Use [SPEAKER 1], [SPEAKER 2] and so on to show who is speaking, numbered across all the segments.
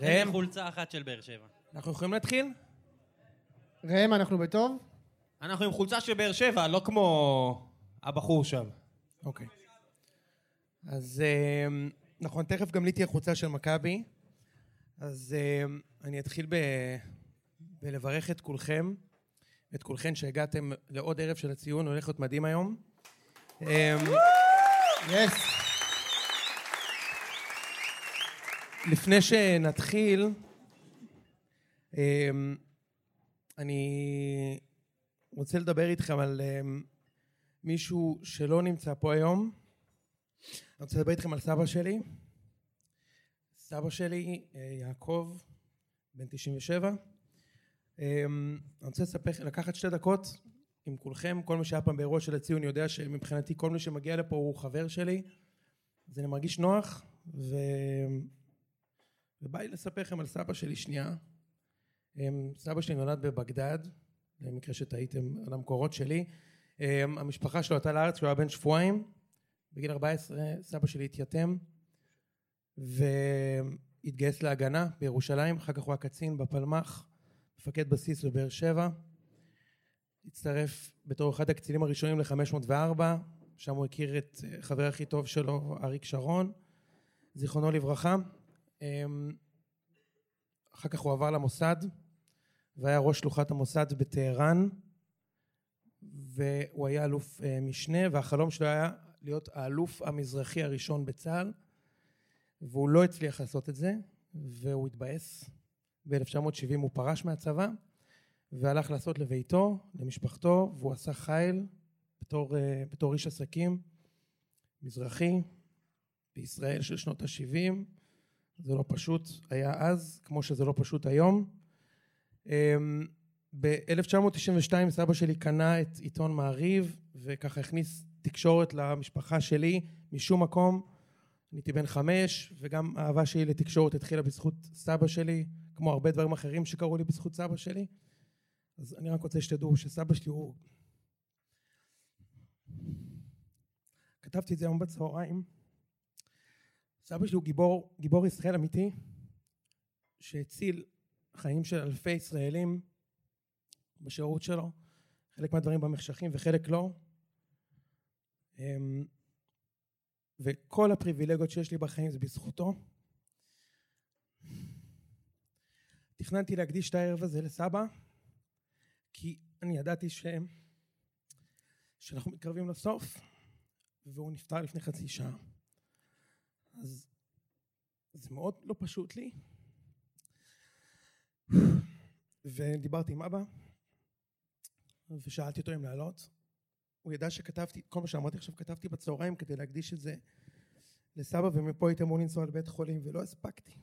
[SPEAKER 1] ראם,
[SPEAKER 2] חולצה אחת של באר שבע.
[SPEAKER 1] אנחנו יכולים להתחיל?
[SPEAKER 3] ראם, אנחנו בטוב?
[SPEAKER 1] אנחנו עם חולצה של באר שבע, לא כמו הבחור שם. אוקיי. אז אמ, נכון, תכף גם לי תהיה חולצה של מכבי. אז אמ, אני אתחיל ב... בלברך את כולכם, את כולכן שהגעתם לעוד ערב של הציון, הולך להיות מדהים היום. אמ,
[SPEAKER 3] יס.
[SPEAKER 1] לפני שנתחיל, אמ, אני רוצה לדבר איתכם על אמ, מישהו שלא נמצא פה היום. אני רוצה לדבר איתכם על סבא שלי. סבא שלי, אה, יעקב, בן 97. אמ, אני רוצה לספר, לקחת שתי דקות עם כולכם. כל מי שהיה פעם באירוע של הציון יודע שמבחינתי כל מי שמגיע לפה הוא חבר שלי. אז אני מרגיש נוח, ו... ובא לי לספר לכם על סבא שלי שנייה. אמ, סבא שלי נולד בבגדד, למקרה שטעיתם על המקורות שלי. אמ, המשפחה שלו עלתה לארץ כשהוא היה בן שבועיים. בגיל 14 סבא שלי התייתם, והתגייס להגנה בירושלים, אחר כך הוא היה קצין בפלמ"ח, מפקד בסיס בבאר שבע. הצטרף בתור אחד הקצינים הראשונים ל-504, שם הוא הכיר את אה, החבר הכי טוב שלו, אריק שרון, זיכרונו לברכה. אמ, אחר כך הוא עבר למוסד, והיה ראש שלוחת המוסד בטהרן, והוא היה אלוף אה, משנה, והחלום שלו היה להיות האלוף המזרחי הראשון בצה"ל, והוא לא הצליח לעשות את זה, והוא התבאס. ב-1970 הוא פרש מהצבא, והלך לעשות לביתו, למשפחתו, והוא עשה חיל בתור, אה, בתור איש עסקים מזרחי בישראל של שנות ה-70. זה לא פשוט היה אז, כמו שזה לא פשוט היום. אמ, ב-1992 סבא שלי קנה את עיתון מעריב, וככה הכניס תקשורת למשפחה שלי משום מקום. אני הייתי בן חמש, וגם האהבה שלי לתקשורת התחילה בזכות סבא שלי, כמו הרבה דברים אחרים שקרו לי בזכות סבא שלי. אז אני רק רוצה שתדעו שסבא שלי הוא... כתבתי את זה היום בצהריים. סבא שלי הוא גיבור, גיבור ישראל אמיתי, שהציל חיים של אלפי ישראלים בשירות שלו, חלק מהדברים במחשכים וחלק לא. אמ, וכל הפריבילגיות שיש לי בחיים זה בזכותו. תכננתי להקדיש את הערב הזה לסבא, כי אני ידעתי ש... שאנחנו מתקרבים לסוף, והוא נפטר לפני חצי שעה. אז זה מאוד לא פשוט לי. ודיברתי עם אבא, ושאלתי אותו אם לעלות. הוא ידע שכתבתי, כל מה שאמרתי עכשיו כתבתי בצהריים כדי להקדיש את זה לסבא, ומפה הייתי אמור לנסוע לבית חולים, ולא הספקתי.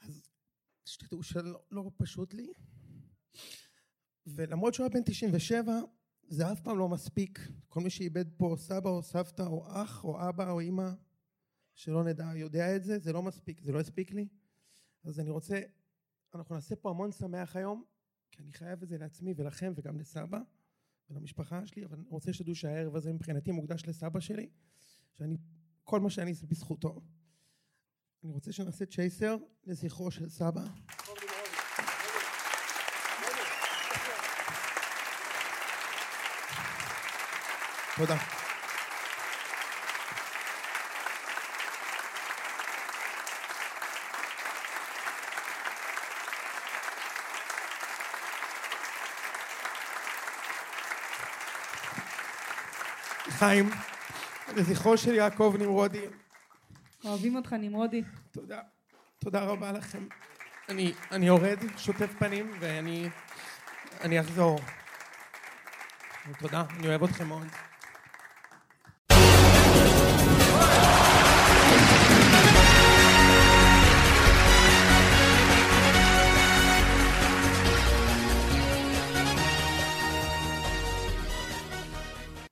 [SPEAKER 1] אז שתדעו שלא לא פשוט לי. ולמרות שהוא היה בן 97, זה אף פעם לא מספיק. כל מי שאיבד פה סבא או סבתא או אח או אבא או אימא, שלא נדע, יודע את זה, זה לא מספיק, זה לא הספיק לי. אז אני רוצה, אנחנו נעשה פה המון שמח היום, כי אני חייב את זה לעצמי ולכם וגם לסבא ולמשפחה שלי, אבל אני רוצה שתדעו שהערב הזה מבחינתי מוקדש לסבא שלי, שאני, כל מה שאני זה בזכותו. אני רוצה שנעשה צ'ייסר לזכרו של סבא. תודה. חיים, לזכרו של יעקב נמרודי,
[SPEAKER 4] אוהבים אותך, נמרודי.
[SPEAKER 1] תודה. תודה רבה לכם. אני, אני יורד, שוטף פנים, ואני אני אחזור. תודה, אני אוהב אתכם מאוד.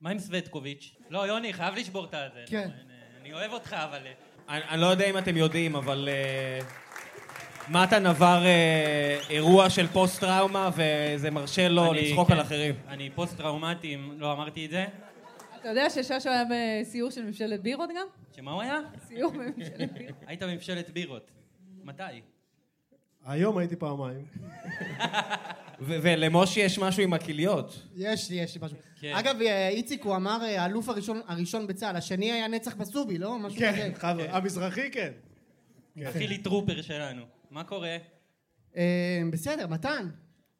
[SPEAKER 2] מה עם סווטקוביץ'? לא, יוני, חייב לשבור את הזה.
[SPEAKER 3] כן.
[SPEAKER 2] אני- אני אוהב אותך, אבל... אה,
[SPEAKER 5] אני, אני לא יודע אם אתם יודעים, אבל אה, מתן עבר אה, אירוע של פוסט-טראומה, וזה מרשה לו
[SPEAKER 2] אני-
[SPEAKER 5] לא, לצחוק
[SPEAKER 2] כן,
[SPEAKER 5] על אחרים.
[SPEAKER 2] אני פוסט-טראומטי, אם לא אמרתי את זה.
[SPEAKER 4] אתה יודע שששו היה בסיור של ממשלת בירות גם?
[SPEAKER 2] שמה הוא היה?
[SPEAKER 4] סיור בממשלת בירות.
[SPEAKER 2] היית בממשלת בירות. מתי?
[SPEAKER 6] היום הייתי פעמיים.
[SPEAKER 5] ו- ולמושי יש משהו עם הכליות.
[SPEAKER 3] יש לי, יש לי משהו.
[SPEAKER 2] כן.
[SPEAKER 3] אגב, אה, איציק, הוא אמר, אה, האלוף הראשון- הראשון בצה"ל, השני היה נצח בסובי, לא? משהו
[SPEAKER 6] כן,
[SPEAKER 3] כזה.
[SPEAKER 6] חבר'ה. המזרחי כן.
[SPEAKER 2] חילי טרופר שלנו. מה קורה?
[SPEAKER 3] אה, בסדר, מתן.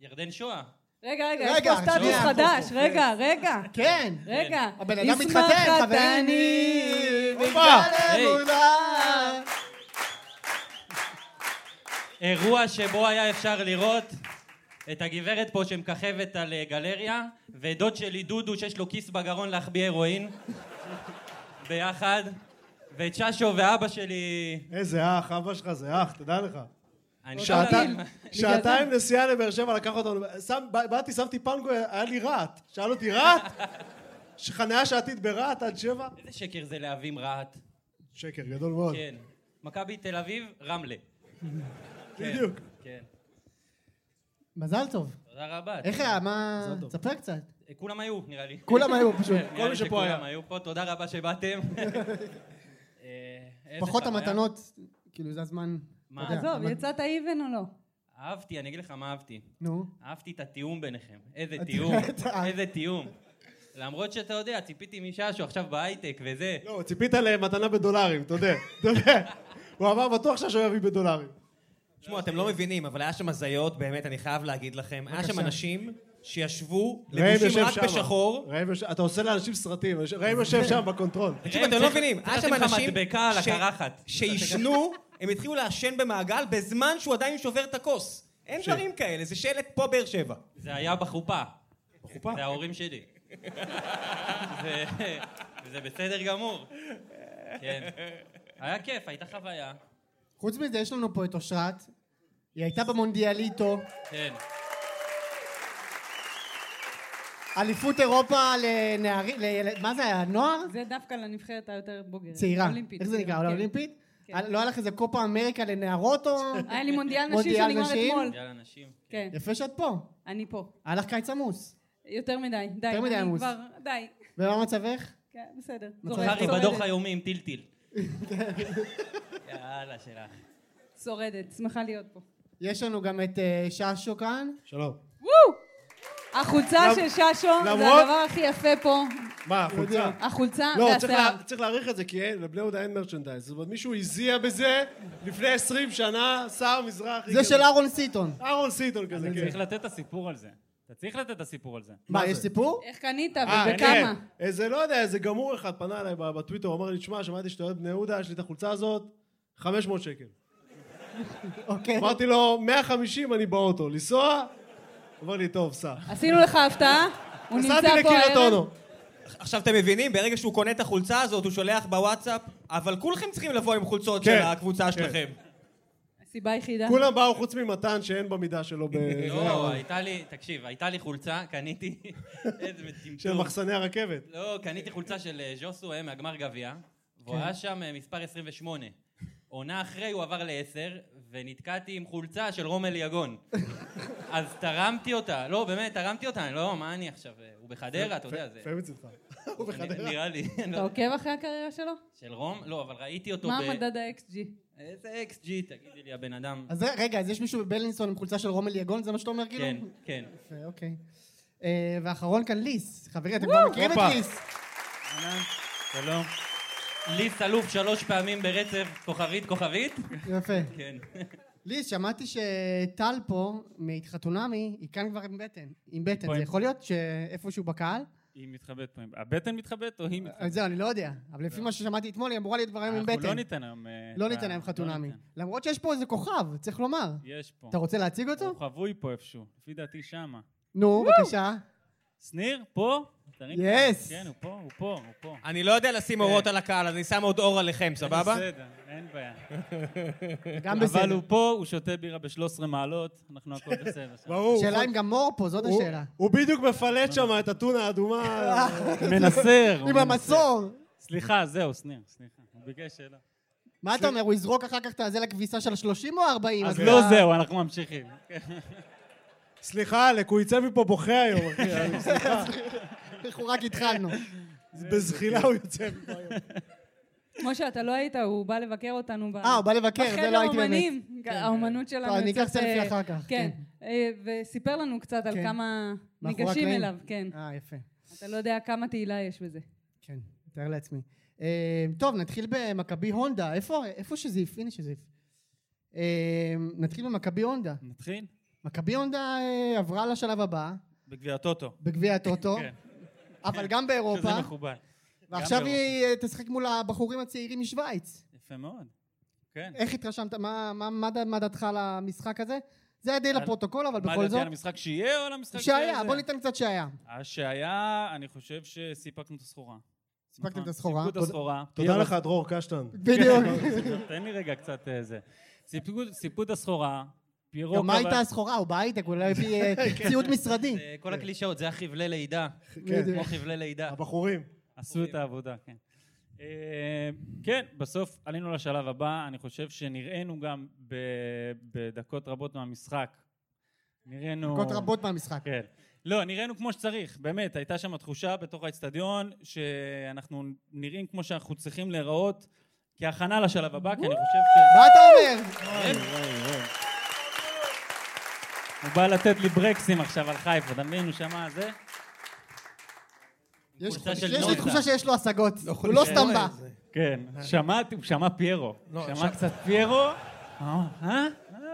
[SPEAKER 2] ירדן שואה.
[SPEAKER 4] רגע, רגע, יש
[SPEAKER 3] רגע,
[SPEAKER 4] פה סטטוס
[SPEAKER 3] שנייה,
[SPEAKER 4] חדש, רגע, רגע.
[SPEAKER 3] כן.
[SPEAKER 4] רגע.
[SPEAKER 3] הבן אדם
[SPEAKER 4] ישמח
[SPEAKER 3] מתחתן,
[SPEAKER 4] חתני.
[SPEAKER 3] חברים.
[SPEAKER 6] הופה!
[SPEAKER 2] היי.
[SPEAKER 3] אמונה.
[SPEAKER 2] אירוע שבו היה אפשר לראות את הגברת פה שמככבת על אה, גלריה, ודוד שלי דודו שיש לו כיס בגרון להחביא הרואין, ביחד, ואת ששו ואבא שלי...
[SPEAKER 6] איזה אח, אבא שלך זה אח, תדע לך.
[SPEAKER 2] אני
[SPEAKER 6] שעתיים-
[SPEAKER 2] לא יודע.
[SPEAKER 6] שעתיים נסיעה לבאר שבע לקח אותנו, שם- בא- באתי, שמתי פנגו, היה לי רהט. שאל אותי, רהט? יש חניה שעתית ברהט עד שבע?
[SPEAKER 2] איזה שקר זה להבים רהט.
[SPEAKER 3] נכון.
[SPEAKER 6] שקר גדול מאוד.
[SPEAKER 2] כן. מכבי תל אביב, רמלה. כן,
[SPEAKER 6] בדיוק.
[SPEAKER 2] כן.
[SPEAKER 3] מזל טוב.
[SPEAKER 2] תודה רבה. אה,
[SPEAKER 3] איך היה? מה...
[SPEAKER 6] מזל טוב. כן,
[SPEAKER 3] תספר קצת.
[SPEAKER 2] כולם היו, נראה לי.
[SPEAKER 3] כולם היו פשוט.
[SPEAKER 2] נראה לי
[SPEAKER 6] מי שפה
[SPEAKER 2] שכולם
[SPEAKER 6] היה.
[SPEAKER 2] היו פה, תודה רבה שבאתם. אה, איזה
[SPEAKER 3] פחות
[SPEAKER 2] חוויה.
[SPEAKER 3] המתנות, כאילו זה הזמן.
[SPEAKER 2] מה?
[SPEAKER 3] אתה יודע,
[SPEAKER 4] עזוב,
[SPEAKER 3] אבל-
[SPEAKER 4] יצאת איבן או לא?
[SPEAKER 2] אהבתי, אני אגיד לך מה אהבתי.
[SPEAKER 3] נו.
[SPEAKER 2] אהבתי את התיאום ביניכם. איזה
[SPEAKER 3] את-
[SPEAKER 2] תיאום,
[SPEAKER 3] אתה-
[SPEAKER 2] איזה תיאום. למרות שאתה יודע, ציפיתי מששו עכשיו בהייטק וזה.
[SPEAKER 6] לא, ציפית למתנה בדולרים, תודה. תודה. הוא אמר, בטוח שהשוער יביא בדולרים.
[SPEAKER 5] תשמעו, אתם לא מבינים, אבל היה שם הזיות, באמת, אני חייב להגיד לכם. היה שם אנשים שישבו
[SPEAKER 6] ראם
[SPEAKER 5] לבושים
[SPEAKER 6] יושב
[SPEAKER 5] רק
[SPEAKER 6] שמה.
[SPEAKER 5] בשחור.
[SPEAKER 6] ראם יושב- אתה עושה לאנשים סרטים, ראם יושב שם בקונטרול.
[SPEAKER 5] תקשיב,
[SPEAKER 2] ראם,
[SPEAKER 5] אתם לא
[SPEAKER 2] צריך-
[SPEAKER 5] מבינים,
[SPEAKER 2] צריך
[SPEAKER 5] היה שם
[SPEAKER 2] לשים לך
[SPEAKER 5] אנשים
[SPEAKER 2] מדבקה על
[SPEAKER 5] ש-
[SPEAKER 2] הקרחת.
[SPEAKER 5] שעישנו, הם התחילו לעשן במעגל בזמן שהוא עדיין שובר את הכוס. אין
[SPEAKER 6] ש-
[SPEAKER 5] דברים כאלה, זה שלט פה באר שבע.
[SPEAKER 2] זה היה בחופה.
[SPEAKER 6] בחופה?
[SPEAKER 2] זה ההורים שלי. זה- זה בסדר גמור. כן. היה כיף, הייתה חוויה.
[SPEAKER 3] חוץ מזה, יש לנו פה את אושרת. היא הייתה במונדיאליטו.
[SPEAKER 2] כן.
[SPEAKER 3] אליפות אירופה לנערים... לילד- מה זה היה? נוער?
[SPEAKER 4] זה דווקא לנבחרת היותר בוגרת.
[SPEAKER 3] צעירה.
[SPEAKER 4] אולימפית.
[SPEAKER 3] איך זה נקרא?
[SPEAKER 4] כן.
[SPEAKER 3] אולימפית?
[SPEAKER 4] כן.
[SPEAKER 3] לא היה לך איזה קופה אמריקה לנערות או...
[SPEAKER 4] היה לי מונדיאל נשים
[SPEAKER 3] מונדיאל
[SPEAKER 4] שנגמר
[SPEAKER 3] נשים?
[SPEAKER 4] אתמול.
[SPEAKER 2] יאללה, נשים.
[SPEAKER 4] כן,
[SPEAKER 3] יפה שאת פה.
[SPEAKER 4] אני פה.
[SPEAKER 3] היה לך קיץ עמוס.
[SPEAKER 4] יותר מדי, די.
[SPEAKER 3] יותר מדי
[SPEAKER 4] אני
[SPEAKER 3] עמוס.
[SPEAKER 4] כבר, די.
[SPEAKER 3] ומה מצבך?
[SPEAKER 4] כן, בסדר.
[SPEAKER 3] מצב
[SPEAKER 4] זורדת,
[SPEAKER 2] חרי
[SPEAKER 3] טוב.
[SPEAKER 2] בדוח היומי עם טילטיל. יאללה, שלך.
[SPEAKER 4] שורדת, שמחה להיות פה.
[SPEAKER 3] יש לנו גם את אה, ששו כאן.
[SPEAKER 6] שלום.
[SPEAKER 4] וואו! החולצה
[SPEAKER 6] למ-
[SPEAKER 4] של ששו זה
[SPEAKER 6] למרות-
[SPEAKER 4] הדבר הכי יפה פה.
[SPEAKER 6] מה, החולצה?
[SPEAKER 4] החולצה
[SPEAKER 6] לא, צריך
[SPEAKER 4] והשיער.
[SPEAKER 6] לה- צריך להעריך את זה, כי אין, לבני יהודה אין מרצ'נדייז. זאת אומרת, מישהו הזיע בזה לפני 20 שנה, שר מזרחי.
[SPEAKER 3] זה
[SPEAKER 6] כזה.
[SPEAKER 3] של אהרון סיטון.
[SPEAKER 6] אהרון סיטון כזה,
[SPEAKER 7] צריך
[SPEAKER 6] כן.
[SPEAKER 7] לתת את הסיפור על זה. אתה צריך לתת את הסיפור על זה.
[SPEAKER 3] מה, יש סיפור?
[SPEAKER 4] איך קנית
[SPEAKER 6] אה,
[SPEAKER 4] ובכמה?
[SPEAKER 6] כן. איזה, לא יודע, איזה גמור אחד פנה אליי ב- בטוויטר, הוא אמר לי, תשמע, שמעתי שאתה אוהד בני יהודה, יש לי את החולצה הזאת, 500 שקל.
[SPEAKER 3] אוקיי.
[SPEAKER 6] אמרתי לו, 150 אני באוטו, לנסוע? אמר לי, טוב, סע.
[SPEAKER 4] עשינו לך הפתעה, הוא נמצא
[SPEAKER 6] נסעתי
[SPEAKER 4] פה
[SPEAKER 6] לקריית
[SPEAKER 4] הערב.
[SPEAKER 6] אונו.
[SPEAKER 5] עכשיו אתם מבינים, ברגע שהוא קונה את החולצה הזאת, הוא שולח בוואטסאפ, אבל כולכם צריכים לבוא עם חולצות
[SPEAKER 6] כן,
[SPEAKER 5] של הקבוצה
[SPEAKER 6] כן.
[SPEAKER 5] שלכם.
[SPEAKER 4] הסיבה היחידה.
[SPEAKER 6] כולם באו חוץ ממתן שאין במידה שלו ב...
[SPEAKER 2] לא, הייתה לי, תקשיב, הייתה לי חולצה, קניתי איזה מטמטום.
[SPEAKER 6] של מחסני הרכבת.
[SPEAKER 2] לא, קניתי חולצה של אה, ז'וסו אה, מהגמר גביע, והוא היה שם אה, מספר 28. עונה אחרי הוא עבר ל-10, ונתקעתי עם חולצה של רום אליגון. אז תרמתי אותה, לא, באמת, תרמתי אותה, אני לא, מה אני עכשיו, אה, הוא בחדרה, אתה יודע, זה...
[SPEAKER 6] לפעמים אצלך. הוא
[SPEAKER 2] נ-
[SPEAKER 6] בחדרה.
[SPEAKER 2] נראה לי. אני
[SPEAKER 4] אתה
[SPEAKER 2] לא-
[SPEAKER 4] עוקב אחרי הקריירה שלו?
[SPEAKER 2] של רום? לא, אבל ראיתי אותו ב...
[SPEAKER 4] מה המדד ה-XG?
[SPEAKER 2] איזה אקס ג'י, תגידי לי, הבן אדם.
[SPEAKER 3] אז זה- רגע, אז יש מישהו בבלינסון עם חולצה של רומל יגון? זה מה שאתה אומר כאילו?
[SPEAKER 2] כן, כן.
[SPEAKER 3] יפה, אוקיי. אה, ואחרון כאן ליס. חברים, אתם כבר מכירים את
[SPEAKER 6] הופה.
[SPEAKER 3] ליס.
[SPEAKER 2] אהלן, שלום. ליס אלוף שלוש פעמים ברצף, כוכבית, כוכבית?
[SPEAKER 3] יפה.
[SPEAKER 2] כן.
[SPEAKER 3] ליס, שמעתי שטל פה, מהתחתונמי, היא כאן כבר עם בטן. עם בטן.
[SPEAKER 7] פה
[SPEAKER 3] זה
[SPEAKER 7] עם-
[SPEAKER 3] יכול להיות שאיפשהו בקהל?
[SPEAKER 7] היא מתחבאת פה. עם- הבטן מתחבאת או היא
[SPEAKER 3] אז
[SPEAKER 7] מתחבאת?
[SPEAKER 3] זהו, אני לא יודע. אבל לפי מה ששמעתי אתמול, היא אמורה להיות כבר היום עם
[SPEAKER 7] אנחנו
[SPEAKER 3] בטן.
[SPEAKER 7] לא ניתן היום... אה,
[SPEAKER 3] לא
[SPEAKER 7] את ה-
[SPEAKER 3] ניתן להם
[SPEAKER 7] לא
[SPEAKER 3] חתונמי.
[SPEAKER 7] ניתן.
[SPEAKER 3] למרות שיש פה איזה כוכב, צריך לומר.
[SPEAKER 7] יש פה.
[SPEAKER 3] אתה רוצה להציג אותו?
[SPEAKER 7] הוא חבוי פה איפשהו. לפי דעתי שמה.
[SPEAKER 3] נו, בבקשה.
[SPEAKER 7] שניר, פה? תרים.
[SPEAKER 3] Yes.
[SPEAKER 7] כן, הוא פה, הוא פה, הוא פה.
[SPEAKER 5] אני לא יודע לשים אורות על הקהל, אז אני שם עוד אור עליכם, סבבה?
[SPEAKER 7] בסדר, אין בעיה.
[SPEAKER 3] גם
[SPEAKER 7] אבל
[SPEAKER 3] בסדר.
[SPEAKER 7] הוא פה, הוא שותה בירה ב-13 מעלות, אנחנו הכל בסדר. שם.
[SPEAKER 6] ברור.
[SPEAKER 3] השאלה אם גם מור פה, זאת
[SPEAKER 6] הוא-
[SPEAKER 3] השאלה.
[SPEAKER 6] הוא בדיוק מפלט שם את אתונה האדומה.
[SPEAKER 7] מנסר. הוא
[SPEAKER 3] עם
[SPEAKER 7] מנסר.
[SPEAKER 3] המסור.
[SPEAKER 7] סליחה, זהו, שניר, סליחה. הוא ביקש שאלה.
[SPEAKER 3] מה אתה אומר, הוא יזרוק אחר כך את זה לכביסה של 30 או 40?
[SPEAKER 7] אז
[SPEAKER 3] אתה-
[SPEAKER 7] לא זהו, אנחנו ממשיכים. כן,
[SPEAKER 6] סליחה, אלק, הוא יצא מפה בוכה היום, אחי. אני- סליחה.
[SPEAKER 3] אנחנו רק התחלנו.
[SPEAKER 6] בזחילה הוא יוצא מפה היום.
[SPEAKER 4] משה, אתה לא היית, הוא בא לבקר אותנו ב...
[SPEAKER 3] אה, הוא בא לבקר, זה לא
[SPEAKER 4] בחדר
[SPEAKER 3] הייתי באמת.
[SPEAKER 4] האומנים. האומנות שלנו
[SPEAKER 3] טוב, אני אקח
[SPEAKER 4] יוצאת,
[SPEAKER 3] סלפי
[SPEAKER 4] אה,
[SPEAKER 3] אחר כך,
[SPEAKER 4] כן.
[SPEAKER 3] כן.
[SPEAKER 4] אה, וסיפר לנו קצת על
[SPEAKER 3] כן.
[SPEAKER 4] כמה
[SPEAKER 3] מאחורי
[SPEAKER 4] ניגשים
[SPEAKER 3] הקלעים.
[SPEAKER 4] אליו, כן.
[SPEAKER 3] אה, יפה.
[SPEAKER 4] אתה לא יודע כמה תהילה יש בזה.
[SPEAKER 3] כן, מתאר לעצמי. אה, טוב, נתחיל במכבי הונדה. איפה איפה שזיף? הנה שזיף. אה, נתחיל במכבי הונדה.
[SPEAKER 7] נתחיל?
[SPEAKER 3] מכבי הונדה אה, עברה לשלב הבא,
[SPEAKER 7] בגביע הטוטו.
[SPEAKER 3] בגביע הטוטו,
[SPEAKER 7] כן.
[SPEAKER 3] אבל גם
[SPEAKER 7] שזה נכון,
[SPEAKER 3] באירופה,
[SPEAKER 7] מכובד.
[SPEAKER 3] ועכשיו
[SPEAKER 7] גם
[SPEAKER 3] היא אה, תשחק מול הבחורים הצעירים משוויץ.
[SPEAKER 7] יפה מאוד. כן.
[SPEAKER 3] איך התרשמת? מה- מה- מה ד- מה דעתך על המשחק הזה? זה היה די
[SPEAKER 7] על-
[SPEAKER 3] לפרוטוקול, אבל
[SPEAKER 7] מה
[SPEAKER 3] בכל
[SPEAKER 7] לדעתי
[SPEAKER 3] זאת...
[SPEAKER 7] על המשחק כן. שיהיה או על המשחק
[SPEAKER 3] שהיה,
[SPEAKER 7] שזה?
[SPEAKER 3] בוא ניתן קצת שהיה.
[SPEAKER 7] השהיה, אני חושב שסיפקנו את הסחורה.
[SPEAKER 3] סיפקתם
[SPEAKER 7] נכון,
[SPEAKER 3] את הסחורה.
[SPEAKER 7] סיפקו את
[SPEAKER 3] תודה-
[SPEAKER 7] הסחורה. כן,
[SPEAKER 6] תודה לך, דרור קשטן.
[SPEAKER 3] בדיוק.
[SPEAKER 7] תן לי רגע קצת אה, זה. סיפקו- סיפקו את הסחורה, פירו...
[SPEAKER 3] גם מה
[SPEAKER 7] קבע-
[SPEAKER 3] הייתה הסחורה? הוא בהייטק, הוא לא הביא אה,
[SPEAKER 7] כן.
[SPEAKER 3] ציוד משרדי.
[SPEAKER 2] זה כל הקלישאות, זה החבלי לידה.
[SPEAKER 3] בדיוק.
[SPEAKER 2] כמו חבלי לידה.
[SPEAKER 6] הבחורים.
[SPEAKER 7] עשו את העבודה, כן. אה, כן, בסוף עלינו לשלב הבא, אני חושב שנראינו גם ב- בדקות רבות מהמשחק. נראינו...
[SPEAKER 3] דקות רבות מהמשחק.
[SPEAKER 7] כן. לא, נראינו כמו שצריך, באמת, הייתה שם תחושה בתוך האצטדיון שאנחנו נראים כמו שאנחנו צריכים להיראות כהכנה לשלב הבא, כי אני חושב ש...
[SPEAKER 3] מה אתה אומר?
[SPEAKER 7] הוא בא לתת לי ברקסים עכשיו על חיפה, אתה מבין? הוא שמע זה?
[SPEAKER 3] יש
[SPEAKER 2] חולצה של
[SPEAKER 3] יש לי
[SPEAKER 2] נויטה.
[SPEAKER 3] תחושה שיש לו השגות. הוא לא סתם בא.
[SPEAKER 7] כן. שמעתי, הוא שמע פיירו.
[SPEAKER 1] לא,
[SPEAKER 7] שמע
[SPEAKER 1] עכשיו-
[SPEAKER 7] קצת פיירו, אמר, אה? אה,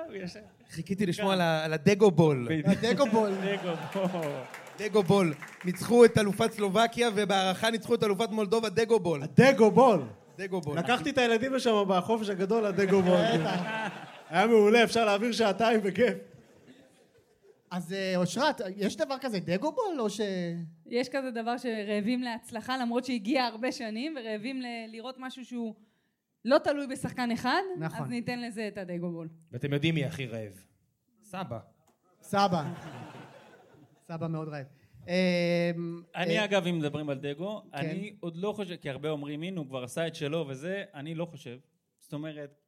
[SPEAKER 7] הוא ישב.
[SPEAKER 1] חיכיתי
[SPEAKER 5] כן.
[SPEAKER 1] לשמוע על ה- על הדגו בול.
[SPEAKER 7] אה?
[SPEAKER 3] הדגו בול.
[SPEAKER 7] רגע, בוא.
[SPEAKER 1] דגו בול. ניצחו את אלופת סלובקיה, ובהערכה ניצחו את אלופת מולדובה דגו בול.
[SPEAKER 6] הדגו בול.
[SPEAKER 1] דגו בול.
[SPEAKER 6] לקחתי את הילדים לשם בחופש הגדול, הדגו בול. היה מעולה, אפשר להעביר שעתיים בכיף.
[SPEAKER 3] אז אה, אושרת, יש דבר כזה דגו בול או ש...
[SPEAKER 4] יש כזה דבר שרעבים להצלחה, למרות שהגיע הרבה שנים, ורעבים ל- לראות משהו שהוא לא תלוי בשחקן אחד,
[SPEAKER 3] נכון.
[SPEAKER 4] אז ניתן לזה את הדגו בול.
[SPEAKER 5] ואתם יודעים מי הכי רעב.
[SPEAKER 1] סבא.
[SPEAKER 3] סבא. סבא מאוד רעב. אה, אה,
[SPEAKER 7] אני אגב, אם מדברים על דגו, אני עוד לא חושב, כי הרבה אומרים, הנה, הוא כבר עשה את שלו וזה, אני לא חושב. זאת אומרת,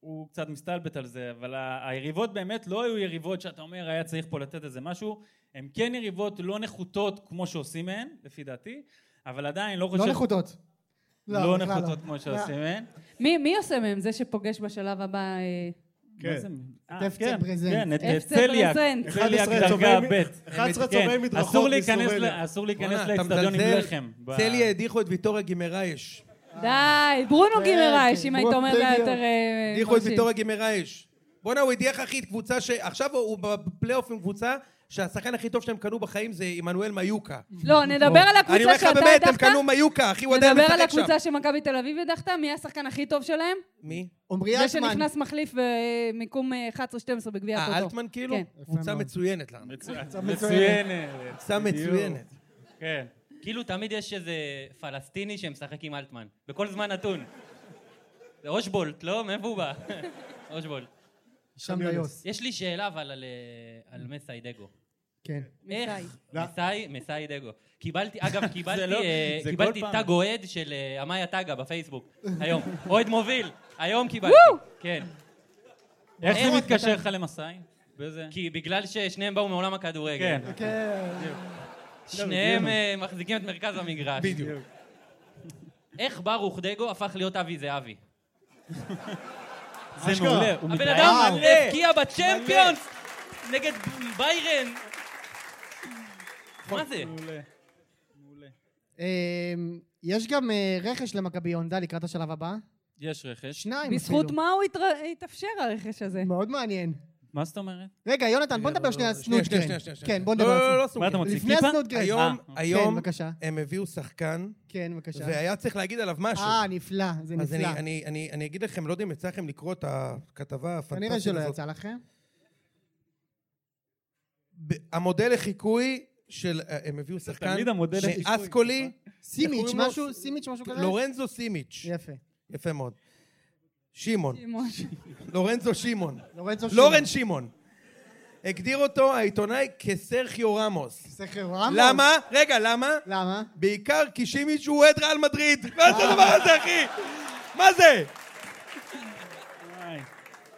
[SPEAKER 7] הוא קצת מסתלבט על זה, אבל ה- היריבות באמת לא היו יריבות שאתה אומר, היה צריך פה לתת איזה משהו. הן כן יריבות לא נחותות כמו שעושים מהן, לפי דעתי, אבל עדיין לא חושב...
[SPEAKER 3] לא נחותות.
[SPEAKER 7] לא
[SPEAKER 3] בכלל אה,
[SPEAKER 7] נחותות כמו שעושים מהן.
[SPEAKER 4] מי, מי עושה מהם? זה שפוגש בשלב הבא... אה,
[SPEAKER 6] כן.
[SPEAKER 7] מה זה? אה,
[SPEAKER 3] את FC
[SPEAKER 7] כן,
[SPEAKER 3] present.
[SPEAKER 7] כן, את
[SPEAKER 4] FC
[SPEAKER 7] צליאק,
[SPEAKER 4] present.
[SPEAKER 7] צליאק
[SPEAKER 6] 11
[SPEAKER 7] דרגה
[SPEAKER 6] צובעי-
[SPEAKER 7] ב'.
[SPEAKER 6] 11
[SPEAKER 7] כן,
[SPEAKER 6] צובעי מדרכות
[SPEAKER 7] אסור להיכנס ל-
[SPEAKER 6] מסלובניה.
[SPEAKER 7] אסור להיכנס
[SPEAKER 1] בואנה, אתה
[SPEAKER 7] לאצטדיון עם
[SPEAKER 1] מזלזל.
[SPEAKER 7] לחם. ב-
[SPEAKER 1] צלי הדיחו את ויטוריה גימרייש.
[SPEAKER 4] די, ברונו
[SPEAKER 3] אה, כן,
[SPEAKER 4] גימרייש, אם היית
[SPEAKER 3] בוא,
[SPEAKER 4] אומר זה היה
[SPEAKER 3] בדיוק.
[SPEAKER 4] יותר אה,
[SPEAKER 1] הדיחו את
[SPEAKER 4] מרשים.
[SPEAKER 1] ויטוריה גימרייש. בואנה, הוא הדיח אחי את קבוצה ש... עכשיו הוא בפלייאוף עם קבוצה שהשחקן הכי טוב שהם קנו בחיים זה עמנואל מיוקה.
[SPEAKER 4] לא, נדבר על
[SPEAKER 1] אני אומר
[SPEAKER 4] הקבוצה
[SPEAKER 1] לך
[SPEAKER 4] שאתה
[SPEAKER 1] באמת, הם
[SPEAKER 4] הדחת.
[SPEAKER 1] קנו מיוקה, אחי, הוא עדיין
[SPEAKER 4] נדבר על
[SPEAKER 1] משחק שם.
[SPEAKER 4] הקבוצה שמכבי תל אביב הדחת, מי השחקן הכי טוב שלהם?
[SPEAKER 1] מי?
[SPEAKER 3] עמרי
[SPEAKER 4] זה
[SPEAKER 3] אשמן.
[SPEAKER 4] שנכנס מחליף במיקום אה, 11-12 בגביע
[SPEAKER 1] אה,
[SPEAKER 4] הטוטו.
[SPEAKER 1] אלטמן כאילו?
[SPEAKER 4] כן.
[SPEAKER 1] קבוצה
[SPEAKER 3] מאוד.
[SPEAKER 1] מצוינת לנו.
[SPEAKER 7] מצוינת.
[SPEAKER 1] קבוצה מצוינת.
[SPEAKER 7] כן.
[SPEAKER 2] כאילו תמיד יש איזה פלסטיני שמשחק עם אלטמן. בכל זמן נתון. זה אושבולט, לא? מאיפה הוא בא? אושבולט.
[SPEAKER 3] שם ליוס.
[SPEAKER 2] יש לי שאלה אבל על, אה, על מסאי דגו.
[SPEAKER 3] כן.
[SPEAKER 4] מסאי.
[SPEAKER 2] איך? מסאי, מסאי דגו. קיבלתי, אגב, קיבלתי,
[SPEAKER 7] לא-
[SPEAKER 2] אה,
[SPEAKER 7] זה
[SPEAKER 2] קיבלתי
[SPEAKER 7] כל פעם.
[SPEAKER 2] תג אוהד של אה, אמיה טגה בפייסבוק, היום. אוהד מוביל, היום קיבלתי, כן.
[SPEAKER 7] איך זה מתקשר לך למסאי? באיזה...
[SPEAKER 2] כי בגלל ששניהם באו מעולם הכדורגל.
[SPEAKER 7] כן.
[SPEAKER 2] שניהם אה, מחזיקים את מרכז המגרש.
[SPEAKER 1] בדיוק.
[SPEAKER 2] איך ברוך דגו הפך להיות אבי זהבי?
[SPEAKER 7] זה מעולה. הוא
[SPEAKER 2] הבן
[SPEAKER 7] מתראיין-
[SPEAKER 2] אדם
[SPEAKER 3] וואו.
[SPEAKER 2] הבקיע בצ'מפיונס נגד ביירן. מה זה?
[SPEAKER 7] מעולה. מעולה.
[SPEAKER 3] אה, יש גם אה, רכש למכבי הונדה לקראת השלב הבא.
[SPEAKER 7] יש רכש.
[SPEAKER 3] שניים אפילו.
[SPEAKER 4] בזכות מה הוא התר- התאפשר הרכש הזה?
[SPEAKER 3] מאוד מעניין.
[SPEAKER 7] מה זאת אומרת?
[SPEAKER 3] רגע, יונתן, בוא נדבר שנייה על
[SPEAKER 1] שנייה, שנייה,
[SPEAKER 3] סנוטגרן.
[SPEAKER 1] שנייה, שנייה.
[SPEAKER 3] כן, בוא
[SPEAKER 1] לא,
[SPEAKER 3] נדבר
[SPEAKER 1] לא, לא,
[SPEAKER 3] על
[SPEAKER 1] לא, סוגרים.
[SPEAKER 3] סנוטגרן.
[SPEAKER 7] מה אתה מוציא?
[SPEAKER 3] לפני
[SPEAKER 7] כיפה?
[SPEAKER 3] הסנוטגרן.
[SPEAKER 1] היום,
[SPEAKER 7] אה, אוקיי.
[SPEAKER 1] היום,
[SPEAKER 3] כן, בבקשה.
[SPEAKER 1] הם הביאו שחקן,
[SPEAKER 3] כן, בבקשה.
[SPEAKER 1] והיה צריך להגיד עליו משהו.
[SPEAKER 3] אה, נפלא, זה
[SPEAKER 1] אז אני,
[SPEAKER 3] נפלא.
[SPEAKER 1] אני, אני, אני אגיד לכם, לא יודע אם יצא לכם לקרוא את הכתבה הפנטסטית
[SPEAKER 3] כנראה שלא יצא לכם.
[SPEAKER 1] ב- המודל לחיקוי של, אה, הם הביאו שחקן,
[SPEAKER 7] תמיד המודל לחיקוי, נכון?
[SPEAKER 1] מאסקולי, איך
[SPEAKER 3] סימיץ'
[SPEAKER 1] קוראים לו?
[SPEAKER 3] משהו, סימיץ' משהו כזה?
[SPEAKER 1] לורנזו סימיץ',
[SPEAKER 3] יפה.
[SPEAKER 1] יפה מאוד. שמעון,
[SPEAKER 4] שמעון.
[SPEAKER 1] לורנזו שמעון,
[SPEAKER 3] לורנצו
[SPEAKER 1] לורן שמעון. הגדיר אותו העיתונאי כסרחיו רמוס.
[SPEAKER 3] סכר רמוס.
[SPEAKER 1] למה? רגע, למה?
[SPEAKER 3] למה?
[SPEAKER 1] בעיקר כי שימיץ' הוא אוהד ריאל מדריד. מה זה הדבר הזה, אחי? מה זה?
[SPEAKER 7] וואי.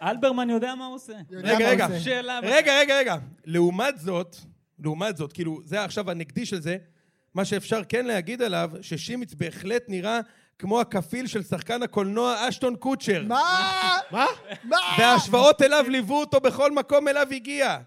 [SPEAKER 7] אלברמן יודע מה הוא עושה.
[SPEAKER 4] לא
[SPEAKER 3] יודע
[SPEAKER 1] רגע,
[SPEAKER 3] מה
[SPEAKER 1] רגע.
[SPEAKER 3] הוא עושה.
[SPEAKER 7] שאלה.
[SPEAKER 1] רגע, רגע, רגע. לעומת זאת, לעומת זאת, כאילו, זה עכשיו הנגדי של זה, מה שאפשר כן להגיד עליו, ששימיץ בהחלט נראה כמו הכפיל של שחקן הקולנוע אשטון קוצ'ר.
[SPEAKER 3] מה?
[SPEAKER 6] מה?
[SPEAKER 3] מה?
[SPEAKER 1] וההשוואות אליו ליוו אותו בכל מקום אליו הגיע.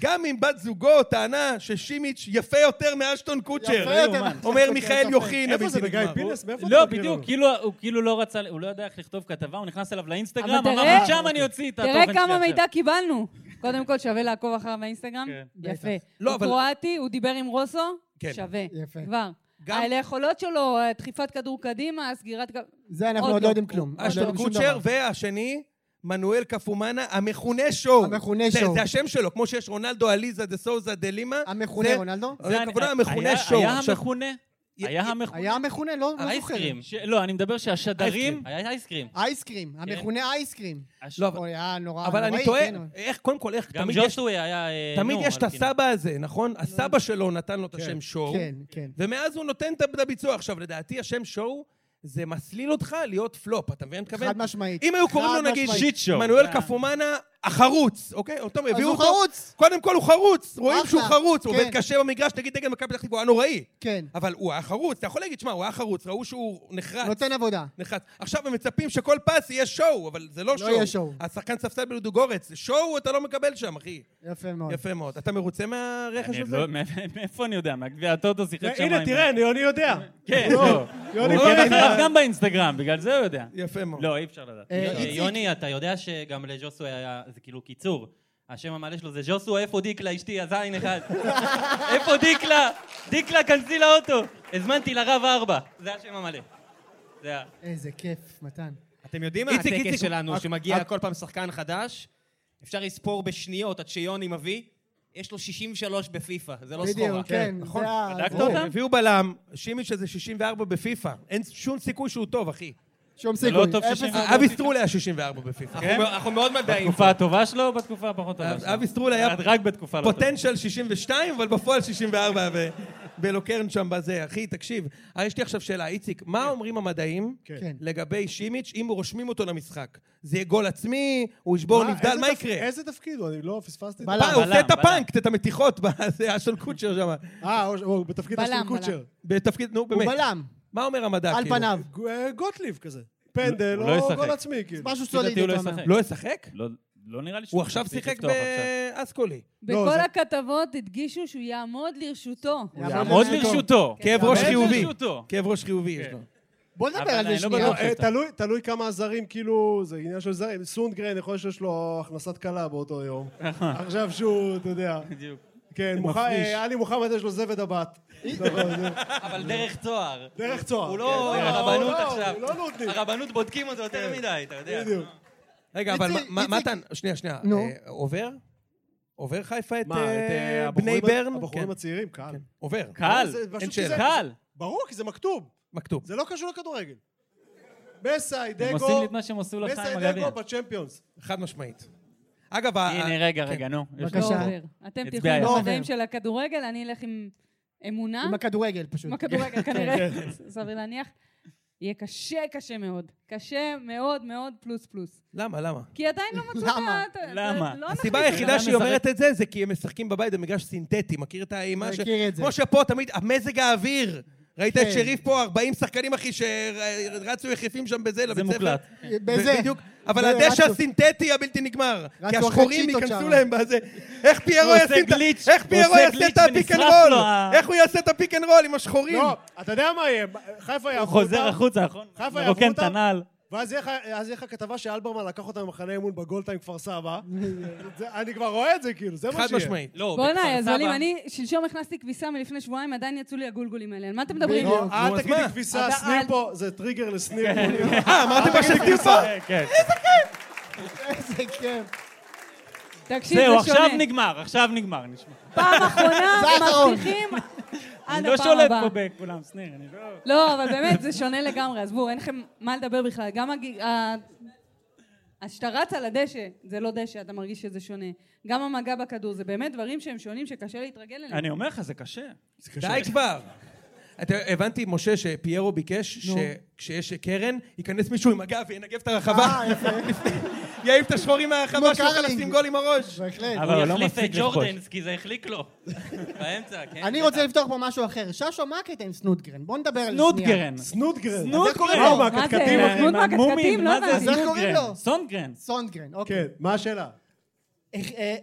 [SPEAKER 1] גם אם בת זוגו טענה ששימיץ' יפה יותר מאשטון
[SPEAKER 3] יפה
[SPEAKER 1] קוצ'ר.
[SPEAKER 3] יותר. אוקיי,
[SPEAKER 1] אומר מיכאל יוכין,
[SPEAKER 6] איפה זה,
[SPEAKER 1] הבלתי
[SPEAKER 6] בגיא
[SPEAKER 1] נגמר.
[SPEAKER 6] פינס? מאיפה
[SPEAKER 7] לא,
[SPEAKER 6] אתה מכיר
[SPEAKER 7] בדיוק,
[SPEAKER 6] אותו?
[SPEAKER 7] כאילו, הוא כאילו לא רצה, הוא לא יודע איך לכתוב כתבה, הוא נכנס אליו לאינסטגרם,
[SPEAKER 4] אבל
[SPEAKER 7] אמר,
[SPEAKER 4] תראה-
[SPEAKER 7] משם אני אוציא את התוכן שלי
[SPEAKER 4] תראה
[SPEAKER 7] עכשיו.
[SPEAKER 4] כמה מידע קיבלנו. קודם כל, שווה לעקוב אחריו באינסטגרם?
[SPEAKER 3] כן.
[SPEAKER 4] יפה.
[SPEAKER 3] בטח.
[SPEAKER 1] לא,
[SPEAKER 4] הוא
[SPEAKER 1] אבל-
[SPEAKER 4] קרואטי, הוא דיבר עם רוסו?
[SPEAKER 1] כן.
[SPEAKER 4] שווה.
[SPEAKER 3] יפה.
[SPEAKER 4] כבר.
[SPEAKER 1] גם-
[SPEAKER 4] על היכולות שלו, דחיפת כדור קדימה, סגירת... גב-
[SPEAKER 3] זה אנחנו
[SPEAKER 4] עוד
[SPEAKER 3] עוד לא
[SPEAKER 4] לא.
[SPEAKER 3] יודעים כלום. עוד לא
[SPEAKER 1] אשטון
[SPEAKER 3] יודעים שום
[SPEAKER 1] קוצ'ר,
[SPEAKER 3] דבר.
[SPEAKER 1] והשני, מנואל קפומאנה, המכונה שואו.
[SPEAKER 3] המכונה
[SPEAKER 1] זה-
[SPEAKER 3] שואו.
[SPEAKER 1] זה השם שלו, כמו שיש רונלדו, עליזה, דה סוזה, דה לימה.
[SPEAKER 3] המכונה
[SPEAKER 1] זה- אה,
[SPEAKER 3] רונלדו?
[SPEAKER 1] זה
[SPEAKER 7] זה אני-
[SPEAKER 1] הכוונה, המכונה
[SPEAKER 7] היה-
[SPEAKER 1] שואו.
[SPEAKER 7] היה
[SPEAKER 1] עכשיו-
[SPEAKER 7] המכונה? היה המכונה?
[SPEAKER 3] היה המכונה? לא לא זוכר.
[SPEAKER 2] האייסקרים.
[SPEAKER 7] ש- לא, אני מדבר שהשדרים...
[SPEAKER 4] אוקיי,
[SPEAKER 2] היה אייסקרים.
[SPEAKER 3] אייסקרים. המכונה אייסקרים.
[SPEAKER 7] הש-
[SPEAKER 1] לא, אבל-
[SPEAKER 3] אוי, היה נורא
[SPEAKER 1] אבל אני
[SPEAKER 3] נוראי,
[SPEAKER 1] תוהה,
[SPEAKER 3] כן.
[SPEAKER 1] איך, קודם כל, איך,
[SPEAKER 2] גם
[SPEAKER 1] תמיד יש-
[SPEAKER 2] ג'וסוי היה... אה,
[SPEAKER 1] תמיד
[SPEAKER 2] נו,
[SPEAKER 1] יש את
[SPEAKER 2] על כאילו.
[SPEAKER 1] הסבא הזה, נכון? הסבא שלו נתן לו את השם שואו.
[SPEAKER 3] לא. כן, כן.
[SPEAKER 1] ומאז הוא נותן את את הביצוע. עכשיו, לדעתי, השם שואו, זה מסליל אותך להיות פלופ, אתה מבין?
[SPEAKER 3] חד משמעית.
[SPEAKER 1] אם היו קוראים
[SPEAKER 3] חד
[SPEAKER 1] לו, נגיד,
[SPEAKER 3] משמעית. כן.
[SPEAKER 7] שיט שואו.
[SPEAKER 1] מנואל
[SPEAKER 7] אה.
[SPEAKER 1] קפומאנה, החרוץ, אוקיי? אותו,
[SPEAKER 3] אז
[SPEAKER 1] הביאו
[SPEAKER 3] הוא
[SPEAKER 1] אותו.
[SPEAKER 3] חרוץ.
[SPEAKER 1] קודם כל הוא חרוץ, רואים
[SPEAKER 3] אחלה,
[SPEAKER 1] שהוא חרוץ, הוא
[SPEAKER 3] כן.
[SPEAKER 1] עובד קשה במגרש, נגיד נגד מכבי פתח תקווה, הוא היה נוראי.
[SPEAKER 3] כן.
[SPEAKER 1] אבל הוא היה חרוץ, אתה יכול להגיד, שמע, הוא היה חרוץ, ראו שהוא נחרץ.
[SPEAKER 3] נותן עבודה.
[SPEAKER 1] נחרץ. עכשיו הם מצפים שכל פס יהיה שואו, אבל זה לא שואו.
[SPEAKER 3] יהיה שואו.
[SPEAKER 1] השחקן ספסל בלודוגורץ, שואו אתה לא מקבל שם, אחי.
[SPEAKER 3] יפה מאוד.
[SPEAKER 1] יפה מאוד. אתה מרוצה מהרכש
[SPEAKER 7] אני
[SPEAKER 1] הזה?
[SPEAKER 7] לא- מאיפה- מאיפה אני יודע? מהגביע הטוטו שיחק שם.
[SPEAKER 6] הנה,
[SPEAKER 7] עם-
[SPEAKER 6] תראה, יוני יודע.
[SPEAKER 7] כן,
[SPEAKER 6] לא,
[SPEAKER 7] לא.
[SPEAKER 6] יוני
[SPEAKER 7] הוא
[SPEAKER 1] יודע.
[SPEAKER 7] עוקב אחריו גם באינסטגרם, בגלל זה הוא יודע.
[SPEAKER 1] יפה מאוד.
[SPEAKER 7] לא, אי אפשר לדעת.
[SPEAKER 3] אה,
[SPEAKER 2] יוני,
[SPEAKER 3] איציק,
[SPEAKER 2] יוני, אתה יודע שגם לג'וסווה היה, זה כאילו קיצור. השם המלא שלו זה ז'וסווה, איפה דיקלה, אשתי, הזין אחד. איפה דיקלה? דיקלה, כנסי לאוטו. הזמנתי לרב ארבע. זה השם המלא. זה ה...
[SPEAKER 3] איזה כיף, מתן.
[SPEAKER 5] אתם יודעים מה
[SPEAKER 1] איציק,
[SPEAKER 5] הטקס
[SPEAKER 1] איציק.
[SPEAKER 5] שלנו,
[SPEAKER 1] רק-
[SPEAKER 5] שמגיע
[SPEAKER 1] רק-
[SPEAKER 5] כל פעם שחקן חדש? אפשר לספור בשניות עד שיוני מביא, יש לו 63 בפיפא, זה לא סחורה.
[SPEAKER 3] בדיוק, כן.
[SPEAKER 1] נכון.
[SPEAKER 3] זה ה-
[SPEAKER 7] בדקת
[SPEAKER 3] זה-
[SPEAKER 7] אותם?
[SPEAKER 1] הביאו בלם, שימיץ' הזה 64 בפיפא. אין שום סיכוי שהוא טוב, אחי.
[SPEAKER 3] שום
[SPEAKER 7] זה לא
[SPEAKER 3] סיכוי.
[SPEAKER 7] טוב
[SPEAKER 3] אפס
[SPEAKER 7] ששם...
[SPEAKER 1] אבי סטרול היה 64 בפיפא.
[SPEAKER 5] אנחנו- אנחנו מאוד מדעים.
[SPEAKER 7] בתקופה הטובה שלו או בתקופה הפחות
[SPEAKER 4] אה,
[SPEAKER 7] טובה שלו?
[SPEAKER 1] אבי סטרול היה
[SPEAKER 7] רק- רק בתקופה לא טובה.
[SPEAKER 1] פוטנציאל 62, אבל בפועל 64 ו- בלוקרן שם בזה. אחי, תקשיב, אה, יש לי עכשיו שאלה, איציק, מה אומרים המדעים
[SPEAKER 3] כן.
[SPEAKER 1] לגבי שימיץ' אם רושמים אותו למשחק? זה יהיה גול עצמי, הוא ישבור
[SPEAKER 6] מה,
[SPEAKER 1] נבדל,
[SPEAKER 6] איזה
[SPEAKER 1] מה
[SPEAKER 6] תפ-
[SPEAKER 1] יקרה?
[SPEAKER 6] איזה תפקיד הוא? אני לא פספסתי את
[SPEAKER 3] בלם.
[SPEAKER 6] זה.
[SPEAKER 1] פ- אה, הוא עושה את
[SPEAKER 7] בלם.
[SPEAKER 1] הפאנקט, את המתיחות, בזה, אשל קוצ'ר שם.
[SPEAKER 6] אה, הוא- הוא בתפקיד
[SPEAKER 4] בלם,
[SPEAKER 6] אשטון
[SPEAKER 4] בלם.
[SPEAKER 6] קוצ'ר.
[SPEAKER 1] בתפקיד, נו,
[SPEAKER 3] הוא
[SPEAKER 1] באמת.
[SPEAKER 3] בלם,
[SPEAKER 1] מה אומר המדע?
[SPEAKER 3] על
[SPEAKER 1] כאילו?
[SPEAKER 3] פניו.
[SPEAKER 6] גו- אה, גוטליב כזה. פנדל
[SPEAKER 7] הוא לא
[SPEAKER 6] או
[SPEAKER 7] ישחק.
[SPEAKER 6] גול עצמי, כאילו.
[SPEAKER 3] משהו
[SPEAKER 7] לפי דעתי
[SPEAKER 3] סולידי,
[SPEAKER 7] הוא לא
[SPEAKER 3] אתה אומר.
[SPEAKER 7] ישחק.
[SPEAKER 1] לא ישחק?
[SPEAKER 7] לא- לא נראה לי שהוא...
[SPEAKER 1] הוא עכשיו
[SPEAKER 7] יפסיק
[SPEAKER 1] שיחק
[SPEAKER 7] לפתוח עכשיו.
[SPEAKER 1] באסקולי.
[SPEAKER 4] בכל
[SPEAKER 6] זה-
[SPEAKER 4] הכתבות הדגישו שהוא יעמוד לרשותו.
[SPEAKER 7] יעמוד לרשותו.
[SPEAKER 1] כאב ראש
[SPEAKER 7] יעמוד
[SPEAKER 1] חיובי.
[SPEAKER 7] לרשותו.
[SPEAKER 1] כאב ראש חיובי יש
[SPEAKER 7] כן.
[SPEAKER 1] לו.
[SPEAKER 3] בוא נדבר
[SPEAKER 7] אבל
[SPEAKER 3] על זה
[SPEAKER 7] אני לא
[SPEAKER 3] שנייה.
[SPEAKER 7] בטוח.
[SPEAKER 6] אה, תלוי- תלוי כמה הזרים, כאילו, זה עניין של זרים. סונדגרן, יכול להיות שיש לו הכנסת כלה באותו יום. עכשיו שהוא, אתה יודע.
[SPEAKER 7] בדיוק.
[SPEAKER 6] כן, מוח- אה, עלי מוחמד יש לו זבד הבת.
[SPEAKER 2] אבל דרך צוהר.
[SPEAKER 6] דרך צוהר.
[SPEAKER 2] הוא
[SPEAKER 6] כן,
[SPEAKER 2] לא
[SPEAKER 6] דרך-
[SPEAKER 2] הרבנות
[SPEAKER 6] הוא לא-
[SPEAKER 2] עכשיו.
[SPEAKER 6] הוא לא נודניק.
[SPEAKER 2] הרבנות בודקים אותו יותר מדי, אתה יודע.
[SPEAKER 6] בדיוק.
[SPEAKER 1] רגע, אבל
[SPEAKER 3] איציק,
[SPEAKER 1] מה- מה-
[SPEAKER 3] איציק.
[SPEAKER 1] מתן, שנייה, שנייה.
[SPEAKER 3] נו.
[SPEAKER 1] אה, עובר? עובר חיפה את
[SPEAKER 6] מה, את,
[SPEAKER 1] אה,
[SPEAKER 6] אה,
[SPEAKER 1] בני
[SPEAKER 6] הבחורים-
[SPEAKER 1] ברן?
[SPEAKER 6] הבחורים
[SPEAKER 1] כן,
[SPEAKER 6] הצעירים, קהל.
[SPEAKER 1] עובר.
[SPEAKER 7] קל,
[SPEAKER 6] זה פשוט
[SPEAKER 1] אין
[SPEAKER 6] כי זה-
[SPEAKER 1] שאלה.
[SPEAKER 7] קל.
[SPEAKER 6] ברור, כי זה מכתוב.
[SPEAKER 1] מכתוב.
[SPEAKER 6] זה לא קשור לכדורגל. מסאי,
[SPEAKER 7] הם עושים לי
[SPEAKER 6] דגו,
[SPEAKER 7] את מה שהם עשו לך עם
[SPEAKER 6] מסאי
[SPEAKER 7] הגביע.
[SPEAKER 6] דגו בצ'מפיונס.
[SPEAKER 1] חד משמעית. אגב, ה-
[SPEAKER 7] הנה, רגע, רגע, נו. יש
[SPEAKER 4] לא
[SPEAKER 3] בבקשה.
[SPEAKER 7] לנו-
[SPEAKER 4] עובר. אתם
[SPEAKER 7] הצביע
[SPEAKER 4] תלכו עם
[SPEAKER 7] יפה.
[SPEAKER 4] המדעים של הכדורגל, אני אלך עם אמונה.
[SPEAKER 3] לא, כן. עם הכדורגל כן. פשוט.
[SPEAKER 4] עם הכדורגל כנראה, סביר להניח. יהיה קשה, קשה מאוד. קשה מאוד מאוד פלוס פלוס.
[SPEAKER 1] למה, למה?
[SPEAKER 4] כי עדיין לא מצאו את
[SPEAKER 3] למה?
[SPEAKER 4] ה... את ה-
[SPEAKER 7] למה?
[SPEAKER 4] לא
[SPEAKER 1] הסיבה
[SPEAKER 4] נחליט.
[SPEAKER 1] היחידה
[SPEAKER 7] בן
[SPEAKER 1] שהיא
[SPEAKER 7] אדם
[SPEAKER 1] אומרת את זה, זה כי הם משחקים בבית במגרש סינתטי. מכיר את האימה ש...
[SPEAKER 3] מכיר את זה.
[SPEAKER 1] כמו שפה תמיד, המזג האוויר. ראית את
[SPEAKER 3] כן.
[SPEAKER 1] שריף פה, 40 שחקנים, אחי, שרצו יחפים שם בזה, לבית
[SPEAKER 7] זה
[SPEAKER 1] ספר.
[SPEAKER 7] מוקלט.
[SPEAKER 3] בזה.
[SPEAKER 1] בדיוק, אבל
[SPEAKER 3] זה
[SPEAKER 1] הדשא
[SPEAKER 3] רצו.
[SPEAKER 1] הסינתטי הבלתי נגמר. כי
[SPEAKER 3] רצו אחרי
[SPEAKER 1] השחורים
[SPEAKER 3] צ'יטות
[SPEAKER 1] ייכנסו
[SPEAKER 3] שם.
[SPEAKER 1] להם בזה. איך פיירו
[SPEAKER 7] הוא עושה
[SPEAKER 1] ישים את ה-
[SPEAKER 7] גליץ',
[SPEAKER 1] איך
[SPEAKER 7] הוא
[SPEAKER 1] פיירו
[SPEAKER 7] עושה
[SPEAKER 1] יעשה
[SPEAKER 7] גליץ'
[SPEAKER 1] את הפיק אנד
[SPEAKER 7] ונשרף
[SPEAKER 1] רול?
[SPEAKER 7] לו ה-
[SPEAKER 1] איך הוא יעשה את הפיק אנד רול עם השחורים?
[SPEAKER 6] לא, אתה יודע מה יהיה? חיפה
[SPEAKER 7] הוא
[SPEAKER 6] יעברו אותם.
[SPEAKER 7] חוזר החוצה, נכון?
[SPEAKER 6] חיפה יעברו
[SPEAKER 7] מרוקן את
[SPEAKER 6] אותם?
[SPEAKER 7] הנעל.
[SPEAKER 6] ואז יהיה לך- אז יהיה לך כתבה שאלברמן לקח אותה ממחנה אימון בגולטיים כפר סבא. זה- אני כבר רואה את זה, כאילו, זה מה שיהיה.
[SPEAKER 1] חד משמעית.
[SPEAKER 2] לא,
[SPEAKER 4] בואנה,
[SPEAKER 2] בכפר
[SPEAKER 4] יזבלים,
[SPEAKER 2] סבא-
[SPEAKER 4] אני שלשום הכנסתי כביסה מלפני שבועיים, עדיין יצאו לי הגולגולים האלה. על מה אתם מדברים?
[SPEAKER 3] בדיוק.
[SPEAKER 1] נו, אז
[SPEAKER 6] אל תגידי
[SPEAKER 1] מה?
[SPEAKER 6] אה, כביסה,
[SPEAKER 4] אבל-
[SPEAKER 6] שניר פה, זה טריגר לשניר.
[SPEAKER 1] אה, אמרתם מה שנגדיר פה?
[SPEAKER 4] אה,
[SPEAKER 7] כן, כן.
[SPEAKER 3] איזה כיף.
[SPEAKER 4] תקשיב,
[SPEAKER 7] זהו,
[SPEAKER 4] זה
[SPEAKER 7] עכשיו
[SPEAKER 4] שונה.
[SPEAKER 7] נגמר, עכשיו נגמר, נשמע.
[SPEAKER 4] פעם אחרונה,
[SPEAKER 3] זה האחרון.
[SPEAKER 4] מבטיחים עד
[SPEAKER 7] אני לא
[SPEAKER 4] הפעם
[SPEAKER 7] שולט
[SPEAKER 4] הבאה.
[SPEAKER 7] פה בכולם, שניר, אני לא...
[SPEAKER 4] לא, אבל באמת, זה שונה לגמרי. עזבו, אין לכם מה לדבר בכלל. גם הג- ה... אז כשאתה רץ על הדשא, זה לא דשא, אתה מרגיש שזה שונה. גם המגע בכדור, זה באמת דברים שהם שונים שקשה להתרגל אליהם.
[SPEAKER 7] אני אומר לך, זה קשה.
[SPEAKER 1] די כבר. אתה- הבנתי, משה, שפיירו ביקש
[SPEAKER 3] נו.
[SPEAKER 1] שכשיש קרן, ייכנס מישהו עם הגב וינגב את הרחבה. יעיף את השחורים מהרחבה
[SPEAKER 3] אה, כמו
[SPEAKER 1] שיוכל
[SPEAKER 3] קרלינג.
[SPEAKER 1] לשים גול עם הראש.
[SPEAKER 3] בהחלט.
[SPEAKER 7] אבל
[SPEAKER 2] הוא
[SPEAKER 7] הוא לא
[SPEAKER 2] יחליף אה, את
[SPEAKER 7] מפסיק לכבוש.
[SPEAKER 2] ג'ורדנס, כי זה החליק לו. באמצע, כן.
[SPEAKER 3] אני רוצה לפתוח פה משהו אחר. ששו, מה הקטע עם סנוטגרן? בוא נדבר על זה שנייה.
[SPEAKER 7] סנוטגרן.
[SPEAKER 6] סנוטגרן.
[SPEAKER 7] סנוטגרן.
[SPEAKER 6] זה קורה
[SPEAKER 7] לא,
[SPEAKER 6] לו.
[SPEAKER 4] מה זה?
[SPEAKER 1] כן.
[SPEAKER 7] הקטים,
[SPEAKER 4] נותנות
[SPEAKER 7] אה,
[SPEAKER 4] מהקטקטים?
[SPEAKER 7] מומים,
[SPEAKER 4] לא
[SPEAKER 7] מה זה?
[SPEAKER 4] הבנתי.
[SPEAKER 3] אז איך קוראים לו?
[SPEAKER 7] סונגרן.
[SPEAKER 3] סונגרן, אוקיי.
[SPEAKER 6] כן, מה השאלה?
[SPEAKER 3] איך, אה,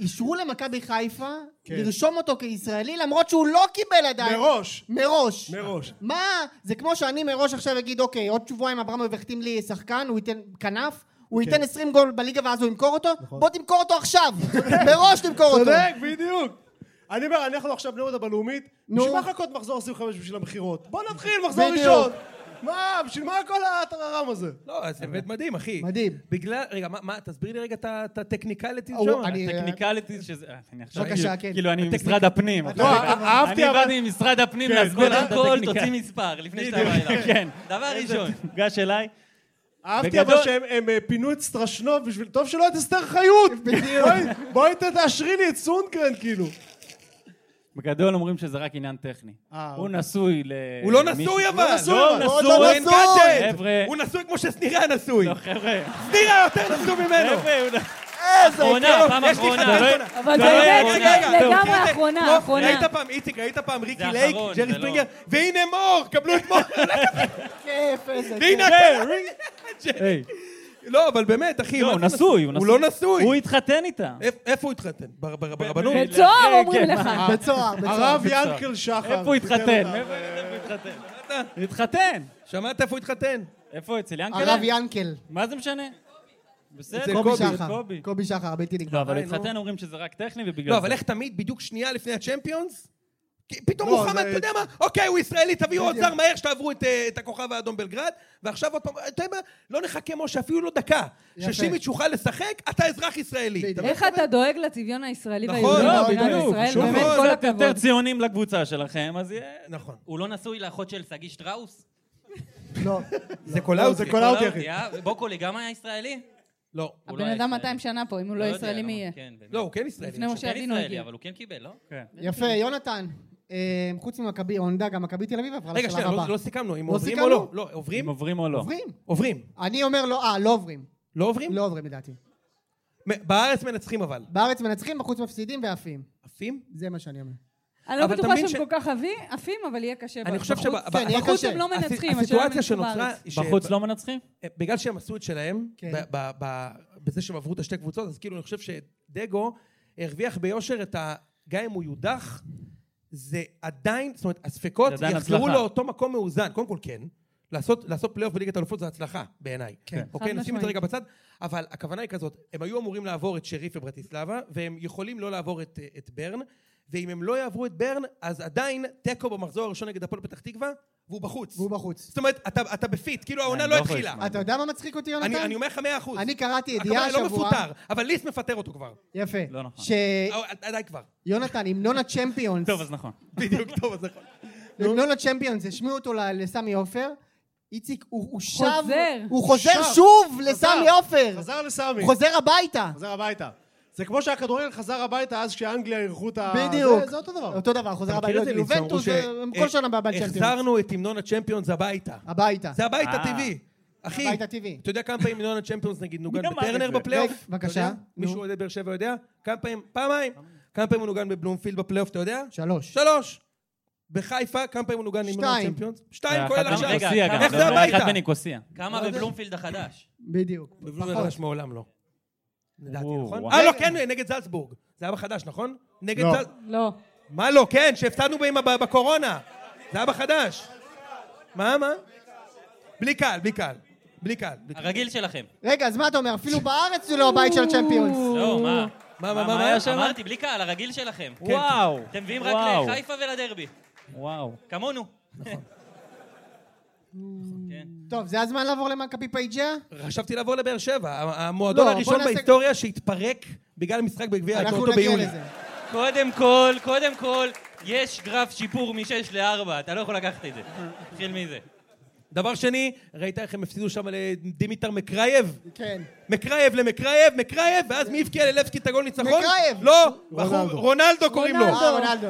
[SPEAKER 3] אישרו למכבי חיפה
[SPEAKER 6] כן.
[SPEAKER 3] לרשום אותו כישראלי למרות שהוא לא קיבל עדיין.
[SPEAKER 6] מראש.
[SPEAKER 3] מראש.
[SPEAKER 6] מראש.
[SPEAKER 3] מה? זה כמו שאני מראש עכשיו אגיד, אוקיי, עוד שבועיים אברמוב יחתים לי שחקן, הוא ייתן כנף, הוא ייתן 20 גול בליגה ואז הוא ימכור אותו, בוא תמכור אותו עכשיו! מראש תמכור אותו!
[SPEAKER 6] צודק, בדיוק. אני אומר, אנחנו עכשיו בני יהודה בלאומית,
[SPEAKER 3] נו.
[SPEAKER 6] בשביל מה לחכות מחזור 25 בשביל המכירות? בוא נתחיל מחזור
[SPEAKER 3] בדיוק.
[SPEAKER 6] ראשון. מה, בשביל מה כל הטררם הזה?
[SPEAKER 1] לא, אז זה באמת מדהים, אחי.
[SPEAKER 3] מדהים.
[SPEAKER 1] בגלל, רגע, מה- מה, תסביר לי רגע את ה- את הטכניקליטי
[SPEAKER 3] הוא-
[SPEAKER 1] שם.
[SPEAKER 3] אני-
[SPEAKER 7] טכניקליטיז שזה... אה, אני עכשיו
[SPEAKER 3] בבקשה,
[SPEAKER 7] כאילו-
[SPEAKER 3] כן.
[SPEAKER 7] כאילו אני ממשרד הפנים.
[SPEAKER 6] לא, אה- אהבתי,
[SPEAKER 7] אני
[SPEAKER 6] אבל-
[SPEAKER 7] באתי ממשרד הפנים
[SPEAKER 6] כן,
[SPEAKER 7] להסביר לך
[SPEAKER 2] קודם
[SPEAKER 7] את
[SPEAKER 2] כל,
[SPEAKER 7] הטכניקה.
[SPEAKER 2] תוציא מספר, לפני שאתה בא אליו.
[SPEAKER 7] כן.
[SPEAKER 2] דבר ראשון.
[SPEAKER 7] גש אליי.
[SPEAKER 6] אהבתי
[SPEAKER 7] בגדול-
[SPEAKER 6] אבל שהם הם, אה, פינו את סטרשנוב בשביל... טוב שלא את אסתר חיות! בואי- בואי ת- תאשרי לי את סונגרן, כאילו.
[SPEAKER 7] בגדול אומרים שזה רק עניין טכני.
[SPEAKER 6] אה,
[SPEAKER 7] הוא נשוי ל...
[SPEAKER 1] הוא לא
[SPEAKER 7] מישהי-
[SPEAKER 1] נשוי
[SPEAKER 6] לא
[SPEAKER 1] אבל!
[SPEAKER 6] נשוי, אבל.
[SPEAKER 1] הוא
[SPEAKER 7] עוד
[SPEAKER 1] נשוי!
[SPEAKER 7] לא
[SPEAKER 1] אין
[SPEAKER 7] נשוי!
[SPEAKER 1] קאצ'ט!
[SPEAKER 7] חבר'ה.
[SPEAKER 1] הוא נשוי כמו ששנירה נשוי!
[SPEAKER 7] לא, חבר'ה.
[SPEAKER 1] שנירה יותר נשוי ממנו!
[SPEAKER 7] חבר'ה, הוא נ-
[SPEAKER 1] איזה
[SPEAKER 2] אחרונה,
[SPEAKER 1] כאילו,
[SPEAKER 2] פעם
[SPEAKER 1] יש לי
[SPEAKER 2] אחרונה.
[SPEAKER 1] חצי עונה.
[SPEAKER 2] אתה
[SPEAKER 4] אבל
[SPEAKER 7] זה
[SPEAKER 4] זה
[SPEAKER 7] לא
[SPEAKER 4] באמת
[SPEAKER 7] האחרונה.
[SPEAKER 4] לגמרי
[SPEAKER 1] זה-
[SPEAKER 4] האחרונה,
[SPEAKER 1] כמו-
[SPEAKER 4] האחרונה.
[SPEAKER 1] ראית פעם, איציק, ראית פעם ריקי
[SPEAKER 2] זה
[SPEAKER 1] לייק,
[SPEAKER 2] האחרון,
[SPEAKER 1] ג'רי
[SPEAKER 2] זה לא.
[SPEAKER 1] ספרינגר, והנה מור, קבלו את מור,
[SPEAKER 3] כיף, איזה
[SPEAKER 1] והנה
[SPEAKER 3] כיף.
[SPEAKER 1] אתה.
[SPEAKER 7] היי.
[SPEAKER 1] לא, אבל באמת, אחי,
[SPEAKER 7] כן. לא,
[SPEAKER 1] מה
[SPEAKER 7] הוא
[SPEAKER 1] זה
[SPEAKER 7] נשוי,
[SPEAKER 1] הוא
[SPEAKER 7] הוא נשוי.
[SPEAKER 1] לא נשוי. אה,
[SPEAKER 7] הוא התחתן איתה.
[SPEAKER 1] איפ- איפה הוא התחתן? בר- בר- ברבנות?
[SPEAKER 4] בצוהר אומרים
[SPEAKER 7] כן,
[SPEAKER 4] לך.
[SPEAKER 3] בית סוהר, בית סוהר.
[SPEAKER 6] הרב ינקל שחר.
[SPEAKER 7] איפה הוא התחתן?
[SPEAKER 6] ביטל אותה.
[SPEAKER 7] איפה איפה הוא התחתן? התחתן.
[SPEAKER 1] שמעת איפה הוא התחתן?
[SPEAKER 7] איפה אצל ינקלה?
[SPEAKER 3] הרב ינקל.
[SPEAKER 7] מה זה משנה?
[SPEAKER 1] אצל
[SPEAKER 7] בסדר.
[SPEAKER 3] קובי
[SPEAKER 1] קובי.
[SPEAKER 3] שחר.
[SPEAKER 7] קובי.
[SPEAKER 3] קובי שחר, בלתי
[SPEAKER 7] לא,
[SPEAKER 3] נגמר.
[SPEAKER 7] אבל
[SPEAKER 1] די, נו.
[SPEAKER 7] התחתן אומרים שזה רק טכני ובגלל זה.
[SPEAKER 1] לא, אבל איך תמיד, בדיוק שנייה לפני הצ'מפיונס? כי פתאום
[SPEAKER 6] לא,
[SPEAKER 1] מוחמד,
[SPEAKER 6] זה-
[SPEAKER 1] אתה יודע מה? אוקיי, הוא ישראלי, תביאו עוד זר מהר שתעברו את, אה, את הכוכב האדום בלגרד, ועכשיו עוד פעם, אתה יודע מה? לא נחכה, משה, אפילו לא דקה.
[SPEAKER 3] יפה.
[SPEAKER 1] ששימיץ' יוכל לשחק, אתה אזרח ישראלי.
[SPEAKER 3] בדיוק.
[SPEAKER 4] איך אתה דואג לצביון הישראלי
[SPEAKER 1] נכון,
[SPEAKER 4] והיהודי
[SPEAKER 1] לא,
[SPEAKER 4] במדינת
[SPEAKER 1] בדיוק,
[SPEAKER 4] ישראל?
[SPEAKER 1] חשוב
[SPEAKER 4] באמת,
[SPEAKER 1] מאוד.
[SPEAKER 4] כל
[SPEAKER 7] קצת יותר
[SPEAKER 4] הכבוד.
[SPEAKER 7] ציונים לקבוצה שלכם, אז יהיה...
[SPEAKER 1] נכון.
[SPEAKER 2] הוא לא נשוי לאחות של שגיא שטראוס?
[SPEAKER 3] לא.
[SPEAKER 1] זה קולאוזי.
[SPEAKER 6] זה קולאוזי,
[SPEAKER 2] לא,
[SPEAKER 6] אחי.
[SPEAKER 2] אה? בוקולי גם היה ישראלי?
[SPEAKER 1] לא.
[SPEAKER 2] הוא לא
[SPEAKER 4] הבן
[SPEAKER 2] היה
[SPEAKER 4] אדם
[SPEAKER 2] ישראלי.
[SPEAKER 4] 200 שנה פה, אם הוא לא
[SPEAKER 2] יודע,
[SPEAKER 4] ישראלי
[SPEAKER 2] למה?
[SPEAKER 4] מי יהיה?
[SPEAKER 2] כן, באמת.
[SPEAKER 1] לא, הוא כן ישראלי.
[SPEAKER 4] לפני
[SPEAKER 2] הוא
[SPEAKER 4] משה
[SPEAKER 2] כן
[SPEAKER 4] אבינו
[SPEAKER 2] ישראלי,
[SPEAKER 4] הגיע.
[SPEAKER 2] אבל הוא כן קיבל, לא?
[SPEAKER 7] כן.
[SPEAKER 3] יפה, יונתן. אה, חוץ ממכבי הונדה, גם מכבי תל אביב עברה
[SPEAKER 1] רגע,
[SPEAKER 3] לשלב
[SPEAKER 1] שנייה,
[SPEAKER 3] הבא.
[SPEAKER 1] לא- לא סיכמנו, אם עוברים
[SPEAKER 3] לא
[SPEAKER 1] או
[SPEAKER 3] סיכמנו?
[SPEAKER 1] לא. לא, עוברים?
[SPEAKER 7] אם עוברים או לא.
[SPEAKER 3] עוברים.
[SPEAKER 1] עוברים.
[SPEAKER 3] אני אומר לא, אה, לא עוברים.
[SPEAKER 1] לא עוברים?
[SPEAKER 3] לא עוברים לדעתי.
[SPEAKER 1] מ- בארץ מנצחים אבל.
[SPEAKER 3] בארץ מנצחים, בחוץ מפסידים ועפים.
[SPEAKER 1] עפים?
[SPEAKER 3] זה מה שאני אומר.
[SPEAKER 4] אני לא
[SPEAKER 1] אבל
[SPEAKER 4] בטוחה
[SPEAKER 1] תמיד ש-
[SPEAKER 4] שהם כל כך עבי- עפים, אבל יהיה קשה.
[SPEAKER 1] אני
[SPEAKER 4] בחוץ.
[SPEAKER 1] חושב
[SPEAKER 3] כן, יהיה
[SPEAKER 1] שבחוץ
[SPEAKER 4] בחוץ
[SPEAKER 3] קשה.
[SPEAKER 4] הם לא מנצחים, השאלה אם
[SPEAKER 1] הסיטואציה
[SPEAKER 4] ינצחו
[SPEAKER 1] שנוצרה...
[SPEAKER 4] בארץ.
[SPEAKER 1] ש-
[SPEAKER 7] בחוץ לא מנצחים?
[SPEAKER 1] בגלל שהם עשו את שלהם,
[SPEAKER 3] כן.
[SPEAKER 1] ב- ב- ב- בזה שהם עברו את השתי קבוצות, אז כאילו אני חושב שדגו הרוויח ביושר את ה... גם אם הוא יודח, זה עדיין, זאת אומרת, הספקות
[SPEAKER 7] זה עדיין
[SPEAKER 1] יחזרו
[SPEAKER 7] הצלחה.
[SPEAKER 1] לאותו מקום מאוזן. קודם כל כן, לעשות, לעשות פלייאוף בליגת האלופות זה הצלחה בעיניי.
[SPEAKER 3] כן.
[SPEAKER 1] אוקיי,
[SPEAKER 4] חד
[SPEAKER 1] נשים את זה
[SPEAKER 4] משמעית.
[SPEAKER 1] רגע בצד, אבל הכוונה היא כזאת, הם היו אמורים לעבור את שריף וברטיסלבה, והם יכולים לא לעבור את, את ברן, ואם הם לא יעברו את ברן, אז עדיין תיקו במחזור הראשון נגד הפועל פתח תקווה, והוא בחוץ.
[SPEAKER 3] והוא בחוץ.
[SPEAKER 1] זאת אומרת, אתה, אתה בפיט, כאילו העונה
[SPEAKER 7] אני
[SPEAKER 1] לא
[SPEAKER 7] לא יכול
[SPEAKER 1] התחילה.
[SPEAKER 7] לשמוע.
[SPEAKER 3] אתה יודע מה מצחיק אותי, יונתן?
[SPEAKER 1] אני, אני אומר לך מאה אחוז.
[SPEAKER 3] אני קראתי ידיעה
[SPEAKER 1] הכוונה
[SPEAKER 3] השבוע...
[SPEAKER 1] לא מפוטר, אבל ליס מפטר אותו כבר.
[SPEAKER 3] יפה.
[SPEAKER 7] לא נכון.
[SPEAKER 1] אה, די כבר.
[SPEAKER 3] שיונתן, לא המנון הצ'מפיונס,
[SPEAKER 7] טוב, אז נכון.
[SPEAKER 1] בדיוק, טוב, אז נכון.
[SPEAKER 3] המנון הצ'מפיונס, השמיעו אותו ל- לסמי עופר, איציק, הוא הוא שב...
[SPEAKER 4] חוזר.
[SPEAKER 3] הוא חוזר
[SPEAKER 6] שב.
[SPEAKER 3] שוב
[SPEAKER 6] חזר.
[SPEAKER 3] לסמי עופר!
[SPEAKER 6] חזר לסמי.
[SPEAKER 3] הוא חוזר הביתה!
[SPEAKER 6] חזר הביתה. זה כמו שהכדורגל חזר הביתה אז כשאנגליה אירחו את ה...
[SPEAKER 3] בדיוק.
[SPEAKER 6] אה, זה- זה אותו דבר.
[SPEAKER 3] אותו דבר, חוזר
[SPEAKER 1] אתה מכיר
[SPEAKER 3] הביתה.
[SPEAKER 1] את זה, ליצור?
[SPEAKER 3] יובנטוס,
[SPEAKER 1] אמרו ש-
[SPEAKER 3] הם
[SPEAKER 1] אה,
[SPEAKER 3] כל שנה בצ'מפיונס.
[SPEAKER 1] החזרנו את המנון הצ'מפיונס הביתה.
[SPEAKER 3] הביתה.
[SPEAKER 1] זה הבית
[SPEAKER 7] אה.
[SPEAKER 1] הטבעי. אחי,
[SPEAKER 3] הבית הטבעי.
[SPEAKER 1] אתה יודע כמה פעמים המנון הצ'מפיונס נגיד נוגן
[SPEAKER 7] אמר את
[SPEAKER 1] בטרנר
[SPEAKER 7] זה?
[SPEAKER 1] בפלייאוף?
[SPEAKER 3] לא,
[SPEAKER 1] אתה יודע?
[SPEAKER 3] בבקשה,
[SPEAKER 1] מישהו
[SPEAKER 3] נו.
[SPEAKER 1] אוהד באר שבע יודע? כמה פעמים? פעמיים. כמה פעמים הוא נוגן בבלומפילד בפלייאוף, אתה יודע?
[SPEAKER 3] שלוש.
[SPEAKER 1] שלוש. בחיפה, כמה פעמים הוא נוגן עם המנון
[SPEAKER 3] שתיים.
[SPEAKER 1] הצ'מפיונס? שתיים, כולל
[SPEAKER 7] ואחת
[SPEAKER 1] עכשיו.
[SPEAKER 2] רגע,
[SPEAKER 7] בניקוסיה אה, גם.
[SPEAKER 1] איך זה
[SPEAKER 7] לא,
[SPEAKER 1] הביתה?
[SPEAKER 7] ואחת בניקוסיה.
[SPEAKER 2] כמה בבלומפילד החדש?
[SPEAKER 3] בדיוק. נכון.
[SPEAKER 1] בבלומפילד
[SPEAKER 3] פחות.
[SPEAKER 1] חדש מעולם לא. לדעתי,
[SPEAKER 7] וואו,
[SPEAKER 1] נכון?
[SPEAKER 7] וואו.
[SPEAKER 1] אה, לא, כן, נגד זלצבורג. זה היה בחדש, נכון? נגד
[SPEAKER 6] לא.
[SPEAKER 1] זל...
[SPEAKER 4] לא.
[SPEAKER 1] מה לא, כן, שהפסדנו בהם ב- בקורונה. זה היה בחדש. מה, מה? בלי קהל, בלי קהל. בלי קהל. בלי קהל.
[SPEAKER 2] הרגיל שלכם.
[SPEAKER 3] רגע, אז מה אתה אומר? אפילו בארץ זה לא הבית של הצ'מפיונס.
[SPEAKER 2] לא, מה?
[SPEAKER 1] מה, מה,
[SPEAKER 7] מה
[SPEAKER 1] מה?
[SPEAKER 7] היה שם?
[SPEAKER 2] אמרתי, בלי קהל, הרגיל שלכם.
[SPEAKER 7] וואו.
[SPEAKER 2] אתם מביאים רק
[SPEAKER 7] וואו.
[SPEAKER 2] לחיפה ולדרבי.
[SPEAKER 7] וואו.
[SPEAKER 2] כמונו. כן.
[SPEAKER 3] טוב, זה הזמן לעבור למכבי פייג'ה?
[SPEAKER 1] חשבתי לעבור לבאר שבע. ה- המועדון
[SPEAKER 3] לא,
[SPEAKER 1] הראשון
[SPEAKER 3] בוא נעשה-
[SPEAKER 1] בהיסטוריה שהתפרק בגלל משחק בגביע
[SPEAKER 3] אנחנו
[SPEAKER 1] הטוטו
[SPEAKER 3] נגיע
[SPEAKER 1] ביולי.
[SPEAKER 3] לזה.
[SPEAKER 2] קודם כל, קודם כל, יש גרף שיפור מ-6 ל-4, אתה לא יכול לקחת את זה. התחיל מזה.
[SPEAKER 1] דבר שני, ראית איך הם הפסידו שם לדימיטר מקרייב?
[SPEAKER 3] כן.
[SPEAKER 1] מקרייב למקרייב, מקרייב, ואז מי הבקיע ללבסקי את הגול ניצחון?
[SPEAKER 3] מקרייב.
[SPEAKER 1] לא, בחור-
[SPEAKER 6] רונלדו.
[SPEAKER 1] רונלדו קוראים לו.
[SPEAKER 4] רונלדו.
[SPEAKER 3] אה, רונלדו.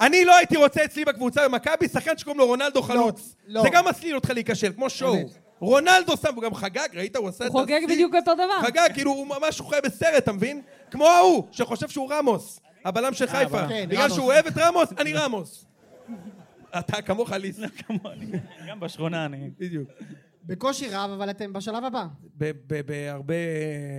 [SPEAKER 1] אני לא הייתי רוצה אצלי בקבוצה במכבי שחקן שקוראים לו רונלדו חלוץ.
[SPEAKER 3] לא.
[SPEAKER 1] זה גם מסליל אותך להיכשל, כמו שואו.
[SPEAKER 3] אמת.
[SPEAKER 1] רונלדו שם, הוא גם חגג, ראית? הוא עשה את
[SPEAKER 4] הוא חוגג
[SPEAKER 1] השיא.
[SPEAKER 4] בדיוק אותו דבר.
[SPEAKER 1] חגג, כאילו הוא ממש הוא חי בסרט, אתה מבין? כמו ההוא, שחושב שהוא רמוס, הבלם
[SPEAKER 4] אה,
[SPEAKER 1] של חיפה.
[SPEAKER 3] כן,
[SPEAKER 1] בגלל
[SPEAKER 3] רמוס.
[SPEAKER 1] שהוא אוהב את רמוס, אני רמוס. אתה כמוך ליס,
[SPEAKER 7] כמוני. גם בשכונה אני...
[SPEAKER 1] בדיוק.
[SPEAKER 3] בקושי רב, אבל אתם בשלב הבא. כן.
[SPEAKER 1] ב- ב- בהרבה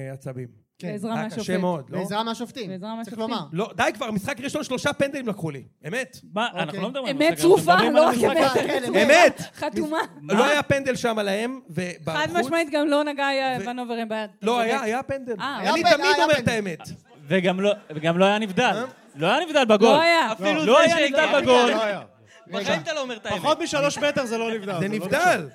[SPEAKER 1] אה, עצבים.
[SPEAKER 4] בעזרה
[SPEAKER 1] היה
[SPEAKER 4] מהשופט.
[SPEAKER 1] קשה מאוד, לא?
[SPEAKER 3] בעזרה מהשופטים.
[SPEAKER 4] בעזרה
[SPEAKER 3] צריך
[SPEAKER 4] מהשופטים.
[SPEAKER 3] לומר.
[SPEAKER 1] לא, די כבר, משחק ראשון שלושה פנדלים לקחו לי, אמת.
[SPEAKER 7] מה, אנחנו לא מדברים על
[SPEAKER 4] אמת
[SPEAKER 7] המשחק, אנחנו
[SPEAKER 4] צרופה,
[SPEAKER 7] מדברים על
[SPEAKER 4] לא רק אמת
[SPEAKER 7] המשחק.
[SPEAKER 3] כן,
[SPEAKER 4] צרופה.
[SPEAKER 1] אמת.
[SPEAKER 4] חתומה.
[SPEAKER 1] לא היה פנדל שם עליהם,
[SPEAKER 4] חד
[SPEAKER 1] ובחוץ...
[SPEAKER 4] משמעית גם לא נגע
[SPEAKER 1] ו-
[SPEAKER 4] ון אוברם ביד. אתה
[SPEAKER 1] לא,
[SPEAKER 4] צודק.
[SPEAKER 1] היה, היה פנדל.
[SPEAKER 4] אה,
[SPEAKER 1] אני
[SPEAKER 4] היה
[SPEAKER 3] פנדל,
[SPEAKER 1] תמיד
[SPEAKER 3] היה
[SPEAKER 1] אומר את
[SPEAKER 3] פנדל.
[SPEAKER 1] האמת.
[SPEAKER 7] וגם לא- וגם לא היה נבדל. לא היה נבדל בגול.
[SPEAKER 4] לא היה.
[SPEAKER 2] אפילו
[SPEAKER 7] לא
[SPEAKER 2] זה
[SPEAKER 7] היה נבדל
[SPEAKER 2] שהגיע.
[SPEAKER 7] בגול.
[SPEAKER 6] לא היה.
[SPEAKER 2] בחיים אתה לא אומר את האמת.
[SPEAKER 6] פחות משלוש מטר זה לא נבדל.
[SPEAKER 1] זה
[SPEAKER 6] לא
[SPEAKER 1] נבדל.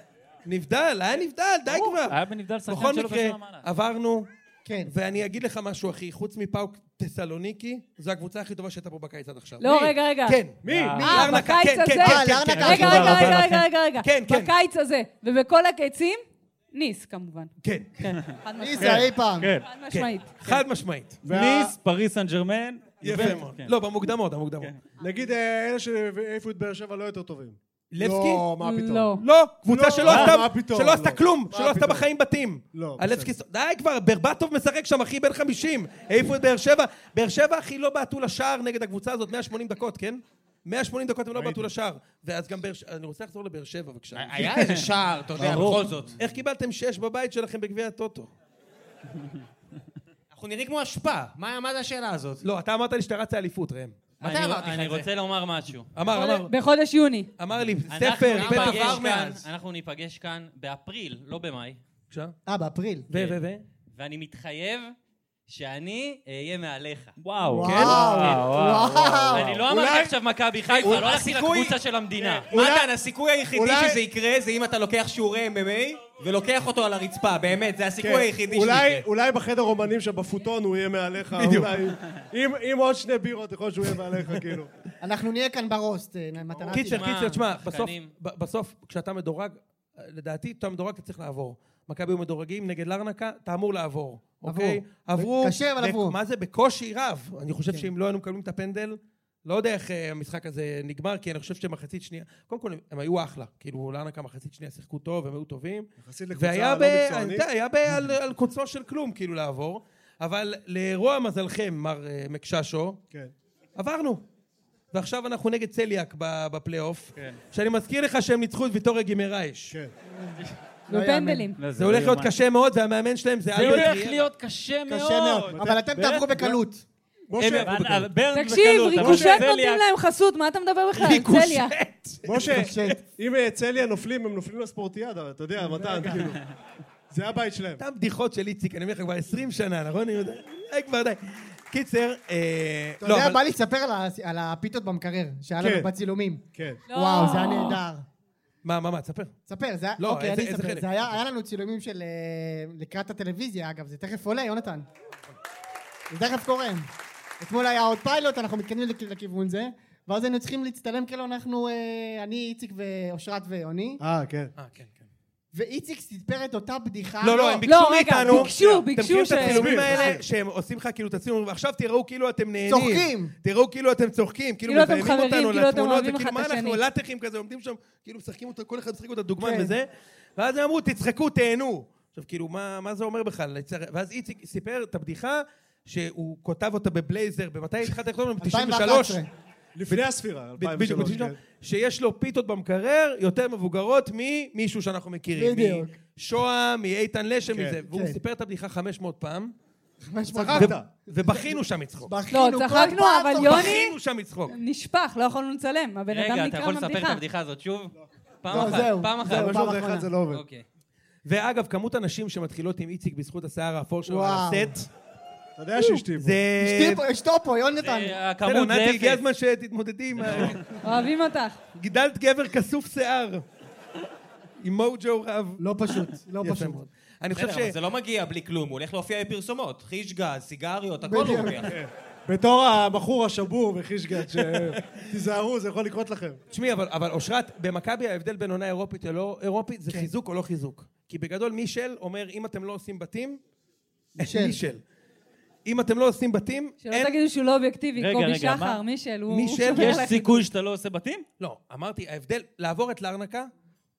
[SPEAKER 1] נבדל, היה נבדל, די כבר.
[SPEAKER 7] היה בנבדל שחקן
[SPEAKER 1] בכל
[SPEAKER 7] שלא
[SPEAKER 1] מקרה,
[SPEAKER 7] קשור למהלך.
[SPEAKER 1] עברנו,
[SPEAKER 3] כן.
[SPEAKER 1] ואני אגיד לך משהו, אחי, חוץ מפאוק תסלוניקי, זו הקבוצה הכי טובה שהייתה פה בקיץ עד עכשיו.
[SPEAKER 4] לא, רגע, רגע.
[SPEAKER 1] כן.
[SPEAKER 6] מי?
[SPEAKER 7] אה,
[SPEAKER 4] אה,
[SPEAKER 1] לארנקה,
[SPEAKER 4] בקיץ
[SPEAKER 1] כן,
[SPEAKER 4] הזה?
[SPEAKER 1] כן, כן,
[SPEAKER 3] אה,
[SPEAKER 1] כן,
[SPEAKER 3] לארנקה.
[SPEAKER 1] כן,
[SPEAKER 4] רגע,
[SPEAKER 7] תודה
[SPEAKER 4] רגע,
[SPEAKER 7] רבה
[SPEAKER 4] רגע,
[SPEAKER 7] לכם.
[SPEAKER 4] רגע, רגע, רגע.
[SPEAKER 1] כן, כן.
[SPEAKER 4] בקיץ הזה, ובכל הקיצים, ניס כמובן.
[SPEAKER 1] כן,
[SPEAKER 4] כן, חד משמעית.
[SPEAKER 3] מי זה אי פעם?
[SPEAKER 7] כן.
[SPEAKER 4] חד
[SPEAKER 1] כן.
[SPEAKER 4] משמעית.
[SPEAKER 1] חד משמעית.
[SPEAKER 6] וה-
[SPEAKER 7] ניס, פריס סן ג'רמן.
[SPEAKER 1] יפה
[SPEAKER 7] יובל.
[SPEAKER 1] מאוד.
[SPEAKER 7] כן.
[SPEAKER 1] לא, במוקדמות, במוקדמות.
[SPEAKER 6] נגיד אה, אלה שהעיפו את באר שבע לא יותר טובים.
[SPEAKER 1] לבסקי?
[SPEAKER 6] לא, מה פתאום.
[SPEAKER 4] לא.
[SPEAKER 1] לא, קבוצה שלא
[SPEAKER 6] מה? מה
[SPEAKER 1] עשתה
[SPEAKER 6] פתאום?
[SPEAKER 1] שלא עשתה
[SPEAKER 6] לא.
[SPEAKER 1] כלום,
[SPEAKER 6] מה
[SPEAKER 1] שלא עשתה
[SPEAKER 6] פתאום?
[SPEAKER 1] בחיים בתים.
[SPEAKER 6] לא,
[SPEAKER 1] הלבסקי, די כבר, ברבטוב משחק שם, אחי, בן 50. העיפו את באר שבע. באר שבע, אחי, לא בעטו לשער נגד הקבוצה הזאת 180 דקות, כן? 180 דקות הם לא בעטו לשער. ואז גם באר שבע, אני רוצה לחזור לבאר שבע,
[SPEAKER 6] אה,
[SPEAKER 1] בבקשה.
[SPEAKER 5] היה איזה שער, אתה יודע, בכל זאת.
[SPEAKER 1] איך קיבלתם שש בבית שלכם בגביע הטוטו?
[SPEAKER 5] אנחנו נראים כמו אשפה. מה מה זה השאלה הזאת?
[SPEAKER 1] לא, אתה אמרת לי שאתה רץ לאליפות, ראם.
[SPEAKER 5] מתי
[SPEAKER 2] אני-
[SPEAKER 5] אמרתי לך
[SPEAKER 2] אני
[SPEAKER 5] את זה?
[SPEAKER 2] רוצה לומר משהו.
[SPEAKER 1] אמר, אמר,
[SPEAKER 4] בחודש יוני.
[SPEAKER 1] אמר לי,
[SPEAKER 2] אנחנו
[SPEAKER 1] ספר,
[SPEAKER 5] גם
[SPEAKER 1] בטח.
[SPEAKER 5] בעבר
[SPEAKER 2] ניפגש כאן-
[SPEAKER 5] מאז.
[SPEAKER 2] אנחנו ניפגש כאן באפריל, לא במאי,
[SPEAKER 1] בבקשה.
[SPEAKER 3] אה, באפריל.
[SPEAKER 1] ו, ו, ו?
[SPEAKER 2] ואני מתחייב שאני אהיה מעליך.
[SPEAKER 7] וואו.
[SPEAKER 3] וואו,
[SPEAKER 7] כן? וואו.
[SPEAKER 2] אני לא אמרתי עכשיו מכבי חיפה, לא הלכתי
[SPEAKER 5] הסיכוי- אה,
[SPEAKER 2] לקבוצה של המדינה.
[SPEAKER 5] מתן, הסיכוי היחידי
[SPEAKER 6] אולי-
[SPEAKER 5] שזה יקרה זה אם אתה לוקח שיעורי MMA ולוקח אותו על הרצפה, באמת, זה
[SPEAKER 6] כן.
[SPEAKER 5] הסיכוי היחידי שזה
[SPEAKER 6] אולי-
[SPEAKER 5] יקרה.
[SPEAKER 6] אולי בחדר אומנים שבפוטון הוא יהיה מעליך.
[SPEAKER 1] בדיוק.
[SPEAKER 6] אולי. עם- עם עוד שני בירות יכול להיות שהוא יהיה מעליך, כאילו.
[SPEAKER 3] אנחנו נהיה כאן ברוסט, אה, מתנה.
[SPEAKER 1] קיצר,
[SPEAKER 2] תשמע,
[SPEAKER 1] קיצר, תשמע, בסוף,
[SPEAKER 2] שחקנים.
[SPEAKER 1] ב- בסוף, כשאתה מדורג, לדעתי, אתה מדורג, אתה צריך לעבור. מכבי היו מדורגים נגד לארנקה, אתה אמור לעבור. אוקיי? עברו.
[SPEAKER 3] קשה, אבל
[SPEAKER 1] בק-
[SPEAKER 3] עברו. כן.
[SPEAKER 1] מה זה? בקושי רב. אני חושב שאם לא היינו מקבלים את הפנדל, לא יודע איך אה, המשחק הזה נגמר, כי אני חושב שמחצית שנייה... קודם כל, הם- הם היו אחלה. כאילו, לארנקה מחצית שנייה שיחקו טוב, הם היו טובים.
[SPEAKER 6] יחסית לקבוצה
[SPEAKER 1] והיה
[SPEAKER 6] לא
[SPEAKER 1] ב... אני
[SPEAKER 6] מקצוענית.
[SPEAKER 1] יודע, היה ב... על, על קוצו של כלום, כאילו, לעבור. אבל לרוע מזלכם, מר אה, מקששו,
[SPEAKER 6] כן.
[SPEAKER 1] עברנו. ועכשיו אנחנו נגד צליאק ב- בפלייאוף, שאני מזכיר לך שהם ניצחו את ויטוריה גימרייש.
[SPEAKER 6] כן.
[SPEAKER 3] לא
[SPEAKER 4] בפנדלים.
[SPEAKER 7] לא,
[SPEAKER 1] זה הולך להיות
[SPEAKER 7] יאומן.
[SPEAKER 1] קשה מאוד, והמאמן שלהם זה
[SPEAKER 7] זה הולך
[SPEAKER 1] ריאל.
[SPEAKER 7] להיות קשה מאוד.
[SPEAKER 3] קשה מאוד. אבל אתם תעברו בקלות.
[SPEAKER 6] משה,
[SPEAKER 7] אבל- אבל ברן
[SPEAKER 4] תקשיב,
[SPEAKER 7] אה, בקלות, אבל
[SPEAKER 4] ריקושט
[SPEAKER 7] זה
[SPEAKER 4] נותנים
[SPEAKER 7] ליאק.
[SPEAKER 4] להם חסות, מה אתה מדבר בכלל? צליה.
[SPEAKER 6] משה,
[SPEAKER 3] קשט.
[SPEAKER 6] אם אה, צליה נופלים, הם נופלים לספורטיאדה, אתה יודע, מתן, כאילו. זה הבית שלהם.
[SPEAKER 1] אותן בדיחות של איציק, אני אומר לך כבר 20 שנה, נכון? אני יודע, די כבר די. קיצר, אה,
[SPEAKER 3] אתה
[SPEAKER 1] לא,
[SPEAKER 3] יודע, בא
[SPEAKER 1] אבל
[SPEAKER 3] לי לספר על ה- על הפיתות במקרר, שהיה
[SPEAKER 6] כן.
[SPEAKER 3] לנו בצילומים.
[SPEAKER 6] כן.
[SPEAKER 2] לא.
[SPEAKER 3] וואו, זה היה נהדר.
[SPEAKER 1] מה, מה, מה, תספר.
[SPEAKER 3] ספר, זה היה...
[SPEAKER 1] לא,
[SPEAKER 3] אוקיי,
[SPEAKER 1] איזה-
[SPEAKER 3] אני
[SPEAKER 1] איזה
[SPEAKER 3] אספר.
[SPEAKER 1] חלק?
[SPEAKER 3] זה היה היה לנו צילומים של... אה, לקראת הטלוויזיה, אגב, זה תכף עולה, יונתן. זה תכף קורה. אתמול היה עוד פיילוט, אנחנו מתקדמים לכ- לכיוון זה, ואז היינו צריכים להצטלם כאילו אנחנו... אה, אני, איציק ואושרת ויוני,
[SPEAKER 6] אה, כן.
[SPEAKER 1] אה, כן, כן.
[SPEAKER 3] ואיציק סיפר את אותה בדיחה...
[SPEAKER 1] לא, לא, הם
[SPEAKER 4] לא,
[SPEAKER 1] ביקשו
[SPEAKER 4] רגע,
[SPEAKER 1] מאיתנו.
[SPEAKER 4] ביקשו,
[SPEAKER 1] אתם
[SPEAKER 4] ביקשו
[SPEAKER 1] מכירים את
[SPEAKER 4] ש-
[SPEAKER 1] הצילומים
[SPEAKER 6] תסביר,
[SPEAKER 1] האלה
[SPEAKER 6] תסביר.
[SPEAKER 1] שהם עושים לך כאילו את הצילום, עכשיו תראו כאילו אתם נהנים.
[SPEAKER 3] צוחקים.
[SPEAKER 1] תראו כאילו אתם צוחקים, כאילו
[SPEAKER 4] כאילו אתם
[SPEAKER 1] מביימים
[SPEAKER 4] חברים,
[SPEAKER 1] אותנו
[SPEAKER 4] כאילו אתם
[SPEAKER 1] לתמונות,
[SPEAKER 4] אוהבים
[SPEAKER 1] וכאילו
[SPEAKER 4] אחד
[SPEAKER 1] מה
[SPEAKER 4] את
[SPEAKER 1] אנחנו
[SPEAKER 4] השני.
[SPEAKER 1] לטחים כזה, עומדים שם, כאילו משחקים אותו, כל אחד משחק אותו דוגמן
[SPEAKER 3] כן.
[SPEAKER 1] וזה, ואז הם אמרו, תצחקו, תהנו. עכשיו, כאילו, מה מה זה אומר בכלל? ואז איציק סיפר את הבדיחה שהוא כתב אותה בבלייזר, במתי התחלת לכתוב לנו? ב-93.
[SPEAKER 3] 2011.
[SPEAKER 6] לפני הספירה,
[SPEAKER 1] בדיוק,
[SPEAKER 6] 2003.
[SPEAKER 1] בדיוק,
[SPEAKER 6] כן.
[SPEAKER 1] שיש לו פיתות במקרר יותר מבוגרות ממישהו שאנחנו מכירים.
[SPEAKER 3] בדיוק.
[SPEAKER 1] משוהם, מאיתן לשם,
[SPEAKER 6] כן,
[SPEAKER 1] מזה. והוא
[SPEAKER 3] כן. אה,
[SPEAKER 1] צחקת. סיפר את הבדיחה 500 פעם,
[SPEAKER 6] צחקת.
[SPEAKER 1] ובכינו שם מצחוק.
[SPEAKER 4] לא,
[SPEAKER 3] בכינו, כל
[SPEAKER 4] צחקנו,
[SPEAKER 3] פעם
[SPEAKER 4] אבל
[SPEAKER 3] צוחקים.
[SPEAKER 4] יוני
[SPEAKER 1] בכינו שם מצחוק.
[SPEAKER 4] נשפך, לא יכולנו לצלם. הבן אדם
[SPEAKER 2] רגע, אתה
[SPEAKER 4] נקרע
[SPEAKER 2] יכול לספר את
[SPEAKER 4] מהבדיחה.
[SPEAKER 2] הבדיחה הזאת שוב? פעם
[SPEAKER 3] לא,
[SPEAKER 2] אחת,
[SPEAKER 3] זהו,
[SPEAKER 2] פעם אחת.
[SPEAKER 3] זהו, פעם
[SPEAKER 6] זה אחד
[SPEAKER 3] אחרונה.
[SPEAKER 6] זה לא עובד.
[SPEAKER 2] אוקיי.
[SPEAKER 1] ואגב, כמות הנשים שמתחילות עם איציק בזכות השיער האפור שלו על
[SPEAKER 3] וואו.
[SPEAKER 1] הסט,
[SPEAKER 6] אתה יודע שאשתי פה.
[SPEAKER 1] זה...
[SPEAKER 3] אשתי פה- אשתו פה, יונתן.
[SPEAKER 2] אה,
[SPEAKER 1] בסדר,
[SPEAKER 2] הכמות זה
[SPEAKER 1] נתי, הגיע
[SPEAKER 2] אפס.
[SPEAKER 1] הזמן שתתמודדי עם... ה-
[SPEAKER 4] אוהבים אותך.
[SPEAKER 1] גידלת גבר כסוף שיער. עם מוג'ו רב.
[SPEAKER 3] לא פשוט, לא
[SPEAKER 1] יפה
[SPEAKER 3] פשוט.
[SPEAKER 1] מאוד. אני חושב
[SPEAKER 5] בסדר, אבל
[SPEAKER 1] ש...
[SPEAKER 5] זה לא מגיע בלי כלום, הוא הולך להופיע בפרסומות. חיש גז, סיגריות, הכל הוא לוקח.
[SPEAKER 6] בתור הבחור השבור וחישגת, ש- תיזהרו, זה יכול לקרות לכם.
[SPEAKER 1] תשמעי, אבל, אבל אושרת, במכבי ההבדל בין עונה אירופית ללא אירופית זה כן. חיזוק או לא חיזוק. כי בגדול מישל אומר, אם אתם לא עושים בתים,
[SPEAKER 3] מישל.
[SPEAKER 1] מישל. אם אתם לא עושים בתים,
[SPEAKER 4] שלא
[SPEAKER 1] אין...
[SPEAKER 4] תגידו שהוא לא אובייקטיבי,
[SPEAKER 7] רגע,
[SPEAKER 4] קובי
[SPEAKER 7] רגע,
[SPEAKER 4] שחר,
[SPEAKER 7] מה?
[SPEAKER 4] מישל, הוא...
[SPEAKER 1] מישל,
[SPEAKER 4] הוא שומר
[SPEAKER 7] יש
[SPEAKER 4] עליי.
[SPEAKER 7] סיכוי שאתה לא עושה בתים?
[SPEAKER 1] לא, אמרתי, ההבדל, לעבור את לארנקה,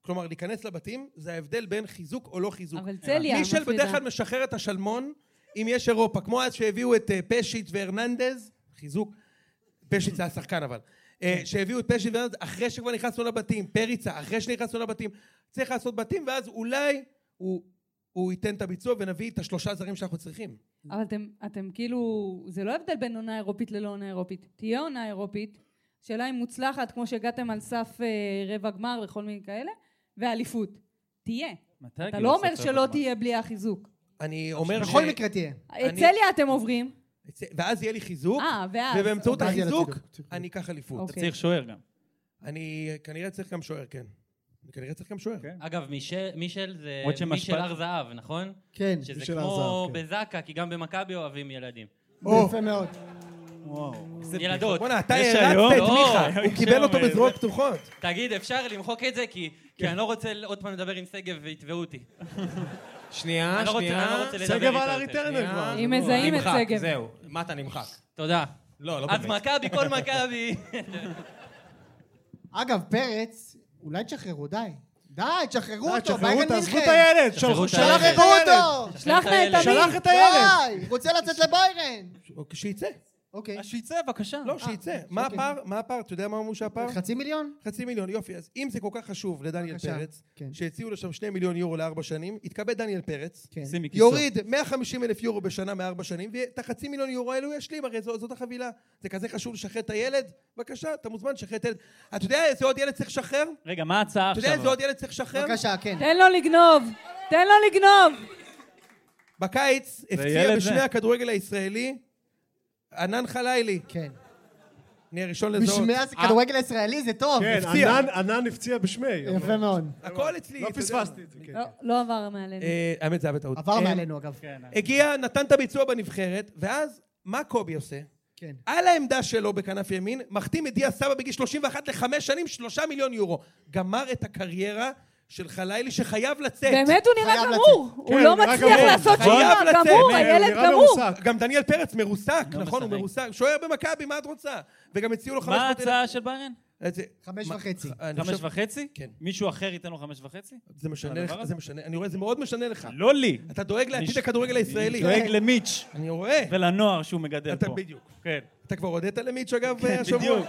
[SPEAKER 1] כלומר להיכנס לבתים, זה ההבדל בין חיזוק או לא חיזוק.
[SPEAKER 4] אבל צליה
[SPEAKER 1] מישל
[SPEAKER 4] מפרידה.
[SPEAKER 1] בדרך כלל משחרר את השלמון, אם יש אירופה, כמו אז שהביאו את אה, פשיט והרננדז, חיזוק, פשיט זה השחקן אבל,
[SPEAKER 4] כן.
[SPEAKER 1] אה, שהביאו את פשיט והרננדז, אחרי שכבר נכנסנו לבתים, פריצה, אחרי שנכנסנו לבתים, צריך לעשות בתים, ואז אולי הוא, הוא ייתן את הביצוע ונביא את השלושה זרים שאנחנו צריכים.
[SPEAKER 4] אבל אתם, אתם כאילו, זה לא הבדל בין עונה אירופית ללא עונה אירופית. תהיה עונה אירופית, שאלה אם מוצלחת, כמו שהגעתם על סף אה, רבע גמר וכל מיני כאלה, ואליפות. תהיה.
[SPEAKER 7] מתי
[SPEAKER 4] אתה
[SPEAKER 7] יגיעו
[SPEAKER 4] לא
[SPEAKER 7] לסוף
[SPEAKER 4] אומר
[SPEAKER 7] רבע
[SPEAKER 4] שלא
[SPEAKER 7] גמר?
[SPEAKER 4] תהיה בלי החיזוק.
[SPEAKER 1] אני אומר ש...
[SPEAKER 3] בכל מקרה תהיה.
[SPEAKER 1] אני-
[SPEAKER 4] צליה אתם עוברים.
[SPEAKER 1] ואז יהיה לי חיזוק,
[SPEAKER 4] אה, ואז.
[SPEAKER 1] ובאמצעות
[SPEAKER 3] אוקיי.
[SPEAKER 1] החיזוק
[SPEAKER 3] אוקיי, לצידו.
[SPEAKER 1] אני אקח אליפות.
[SPEAKER 4] אוקיי.
[SPEAKER 7] צריך שוער גם.
[SPEAKER 1] אני כנראה צריך גם שוער, כן. אני כנראה צריך גם שוער.
[SPEAKER 7] כן.
[SPEAKER 2] אגב, מישל, מישל זה
[SPEAKER 7] למרות שמשפט-
[SPEAKER 2] מישל הר זהב, נכון?
[SPEAKER 3] כן.
[SPEAKER 2] שזה
[SPEAKER 6] מישל הר
[SPEAKER 2] כמו
[SPEAKER 6] זהב, כן.
[SPEAKER 2] בזק"א, כי גם במכבי אוהבים ילדים.
[SPEAKER 3] יפה מאוד.
[SPEAKER 7] וואו. איזה
[SPEAKER 2] ילדות.
[SPEAKER 1] בואנה, אתה
[SPEAKER 7] יש
[SPEAKER 1] הרצת
[SPEAKER 7] היום?
[SPEAKER 1] את
[SPEAKER 2] לא,
[SPEAKER 1] מיכה, הוא
[SPEAKER 7] היום
[SPEAKER 1] קיבל
[SPEAKER 7] שם,
[SPEAKER 1] אותו
[SPEAKER 7] אה,
[SPEAKER 1] בזרועות פתוחות.
[SPEAKER 2] תגיד, אפשר למחוק את זה? כי כי אני לא רוצה עוד פעם לדבר עם שגב ויתבעו אותי.
[SPEAKER 5] שנייה,
[SPEAKER 2] אני לא רוצה-
[SPEAKER 5] שנייה.
[SPEAKER 2] אני לא רוצה לדבר
[SPEAKER 6] שגב
[SPEAKER 2] איתו
[SPEAKER 6] על
[SPEAKER 2] יותר.
[SPEAKER 6] הריטרנר כבר.
[SPEAKER 4] אם מזהים את
[SPEAKER 5] נמחק,
[SPEAKER 4] שגב.
[SPEAKER 5] זהו, מטה נמחק.
[SPEAKER 2] תודה.
[SPEAKER 5] לא, לא
[SPEAKER 1] אה,
[SPEAKER 2] אז
[SPEAKER 5] באמת.
[SPEAKER 2] מכבי, כל מכבי.
[SPEAKER 3] אגב, פרץ, אולי תשחררו, די. די, תשחררו אותו,
[SPEAKER 6] די, אה, תשחררו
[SPEAKER 3] ביירן
[SPEAKER 6] אותה, עזבו את
[SPEAKER 3] מינכן.
[SPEAKER 6] הילד.
[SPEAKER 2] שחררו
[SPEAKER 6] שלחו-
[SPEAKER 2] את
[SPEAKER 6] שלח
[SPEAKER 2] הילד.
[SPEAKER 6] את
[SPEAKER 3] תשחררו
[SPEAKER 6] הילד.
[SPEAKER 3] אותו!
[SPEAKER 4] שלח לה את
[SPEAKER 2] שלח
[SPEAKER 4] המין.
[SPEAKER 6] שלח את הילד.
[SPEAKER 3] די! הוא רוצה לצאת לביירן!
[SPEAKER 1] או שיצא.
[SPEAKER 3] אוקיי.
[SPEAKER 7] אז שיצא, בבקשה.
[SPEAKER 1] לא, שיצא. מה
[SPEAKER 3] אוקיי.
[SPEAKER 1] הפער? מה הפער? אתה יודע מה אמרו שהפער?
[SPEAKER 3] חצי מיליון?
[SPEAKER 1] חצי מיליון, יופי. אז אם זה כל כך חשוב לדניאל
[SPEAKER 3] בבקשה.
[SPEAKER 1] פרץ,
[SPEAKER 3] כן.
[SPEAKER 1] שהציעו לו שם שני מיליון יורו לארבע שנים, התקבל דניאל פרץ,
[SPEAKER 3] כן.
[SPEAKER 7] שים מכיסו.
[SPEAKER 1] יוריד 150 אלף יורו בשנה מארבע שנים, ואת החצי מיליון יורו האלו הוא ישלים, הרי זו- זאת החבילה. זה כזה חשוב לשחרר את הילד? בבקשה, אתה מוזמן לשחרר את הילד. אתה יודע איזה עוד ילד צריך לשחרר?
[SPEAKER 7] רגע, מה ההצעה
[SPEAKER 1] אתה
[SPEAKER 7] עכשיו?
[SPEAKER 1] יודע איזה עוד ילד צריך לשחרר?
[SPEAKER 3] בבקשה, כן.
[SPEAKER 4] תן לו לגנוב! תן לו לגנוב!
[SPEAKER 1] בקיץ הפציע
[SPEAKER 7] ילד
[SPEAKER 1] בשמי
[SPEAKER 7] זה.
[SPEAKER 1] הכדורגל הישראלי ענן חלילי.
[SPEAKER 3] כן.
[SPEAKER 1] אני הראשון לזהות.
[SPEAKER 3] בשמי הכדורגל הישראלי זה טוב.
[SPEAKER 6] כן,
[SPEAKER 1] הפציע.
[SPEAKER 6] ענן- ענן הפציע בשמי.
[SPEAKER 3] יפה מאוד.
[SPEAKER 1] הכל אצלי.
[SPEAKER 6] לא
[SPEAKER 1] אתה יודע.
[SPEAKER 6] פספסתי את זה. כן.
[SPEAKER 4] לא, לא עבר מעלינו.
[SPEAKER 1] אה, האמת, זה היה בטעות.
[SPEAKER 3] עבר
[SPEAKER 1] אה,
[SPEAKER 3] מעלינו, אגב.
[SPEAKER 6] כן.
[SPEAKER 1] הגיע, נתן את הביצוע בנבחרת, ואז מה קובי עושה?
[SPEAKER 3] כן.
[SPEAKER 1] על העמדה שלו בכנף ימין, מחתים את דיה סבא בגיל 31 לחמש שנים, שלושה מיליון יורו. גמר את הקריירה של חלילי שחייב לצאת.
[SPEAKER 4] באמת הוא נראה
[SPEAKER 3] חייב
[SPEAKER 4] גמור!
[SPEAKER 6] כן,
[SPEAKER 4] הוא לא
[SPEAKER 6] הוא נראה
[SPEAKER 4] מצליח
[SPEAKER 6] גמור.
[SPEAKER 4] לעשות
[SPEAKER 1] חייב
[SPEAKER 4] שום דבר,
[SPEAKER 1] לצאת.
[SPEAKER 4] גמור,
[SPEAKER 1] הוא
[SPEAKER 6] הוא
[SPEAKER 4] הילד
[SPEAKER 6] נראה
[SPEAKER 4] גמור!
[SPEAKER 6] מרוסק.
[SPEAKER 1] גם דניאל פרץ מרוסק,
[SPEAKER 7] לא
[SPEAKER 1] נכון, הוא
[SPEAKER 7] משחק.
[SPEAKER 1] מרוסק. שוער במכבי, מה את רוצה? וגם הציעו לו
[SPEAKER 7] מה
[SPEAKER 1] 500
[SPEAKER 7] ההצעה של ביירן?
[SPEAKER 1] איזה-
[SPEAKER 3] חמש
[SPEAKER 1] מה-
[SPEAKER 3] וחצי.
[SPEAKER 1] אה, אני
[SPEAKER 7] חמש
[SPEAKER 1] חושב-
[SPEAKER 7] וחצי?
[SPEAKER 1] כן.
[SPEAKER 7] מישהו אחר ייתן לו חמש וחצי?
[SPEAKER 1] זה משנה לך,
[SPEAKER 7] הדבר הזה?
[SPEAKER 1] זה משנה, אני רואה, זה מאוד משנה לך.
[SPEAKER 7] לא לי.
[SPEAKER 1] אתה דואג לעתיד
[SPEAKER 7] אני-
[SPEAKER 1] הכדורגל הישראלי.
[SPEAKER 7] אני דואג למיץ'
[SPEAKER 1] אני רואה.
[SPEAKER 7] ולנוער שהוא מגדל
[SPEAKER 1] אתה
[SPEAKER 7] פה.
[SPEAKER 1] בדיוק.
[SPEAKER 7] כן,
[SPEAKER 1] אתה כבר הודית למיץ' אגב
[SPEAKER 7] כן,
[SPEAKER 1] השבוע?
[SPEAKER 7] בדיוק,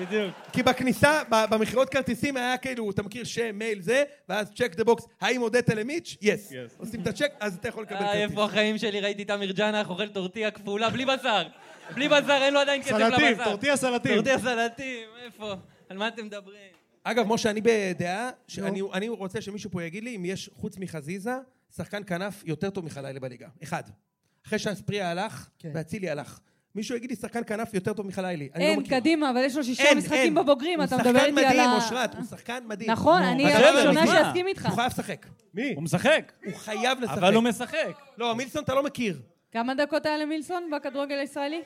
[SPEAKER 7] בדיוק.
[SPEAKER 1] כי בכניסה, ב- במכירות כרטיסים היה כאילו, אתה מכיר שם, מייל זה, ואז צ'ק דה בוקס, האם הודית למיץ'? יס.
[SPEAKER 7] Yes.
[SPEAKER 1] עושים את הצ'ק, אז אתה יכול לקבל
[SPEAKER 2] אה, איפה
[SPEAKER 1] כרטיס.
[SPEAKER 2] החיים שלי? ראיתי תמיר ג'אנח אוכל טורטיה כפולה בלי בשר. בלי בשר, אין לו עדיין כסף לבשר.
[SPEAKER 6] סלטים, טורטיה סלטים.
[SPEAKER 2] טורטיה סלטים, איפה? על מה אתם מדברים?
[SPEAKER 1] אגב, משה, אני בדעה, שאני אני רוצה שמישהו פה יגיד לי אם יש, חוץ מחזיזה, שחקן כנף יותר טוב מחלילי בליגה. אחד. אחרי שאספריה הלך,
[SPEAKER 3] כן.
[SPEAKER 1] ואצילי הלך. מישהו יגיד לי שחקן כנף יותר טוב מחלילי. אני לא
[SPEAKER 4] אין,
[SPEAKER 1] מכיר.
[SPEAKER 4] קדימה, אבל יש לו שישה
[SPEAKER 1] אין, אין.
[SPEAKER 4] משחקים בבוגרים,
[SPEAKER 1] הוא
[SPEAKER 4] אתה
[SPEAKER 1] שחקן
[SPEAKER 4] מדבר איתי על
[SPEAKER 1] מדהים,
[SPEAKER 4] ה...
[SPEAKER 1] אושרת, הוא שחקן מדהים.
[SPEAKER 4] נכון, אני
[SPEAKER 1] בסדר,
[SPEAKER 4] הראשונה
[SPEAKER 1] נגמר.
[SPEAKER 4] שאסכים איתך.
[SPEAKER 1] הוא חייב לשחק.
[SPEAKER 6] מי?
[SPEAKER 7] הוא משחק,
[SPEAKER 1] הוא חייב לשחק.
[SPEAKER 7] אבל הוא משחק.
[SPEAKER 1] לא, מילסון אתה לא מכיר.
[SPEAKER 4] כמה דקות היה למילסון בכדורגל הישראלי?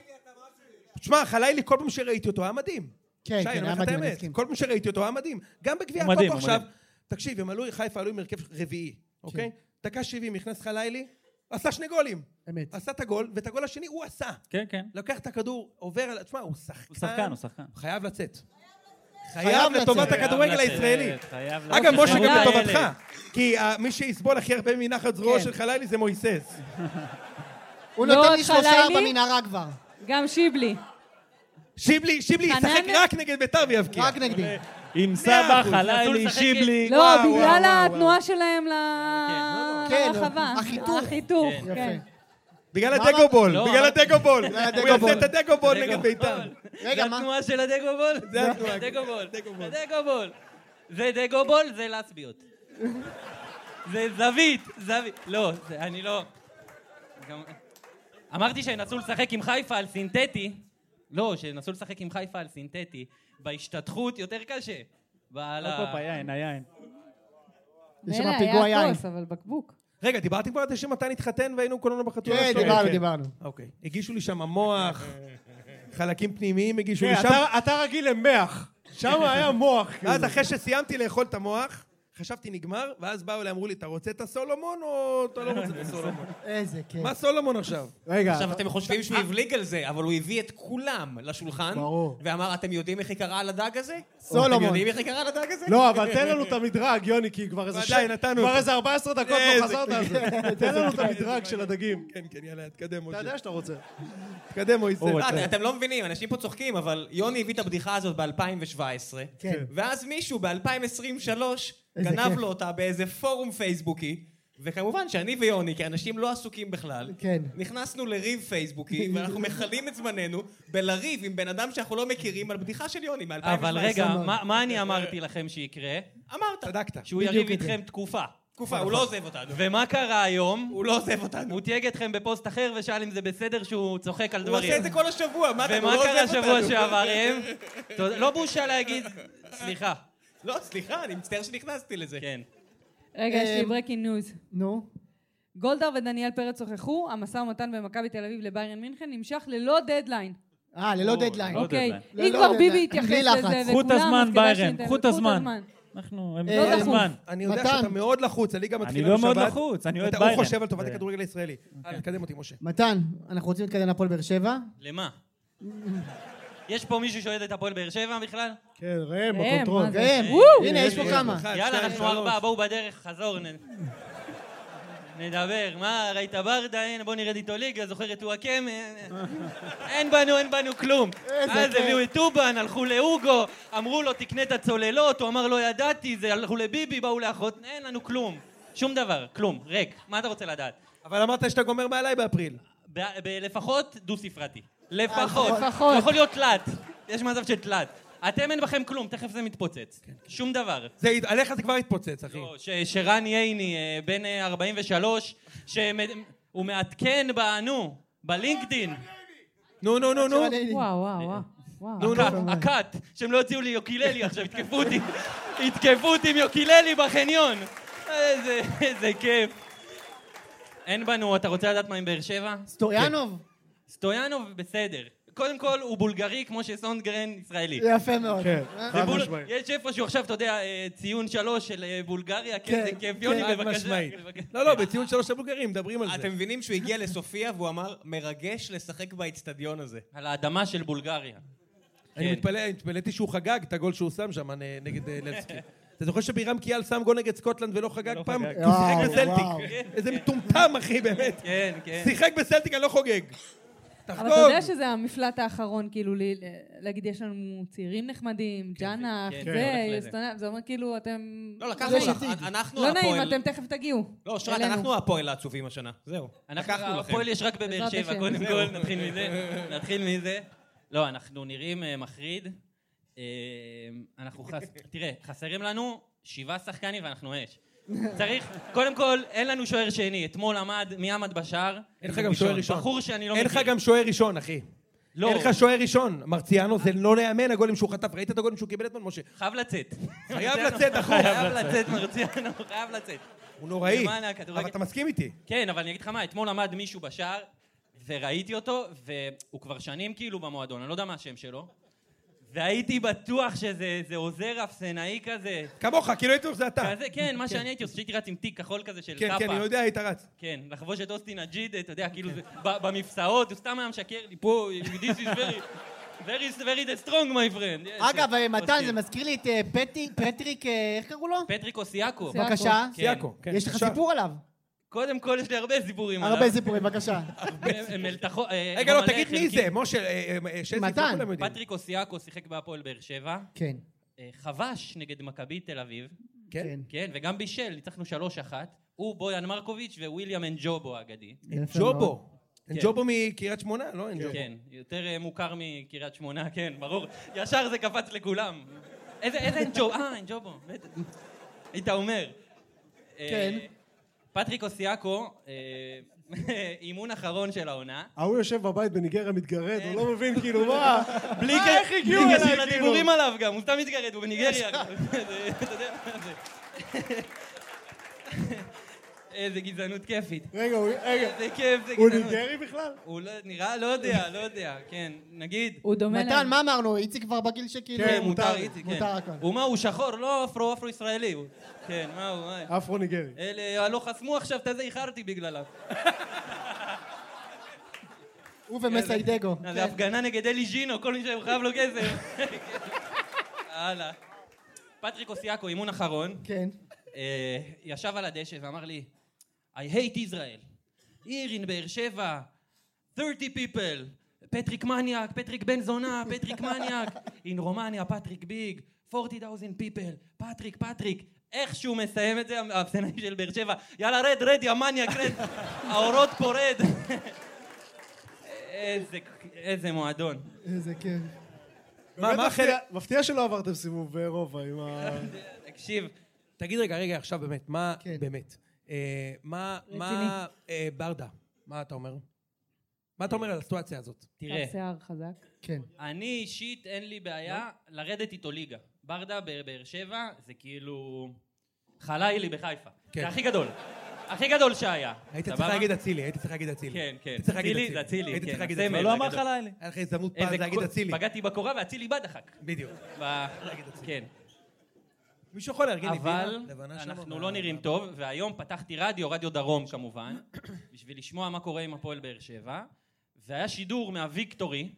[SPEAKER 1] תשמע, חלילי, כל פעם שראיתי אותו היה מדהים.
[SPEAKER 3] כן,
[SPEAKER 1] שי,
[SPEAKER 3] כן,
[SPEAKER 1] אני אומר
[SPEAKER 3] היה
[SPEAKER 1] לך את
[SPEAKER 3] מדהים, אני
[SPEAKER 1] האמת.
[SPEAKER 3] מסכים.
[SPEAKER 1] כל פעם שראיתי אותו היה מדהים. גם בגביע
[SPEAKER 7] הוא
[SPEAKER 1] הטוטו
[SPEAKER 7] מדהים, הוא
[SPEAKER 1] עכשיו.
[SPEAKER 7] מדהים.
[SPEAKER 1] תקשיב, הם עלו, חיפה עלו עם הרכב רביעי,
[SPEAKER 3] כן.
[SPEAKER 1] אוקיי? דקה 70 נכנס חלילי, עשה שני גולים.
[SPEAKER 3] אמת.
[SPEAKER 1] עשה את הגול, ואת הגול השני הוא עשה.
[SPEAKER 7] כן, כן.
[SPEAKER 1] לקח את הכדור, עובר על... תשמע, הוא שחקן.
[SPEAKER 7] הוא שחקן, הוא שחקן.
[SPEAKER 1] חייב לצאת.
[SPEAKER 3] חייב
[SPEAKER 1] חייב
[SPEAKER 3] לצאת.
[SPEAKER 1] לטובת
[SPEAKER 3] חייב
[SPEAKER 1] הכדורגל
[SPEAKER 7] לצאת,
[SPEAKER 1] הישראלי.
[SPEAKER 7] חייב
[SPEAKER 3] לא
[SPEAKER 7] לצאת.
[SPEAKER 1] אגב, משה,
[SPEAKER 7] הוא
[SPEAKER 1] גם
[SPEAKER 7] הילד.
[SPEAKER 1] לטובתך. כי אה, מי שיסבול הכי הרבה מנחת זרועו
[SPEAKER 3] כן.
[SPEAKER 1] של חלילי זה מויסס.
[SPEAKER 3] הוא
[SPEAKER 4] לא,
[SPEAKER 3] נותן לי שלושה
[SPEAKER 4] חלילי?
[SPEAKER 3] במנהרה כבר.
[SPEAKER 4] גם שיבלי.
[SPEAKER 1] שיבלי, שיבלי ישחק
[SPEAKER 4] חנן?
[SPEAKER 1] רק נגד ביתר
[SPEAKER 6] כן.
[SPEAKER 1] ויבקיע.
[SPEAKER 3] רק נגדי.
[SPEAKER 7] עם סבא,
[SPEAKER 1] אחוז,
[SPEAKER 7] חלילי,
[SPEAKER 2] אסור לשחק.
[SPEAKER 7] שיבלי.
[SPEAKER 4] לא,
[SPEAKER 3] וואו, וואו,
[SPEAKER 4] בגלל
[SPEAKER 3] וואו,
[SPEAKER 4] התנועה שלהם ל-
[SPEAKER 3] כן,
[SPEAKER 4] לרחבה.
[SPEAKER 3] החיתוך.
[SPEAKER 4] החיתוך,
[SPEAKER 2] כן.
[SPEAKER 4] כן.
[SPEAKER 3] יפה.
[SPEAKER 1] בגלל
[SPEAKER 3] מה
[SPEAKER 1] הדגו בול,
[SPEAKER 2] לא,
[SPEAKER 1] בגלל
[SPEAKER 2] אמרתי-
[SPEAKER 1] הדגו בול.
[SPEAKER 3] בגלל הדגו
[SPEAKER 1] הוא יעשה
[SPEAKER 3] בול.
[SPEAKER 1] את הדגו בול נגד
[SPEAKER 2] הדגו
[SPEAKER 1] ביתר.
[SPEAKER 2] בול.
[SPEAKER 3] רגע,
[SPEAKER 2] זה
[SPEAKER 3] מה?
[SPEAKER 2] התנועה של הדגו בול?
[SPEAKER 1] זה התנועה.
[SPEAKER 2] דגו בול. זה דגו בול. זה דגו בול, זה לסביות. זה זווית, זווית. לא, זה- אני לא... גם- אמרתי שינסו לשחק עם חיפה על סינתטי. לא, שינסו לשחק עם חיפה על סינתטי. בהשתתחות יותר קשה.
[SPEAKER 7] לא פה, פה,
[SPEAKER 2] וואלה.
[SPEAKER 7] יין, היין.
[SPEAKER 3] יש שם
[SPEAKER 4] מילא,
[SPEAKER 3] פיגוע
[SPEAKER 4] היה
[SPEAKER 3] יין.
[SPEAKER 4] כוס, אבל בקבוק.
[SPEAKER 1] רגע, דיברתי כבר על זה שמתן התחתן והיינו כולנו בחתונה
[SPEAKER 3] כן,
[SPEAKER 1] שלו?
[SPEAKER 3] דיברנו,
[SPEAKER 1] כן.
[SPEAKER 3] דיברנו.
[SPEAKER 1] אוקיי. הגישו לי שם המוח, חלקים פנימיים הגישו
[SPEAKER 6] כן,
[SPEAKER 1] לי שם.
[SPEAKER 6] אתה- אתה רגיל למח. שם היה מוח. כאילו.
[SPEAKER 1] ואז אחרי שסיימתי לאכול את המוח, חשבתי נגמר, ואז באו אליי, אמרו לי, אתה רוצה את הסולומון או אתה לא רוצה את הסולומון?
[SPEAKER 3] איזה כיף.
[SPEAKER 1] מה סולומון עכשיו?
[SPEAKER 3] רגע,
[SPEAKER 5] עכשיו, אה, אתם חושבים שהוא הבליג על זה, אבל הוא הביא את כולם לשולחן,
[SPEAKER 3] ברור.
[SPEAKER 5] ואמר, אתם יודעים איך היא קראה לדג הזה?
[SPEAKER 3] סולומון.
[SPEAKER 5] אתם יודעים איך היא קראה לדג הזה?
[SPEAKER 6] לא, אבל תן לנו את המדרג, יוני, כי כבר איזה
[SPEAKER 1] ועדיין, נתנו
[SPEAKER 6] כבר
[SPEAKER 1] אותו.
[SPEAKER 6] איזה 14 דקות
[SPEAKER 1] איזה-
[SPEAKER 6] לא חזרת על זה. תן לנו את המדרג של הדגים.
[SPEAKER 1] כן, כן, יאללה, תקדם,
[SPEAKER 6] אתה
[SPEAKER 1] משה.
[SPEAKER 6] יודע שאתה רוצה.
[SPEAKER 1] תקדם, מויסר.
[SPEAKER 5] אה, אתם- אתם לא מבינים, אנשים פה צוחקים, אבל יוני הביא את הבדיחה הזאת ב-2017,
[SPEAKER 3] כן.
[SPEAKER 5] ואז מישהו ב-2023
[SPEAKER 3] איזה
[SPEAKER 5] גנב
[SPEAKER 3] כיף.
[SPEAKER 5] לו אותה באיזה פורום פייסבוקי, וכמובן שאני ויוני, כי אנשים לא עסוקים בכלל,
[SPEAKER 3] כן.
[SPEAKER 5] נכנסנו לריב פייסבוקי, ואנחנו מכלים את זמננו בלריב עם בן אדם שאנחנו לא מכירים על בדיחה של יוני מ-2017.
[SPEAKER 2] אבל רגע,
[SPEAKER 3] אמר.
[SPEAKER 2] מה- מה אני אמרתי לכם שיקרה?
[SPEAKER 5] אמרת,
[SPEAKER 1] צדקת.
[SPEAKER 2] שהוא
[SPEAKER 3] בדיוק
[SPEAKER 2] יריב
[SPEAKER 3] את זה.
[SPEAKER 2] איתכם תקופה.
[SPEAKER 5] תקופה, הוא לא
[SPEAKER 1] נכון.
[SPEAKER 5] עוזב אותנו.
[SPEAKER 2] ומה קרה היום?
[SPEAKER 5] הוא לא עוזב אותנו.
[SPEAKER 2] הוא תייג אתכם בפוסט אחר ושאל אם זה בסדר שהוא צוחק על
[SPEAKER 5] הוא
[SPEAKER 2] דברים.
[SPEAKER 5] עושה את זה כל השבוע, מה אתה, הוא
[SPEAKER 2] ומה
[SPEAKER 5] לא עוזב
[SPEAKER 2] קרה
[SPEAKER 5] אותנו.
[SPEAKER 2] שבוע שעבר, הם? תודה- לא בושה להגיד, סליחה.
[SPEAKER 5] לא, סליחה, אני מצטער שנכנסתי לזה.
[SPEAKER 2] כן.
[SPEAKER 4] רגע, יש לי
[SPEAKER 3] אמ,
[SPEAKER 4] ברקינג ניוז.
[SPEAKER 3] נו.
[SPEAKER 4] גולדהר ודניאל פרץ שוחחו, המשא ומתן בין מכבי תל אביב לביירן מינכן נמשך ללא דדליין.
[SPEAKER 3] אה, ללא
[SPEAKER 7] או,
[SPEAKER 3] דדליין.
[SPEAKER 7] לא
[SPEAKER 4] אוקיי,
[SPEAKER 7] דדליין.
[SPEAKER 4] אם
[SPEAKER 3] ללא
[SPEAKER 4] כבר
[SPEAKER 3] דדליין.
[SPEAKER 4] ביבי התייחס
[SPEAKER 3] בלי לחץ.
[SPEAKER 4] לזה,
[SPEAKER 7] קחו את
[SPEAKER 4] וכולם,
[SPEAKER 7] הזמן,
[SPEAKER 4] אז כדאי
[SPEAKER 7] ביירן,
[SPEAKER 4] שניתן-
[SPEAKER 7] קחו את הזמן. אנחנו, הם
[SPEAKER 3] אה,
[SPEAKER 7] לא
[SPEAKER 3] דחוף.
[SPEAKER 7] זמן.
[SPEAKER 1] אני יודע
[SPEAKER 3] מתן.
[SPEAKER 1] שאתה מאוד לחוץ, הליגה מתחילה
[SPEAKER 7] לא
[SPEAKER 1] בשבת.
[SPEAKER 7] מאוד לחוץ, אני אוהד
[SPEAKER 1] אתה-
[SPEAKER 7] ביירן.
[SPEAKER 1] הוא חושב על טובת
[SPEAKER 7] זה-
[SPEAKER 1] הכדורגל הישראלי. הלאה, תקדם אותי, משה.
[SPEAKER 3] מתן, אנחנו רוצים להתקדם להפועל באר שבע.
[SPEAKER 2] למה? יש פה מישהו שאוהד את הפועל באר שבע בכלל?
[SPEAKER 6] כן, ראם,
[SPEAKER 4] ראם,
[SPEAKER 6] בקונטרול.
[SPEAKER 4] מה זה?
[SPEAKER 3] ראם,
[SPEAKER 4] וואו.
[SPEAKER 3] הנה, יש פה כמה.
[SPEAKER 1] אחד,
[SPEAKER 2] יאללה,
[SPEAKER 1] שתיים,
[SPEAKER 2] אנחנו
[SPEAKER 1] שלוש.
[SPEAKER 2] ארבעה, בואו בדרך, חזור. נ- נדבר, מה, ראית ברדה, הנה, בוא נרד איתו ליגה, זוכר את וואקם? אין בנו, אין בנו כלום. אז הביאו את טובן, הלכו לאוגו, אמרו לו, תקנה את הצוללות, הוא אמר, לא ידעתי, זה הלכו לביבי, באו לאחות, אין לנו כלום. שום דבר, כלום, ריק. מה אתה רוצה לדעת?
[SPEAKER 1] אבל אמרת שאתה גומר מעליי באפריל.
[SPEAKER 2] ב- ב- לפחות דו-ספרתי. לפחות.
[SPEAKER 4] לפחות.
[SPEAKER 2] זה יכול להיות תלת. יש מצב של תלת. אתם אין בכם כלום, תכף זה מתפוצץ.
[SPEAKER 1] כן,
[SPEAKER 2] שום דבר.
[SPEAKER 1] זה- עליך זה כבר התפוצץ, אחי.
[SPEAKER 2] לא, ש- שרן ייני, אה, בן אה, 43, שהוא מעדכן ב... נו, בלינקדין.
[SPEAKER 1] נו, נו, נו, נו.
[SPEAKER 3] שרן ייני.
[SPEAKER 4] וואו, וואו,
[SPEAKER 1] נו,
[SPEAKER 4] וואו. וואו.
[SPEAKER 1] נו.
[SPEAKER 2] הכת, הכת, שהם לא יוציאו לי יוקיללי עכשיו, יתקפו אותי. יתקפו אותי עם יוקיללי בחניון. איזה, איזה כיף. אין בנו, אתה רוצה לדעת מה עם באר שבע?
[SPEAKER 3] סטוריאנוב?
[SPEAKER 2] סטויאנוב בסדר. קודם כל, הוא בולגרי כמו שסונדגרן ישראלי.
[SPEAKER 3] יפה מאוד.
[SPEAKER 6] כן,
[SPEAKER 3] אה?
[SPEAKER 2] זה
[SPEAKER 6] חד
[SPEAKER 2] בול-
[SPEAKER 6] משמעית.
[SPEAKER 2] יש איפשהו עכשיו, אתה יודע, אה, ציון שלוש של אה, בולגריה, כן,
[SPEAKER 3] כן,
[SPEAKER 2] זה כיף, יוני,
[SPEAKER 1] חד
[SPEAKER 2] בבקשה.
[SPEAKER 1] משמעית.
[SPEAKER 2] בבקשה.
[SPEAKER 1] לא, לא, בציון שלוש הבולגרים, מדברים על זה.
[SPEAKER 5] אה, אתם מבינים שהוא הגיע לסופיה והוא אמר, מרגש לשחק באצטדיון הזה.
[SPEAKER 2] על האדמה של בולגריה.
[SPEAKER 1] אני
[SPEAKER 2] כן.
[SPEAKER 1] מתפלא, התפלאתי שהוא חגג את הגול שהוא שם שם אה, נגד אה, לבסקי. אתה זוכר שבירם קיאל שם גול נגד סקוטלנד ולא חגג פעם? כי הוא
[SPEAKER 3] וואו,
[SPEAKER 1] שיחק
[SPEAKER 3] וואו.
[SPEAKER 1] בסלטיק. איזה מטומטם, אחי, באמת.
[SPEAKER 2] כן, כן.
[SPEAKER 1] שיחק בסלטיק, אני לא חוגג.
[SPEAKER 4] אבל אתה יודע
[SPEAKER 1] תחגוג.
[SPEAKER 4] שזה המפלט האחרון, כאילו, לי- להגיד, יש לנו צעירים נחמדים, ג'אנח,
[SPEAKER 2] כן,
[SPEAKER 4] זה,
[SPEAKER 2] כן, הולך
[SPEAKER 4] יוסטונב, זה אומר כאילו, אתם...
[SPEAKER 5] לא, לקחנו לך, אנ- אנחנו
[SPEAKER 4] לא נעים,
[SPEAKER 5] הפועל...
[SPEAKER 4] אתם תכף תגיעו.
[SPEAKER 5] לא, אושרת,
[SPEAKER 4] אלינו.
[SPEAKER 5] אנחנו הפועל העצובים השנה. זהו.
[SPEAKER 2] אנחנו,
[SPEAKER 5] לקחנו לכם.
[SPEAKER 2] הפועל יש רק בבאר
[SPEAKER 4] בעזרת
[SPEAKER 2] שבע,
[SPEAKER 4] השם.
[SPEAKER 2] קודם כל, נתחיל מזה. נתחיל מזה. לא, אנחנו נראים אה, מחריד. אה, אנחנו חס... תראה, חסרים לנו שבעה שחקנים ואנחנו אש. צריך, קודם כל, אין לנו שוער שני. אתמול עמד, מי עמד בשער?
[SPEAKER 1] אין לך גם שוער ראשון.
[SPEAKER 2] בחור שאני לא
[SPEAKER 1] אין לך גם שוער ראשון, אחי.
[SPEAKER 2] לא.
[SPEAKER 1] אין לך שוער ראשון. מרציאנו, זה לא להאמן הגולים שהוא חטף. ראית את הגולים שהוא קיבל אתמול, משה?
[SPEAKER 2] חייב לצאת.
[SPEAKER 1] חייב
[SPEAKER 2] מרציאנו,
[SPEAKER 1] לצאת, אחי.
[SPEAKER 2] חייב לצאת, מרציאנו, חייב לצאת.
[SPEAKER 1] הוא נוראי.
[SPEAKER 2] למען הכדורגל.
[SPEAKER 1] אבל אתה מסכים איתי.
[SPEAKER 2] כן, אבל אני אגיד לך מה, אתמול עמד מישהו בשער, וראיתי אותו, והוא כבר שנים כאילו במועדון, אני לא יודע מה השם שלו, והייתי בטוח שזה זה עוזר אפסנאי כזה,
[SPEAKER 1] כמוך, כאילו הייתי אומר שזה אתה.
[SPEAKER 2] כזה, כן, מה שאני הייתי עושה, שהייתי רץ עם תיק כחול כזה של
[SPEAKER 1] כן,
[SPEAKER 2] טאפה.
[SPEAKER 1] כן, אני יודע, כן. היית רץ.
[SPEAKER 2] כן, לחבוש את אוסטין אג'יד, אתה יודע, כאילו, זה- ב- במפסעות, הוא סתם היה משקר לי פה, this is very... Very, very the strong, my friend. Yes,
[SPEAKER 3] אגב,
[SPEAKER 1] אה,
[SPEAKER 2] yes,
[SPEAKER 3] מתן,
[SPEAKER 2] אוסטין.
[SPEAKER 3] זה מזכיר לי את אה, פטי- פטריק, אה, איך קראו לו?
[SPEAKER 2] פטריק אוסיאקו.
[SPEAKER 4] סיאקו.
[SPEAKER 3] בבקשה.
[SPEAKER 2] כן.
[SPEAKER 1] סיאקו. כן,
[SPEAKER 3] יש לך
[SPEAKER 1] בבקשה.
[SPEAKER 3] סיפור עליו.
[SPEAKER 2] קודם כל, יש לי הרבה סיפורים עליו.
[SPEAKER 3] הרבה סיפורים, בבקשה.
[SPEAKER 2] סיפורים. מלתחו... אה,
[SPEAKER 1] רגע, לא,
[SPEAKER 2] מלא
[SPEAKER 1] תגיד מי
[SPEAKER 2] חלקיקים.
[SPEAKER 1] זה, משה, אה, אה, אה, שזי,
[SPEAKER 3] מתן.
[SPEAKER 1] לא כולם יודעים.
[SPEAKER 2] פטריק אוסיאקו שיחק בהפועל באר שבע,
[SPEAKER 3] כן,
[SPEAKER 2] אה, חבש נגד מכבי תל אביב,
[SPEAKER 1] כן.
[SPEAKER 3] כן.
[SPEAKER 2] כן, וגם בישל, ניצחנו 3-1, הוא בויאן מרקוביץ' וויליאם אנג'ובו האגדי.
[SPEAKER 3] יפה מאוד.
[SPEAKER 1] ג'ובו.
[SPEAKER 2] כן.
[SPEAKER 1] ג'ובו מקריית שמונה, לא אין ג'ובו.
[SPEAKER 2] כן, יותר אה, מוכר מקריית שמונה, כן, ברור. ישר זה קפץ לכולם. איזה איזה אנג'ובו, אה, אנג'ובו, בטח. היית אומר. אה,
[SPEAKER 3] כן.
[SPEAKER 2] פטריק אוסיאקו, אה, אימון אחרון של העונה.
[SPEAKER 6] ההוא יושב בבית בניגריה מתגרד, הוא לא מבין כאילו מה,
[SPEAKER 2] בלי
[SPEAKER 6] מה,
[SPEAKER 2] קשר-
[SPEAKER 6] איך הגיעו
[SPEAKER 2] בלי
[SPEAKER 6] אליי,
[SPEAKER 2] קשר
[SPEAKER 6] כאילו?
[SPEAKER 2] לדיבורים עליו גם, הוא סתם מתגרד, הוא בניגריה. אתה יודע מה זה. איזה גזענות כיפית.
[SPEAKER 6] רגע, הוא- רגע,
[SPEAKER 2] איזה כיף, זה
[SPEAKER 6] הוא
[SPEAKER 2] גזענות.
[SPEAKER 6] ניגרי בכלל?
[SPEAKER 2] הוא לא, נראה, לא יודע, לא יודע, כן, נגיד.
[SPEAKER 4] הוא דומה
[SPEAKER 3] מתן,
[SPEAKER 4] להם.
[SPEAKER 3] מה אמרנו? איציק כבר בגיל שכאילו...
[SPEAKER 6] כן, מותר.
[SPEAKER 2] מותר איציק, כן.
[SPEAKER 3] מותר הכל.
[SPEAKER 2] הוא מה, הוא שחור, לא אפרו, אפרו ישראלי. הוא- כן, מה הוא, מה...
[SPEAKER 6] אפרו ניגרי.
[SPEAKER 2] אלה, הלא חסמו עכשיו את הזה, איחרתי בגללם.
[SPEAKER 3] הוא ומסיידגו.
[SPEAKER 2] כן, זה הפגנה נגד אלי ז'ינו, כל מי שחייב לו כסף. כן. הלאה. פטריק אוסיאקו, אימון אחרון,
[SPEAKER 3] כן.
[SPEAKER 2] אה, ישב על הדשא ואמר לי, I hate Israel. עיר in באר שבע, 30 people, פטריק מניאק, פטריק בן זונה, פטריק מניאק, in רומניה, פטריק ביג, 40,000 people, פטריק, פטריק. איך שהוא מסיים את זה, האפסנאי של באר שבע, יאללה רד, רד, יא מניאק, רד, האורות פה רד. איזה, איזה מועדון.
[SPEAKER 3] איזה כיף.
[SPEAKER 1] מה, מה החלק...
[SPEAKER 6] מפתיע- מפתיע שלא עברתם סיבוב באירופה עם ה...
[SPEAKER 2] תקשיב,
[SPEAKER 1] תגיד רגע, רגע, עכשיו באמת, מה...
[SPEAKER 3] כן.
[SPEAKER 1] באמת. אה, מה... מה... אה, ברדה, מה אתה אומר? מה אתה אומר על הסיטואציה הזאת?
[SPEAKER 2] תראה,
[SPEAKER 4] השיער חזק.
[SPEAKER 3] כן.
[SPEAKER 2] אני אישית אין לי בעיה לרדת איתו ליגה. ברדה בבאר שבע זה כאילו... חליילי בחיפה.
[SPEAKER 1] כן.
[SPEAKER 2] זה הכי גדול. הכי גדול שהיה.
[SPEAKER 1] היית צריך
[SPEAKER 2] סבבה?
[SPEAKER 1] להגיד אצילי, היית צריך להגיד אצילי.
[SPEAKER 2] כן, כן.
[SPEAKER 1] היית צריך להגיד
[SPEAKER 2] אצילי זה אצילי,
[SPEAKER 1] היית
[SPEAKER 2] כן,
[SPEAKER 1] צריך להגיד
[SPEAKER 2] הסמל.
[SPEAKER 1] אצילי.
[SPEAKER 2] לא
[SPEAKER 7] לא
[SPEAKER 2] אמר
[SPEAKER 7] אמר
[SPEAKER 2] גדול.
[SPEAKER 7] לך לילה.
[SPEAKER 1] היה לך הזדמנות
[SPEAKER 2] איזה
[SPEAKER 1] פעם להגיד
[SPEAKER 2] גול-
[SPEAKER 1] אצילי.
[SPEAKER 2] פגעתי בקורה ואצילי בא דחק.
[SPEAKER 1] בדיוק.
[SPEAKER 2] ב-
[SPEAKER 1] להגיד אצילי.
[SPEAKER 2] כן.
[SPEAKER 1] מישהו יכול לארגן לי
[SPEAKER 2] אבל
[SPEAKER 1] בירה? לבנה שם
[SPEAKER 2] אנחנו
[SPEAKER 1] או
[SPEAKER 2] לא
[SPEAKER 1] מה-
[SPEAKER 2] נראים טוב, והיום פתחתי רדיו, רדיו דרום כמובן, בשביל לשמוע מה קורה עם הפועל באר שבע, והיה שידור מהוויקטורי,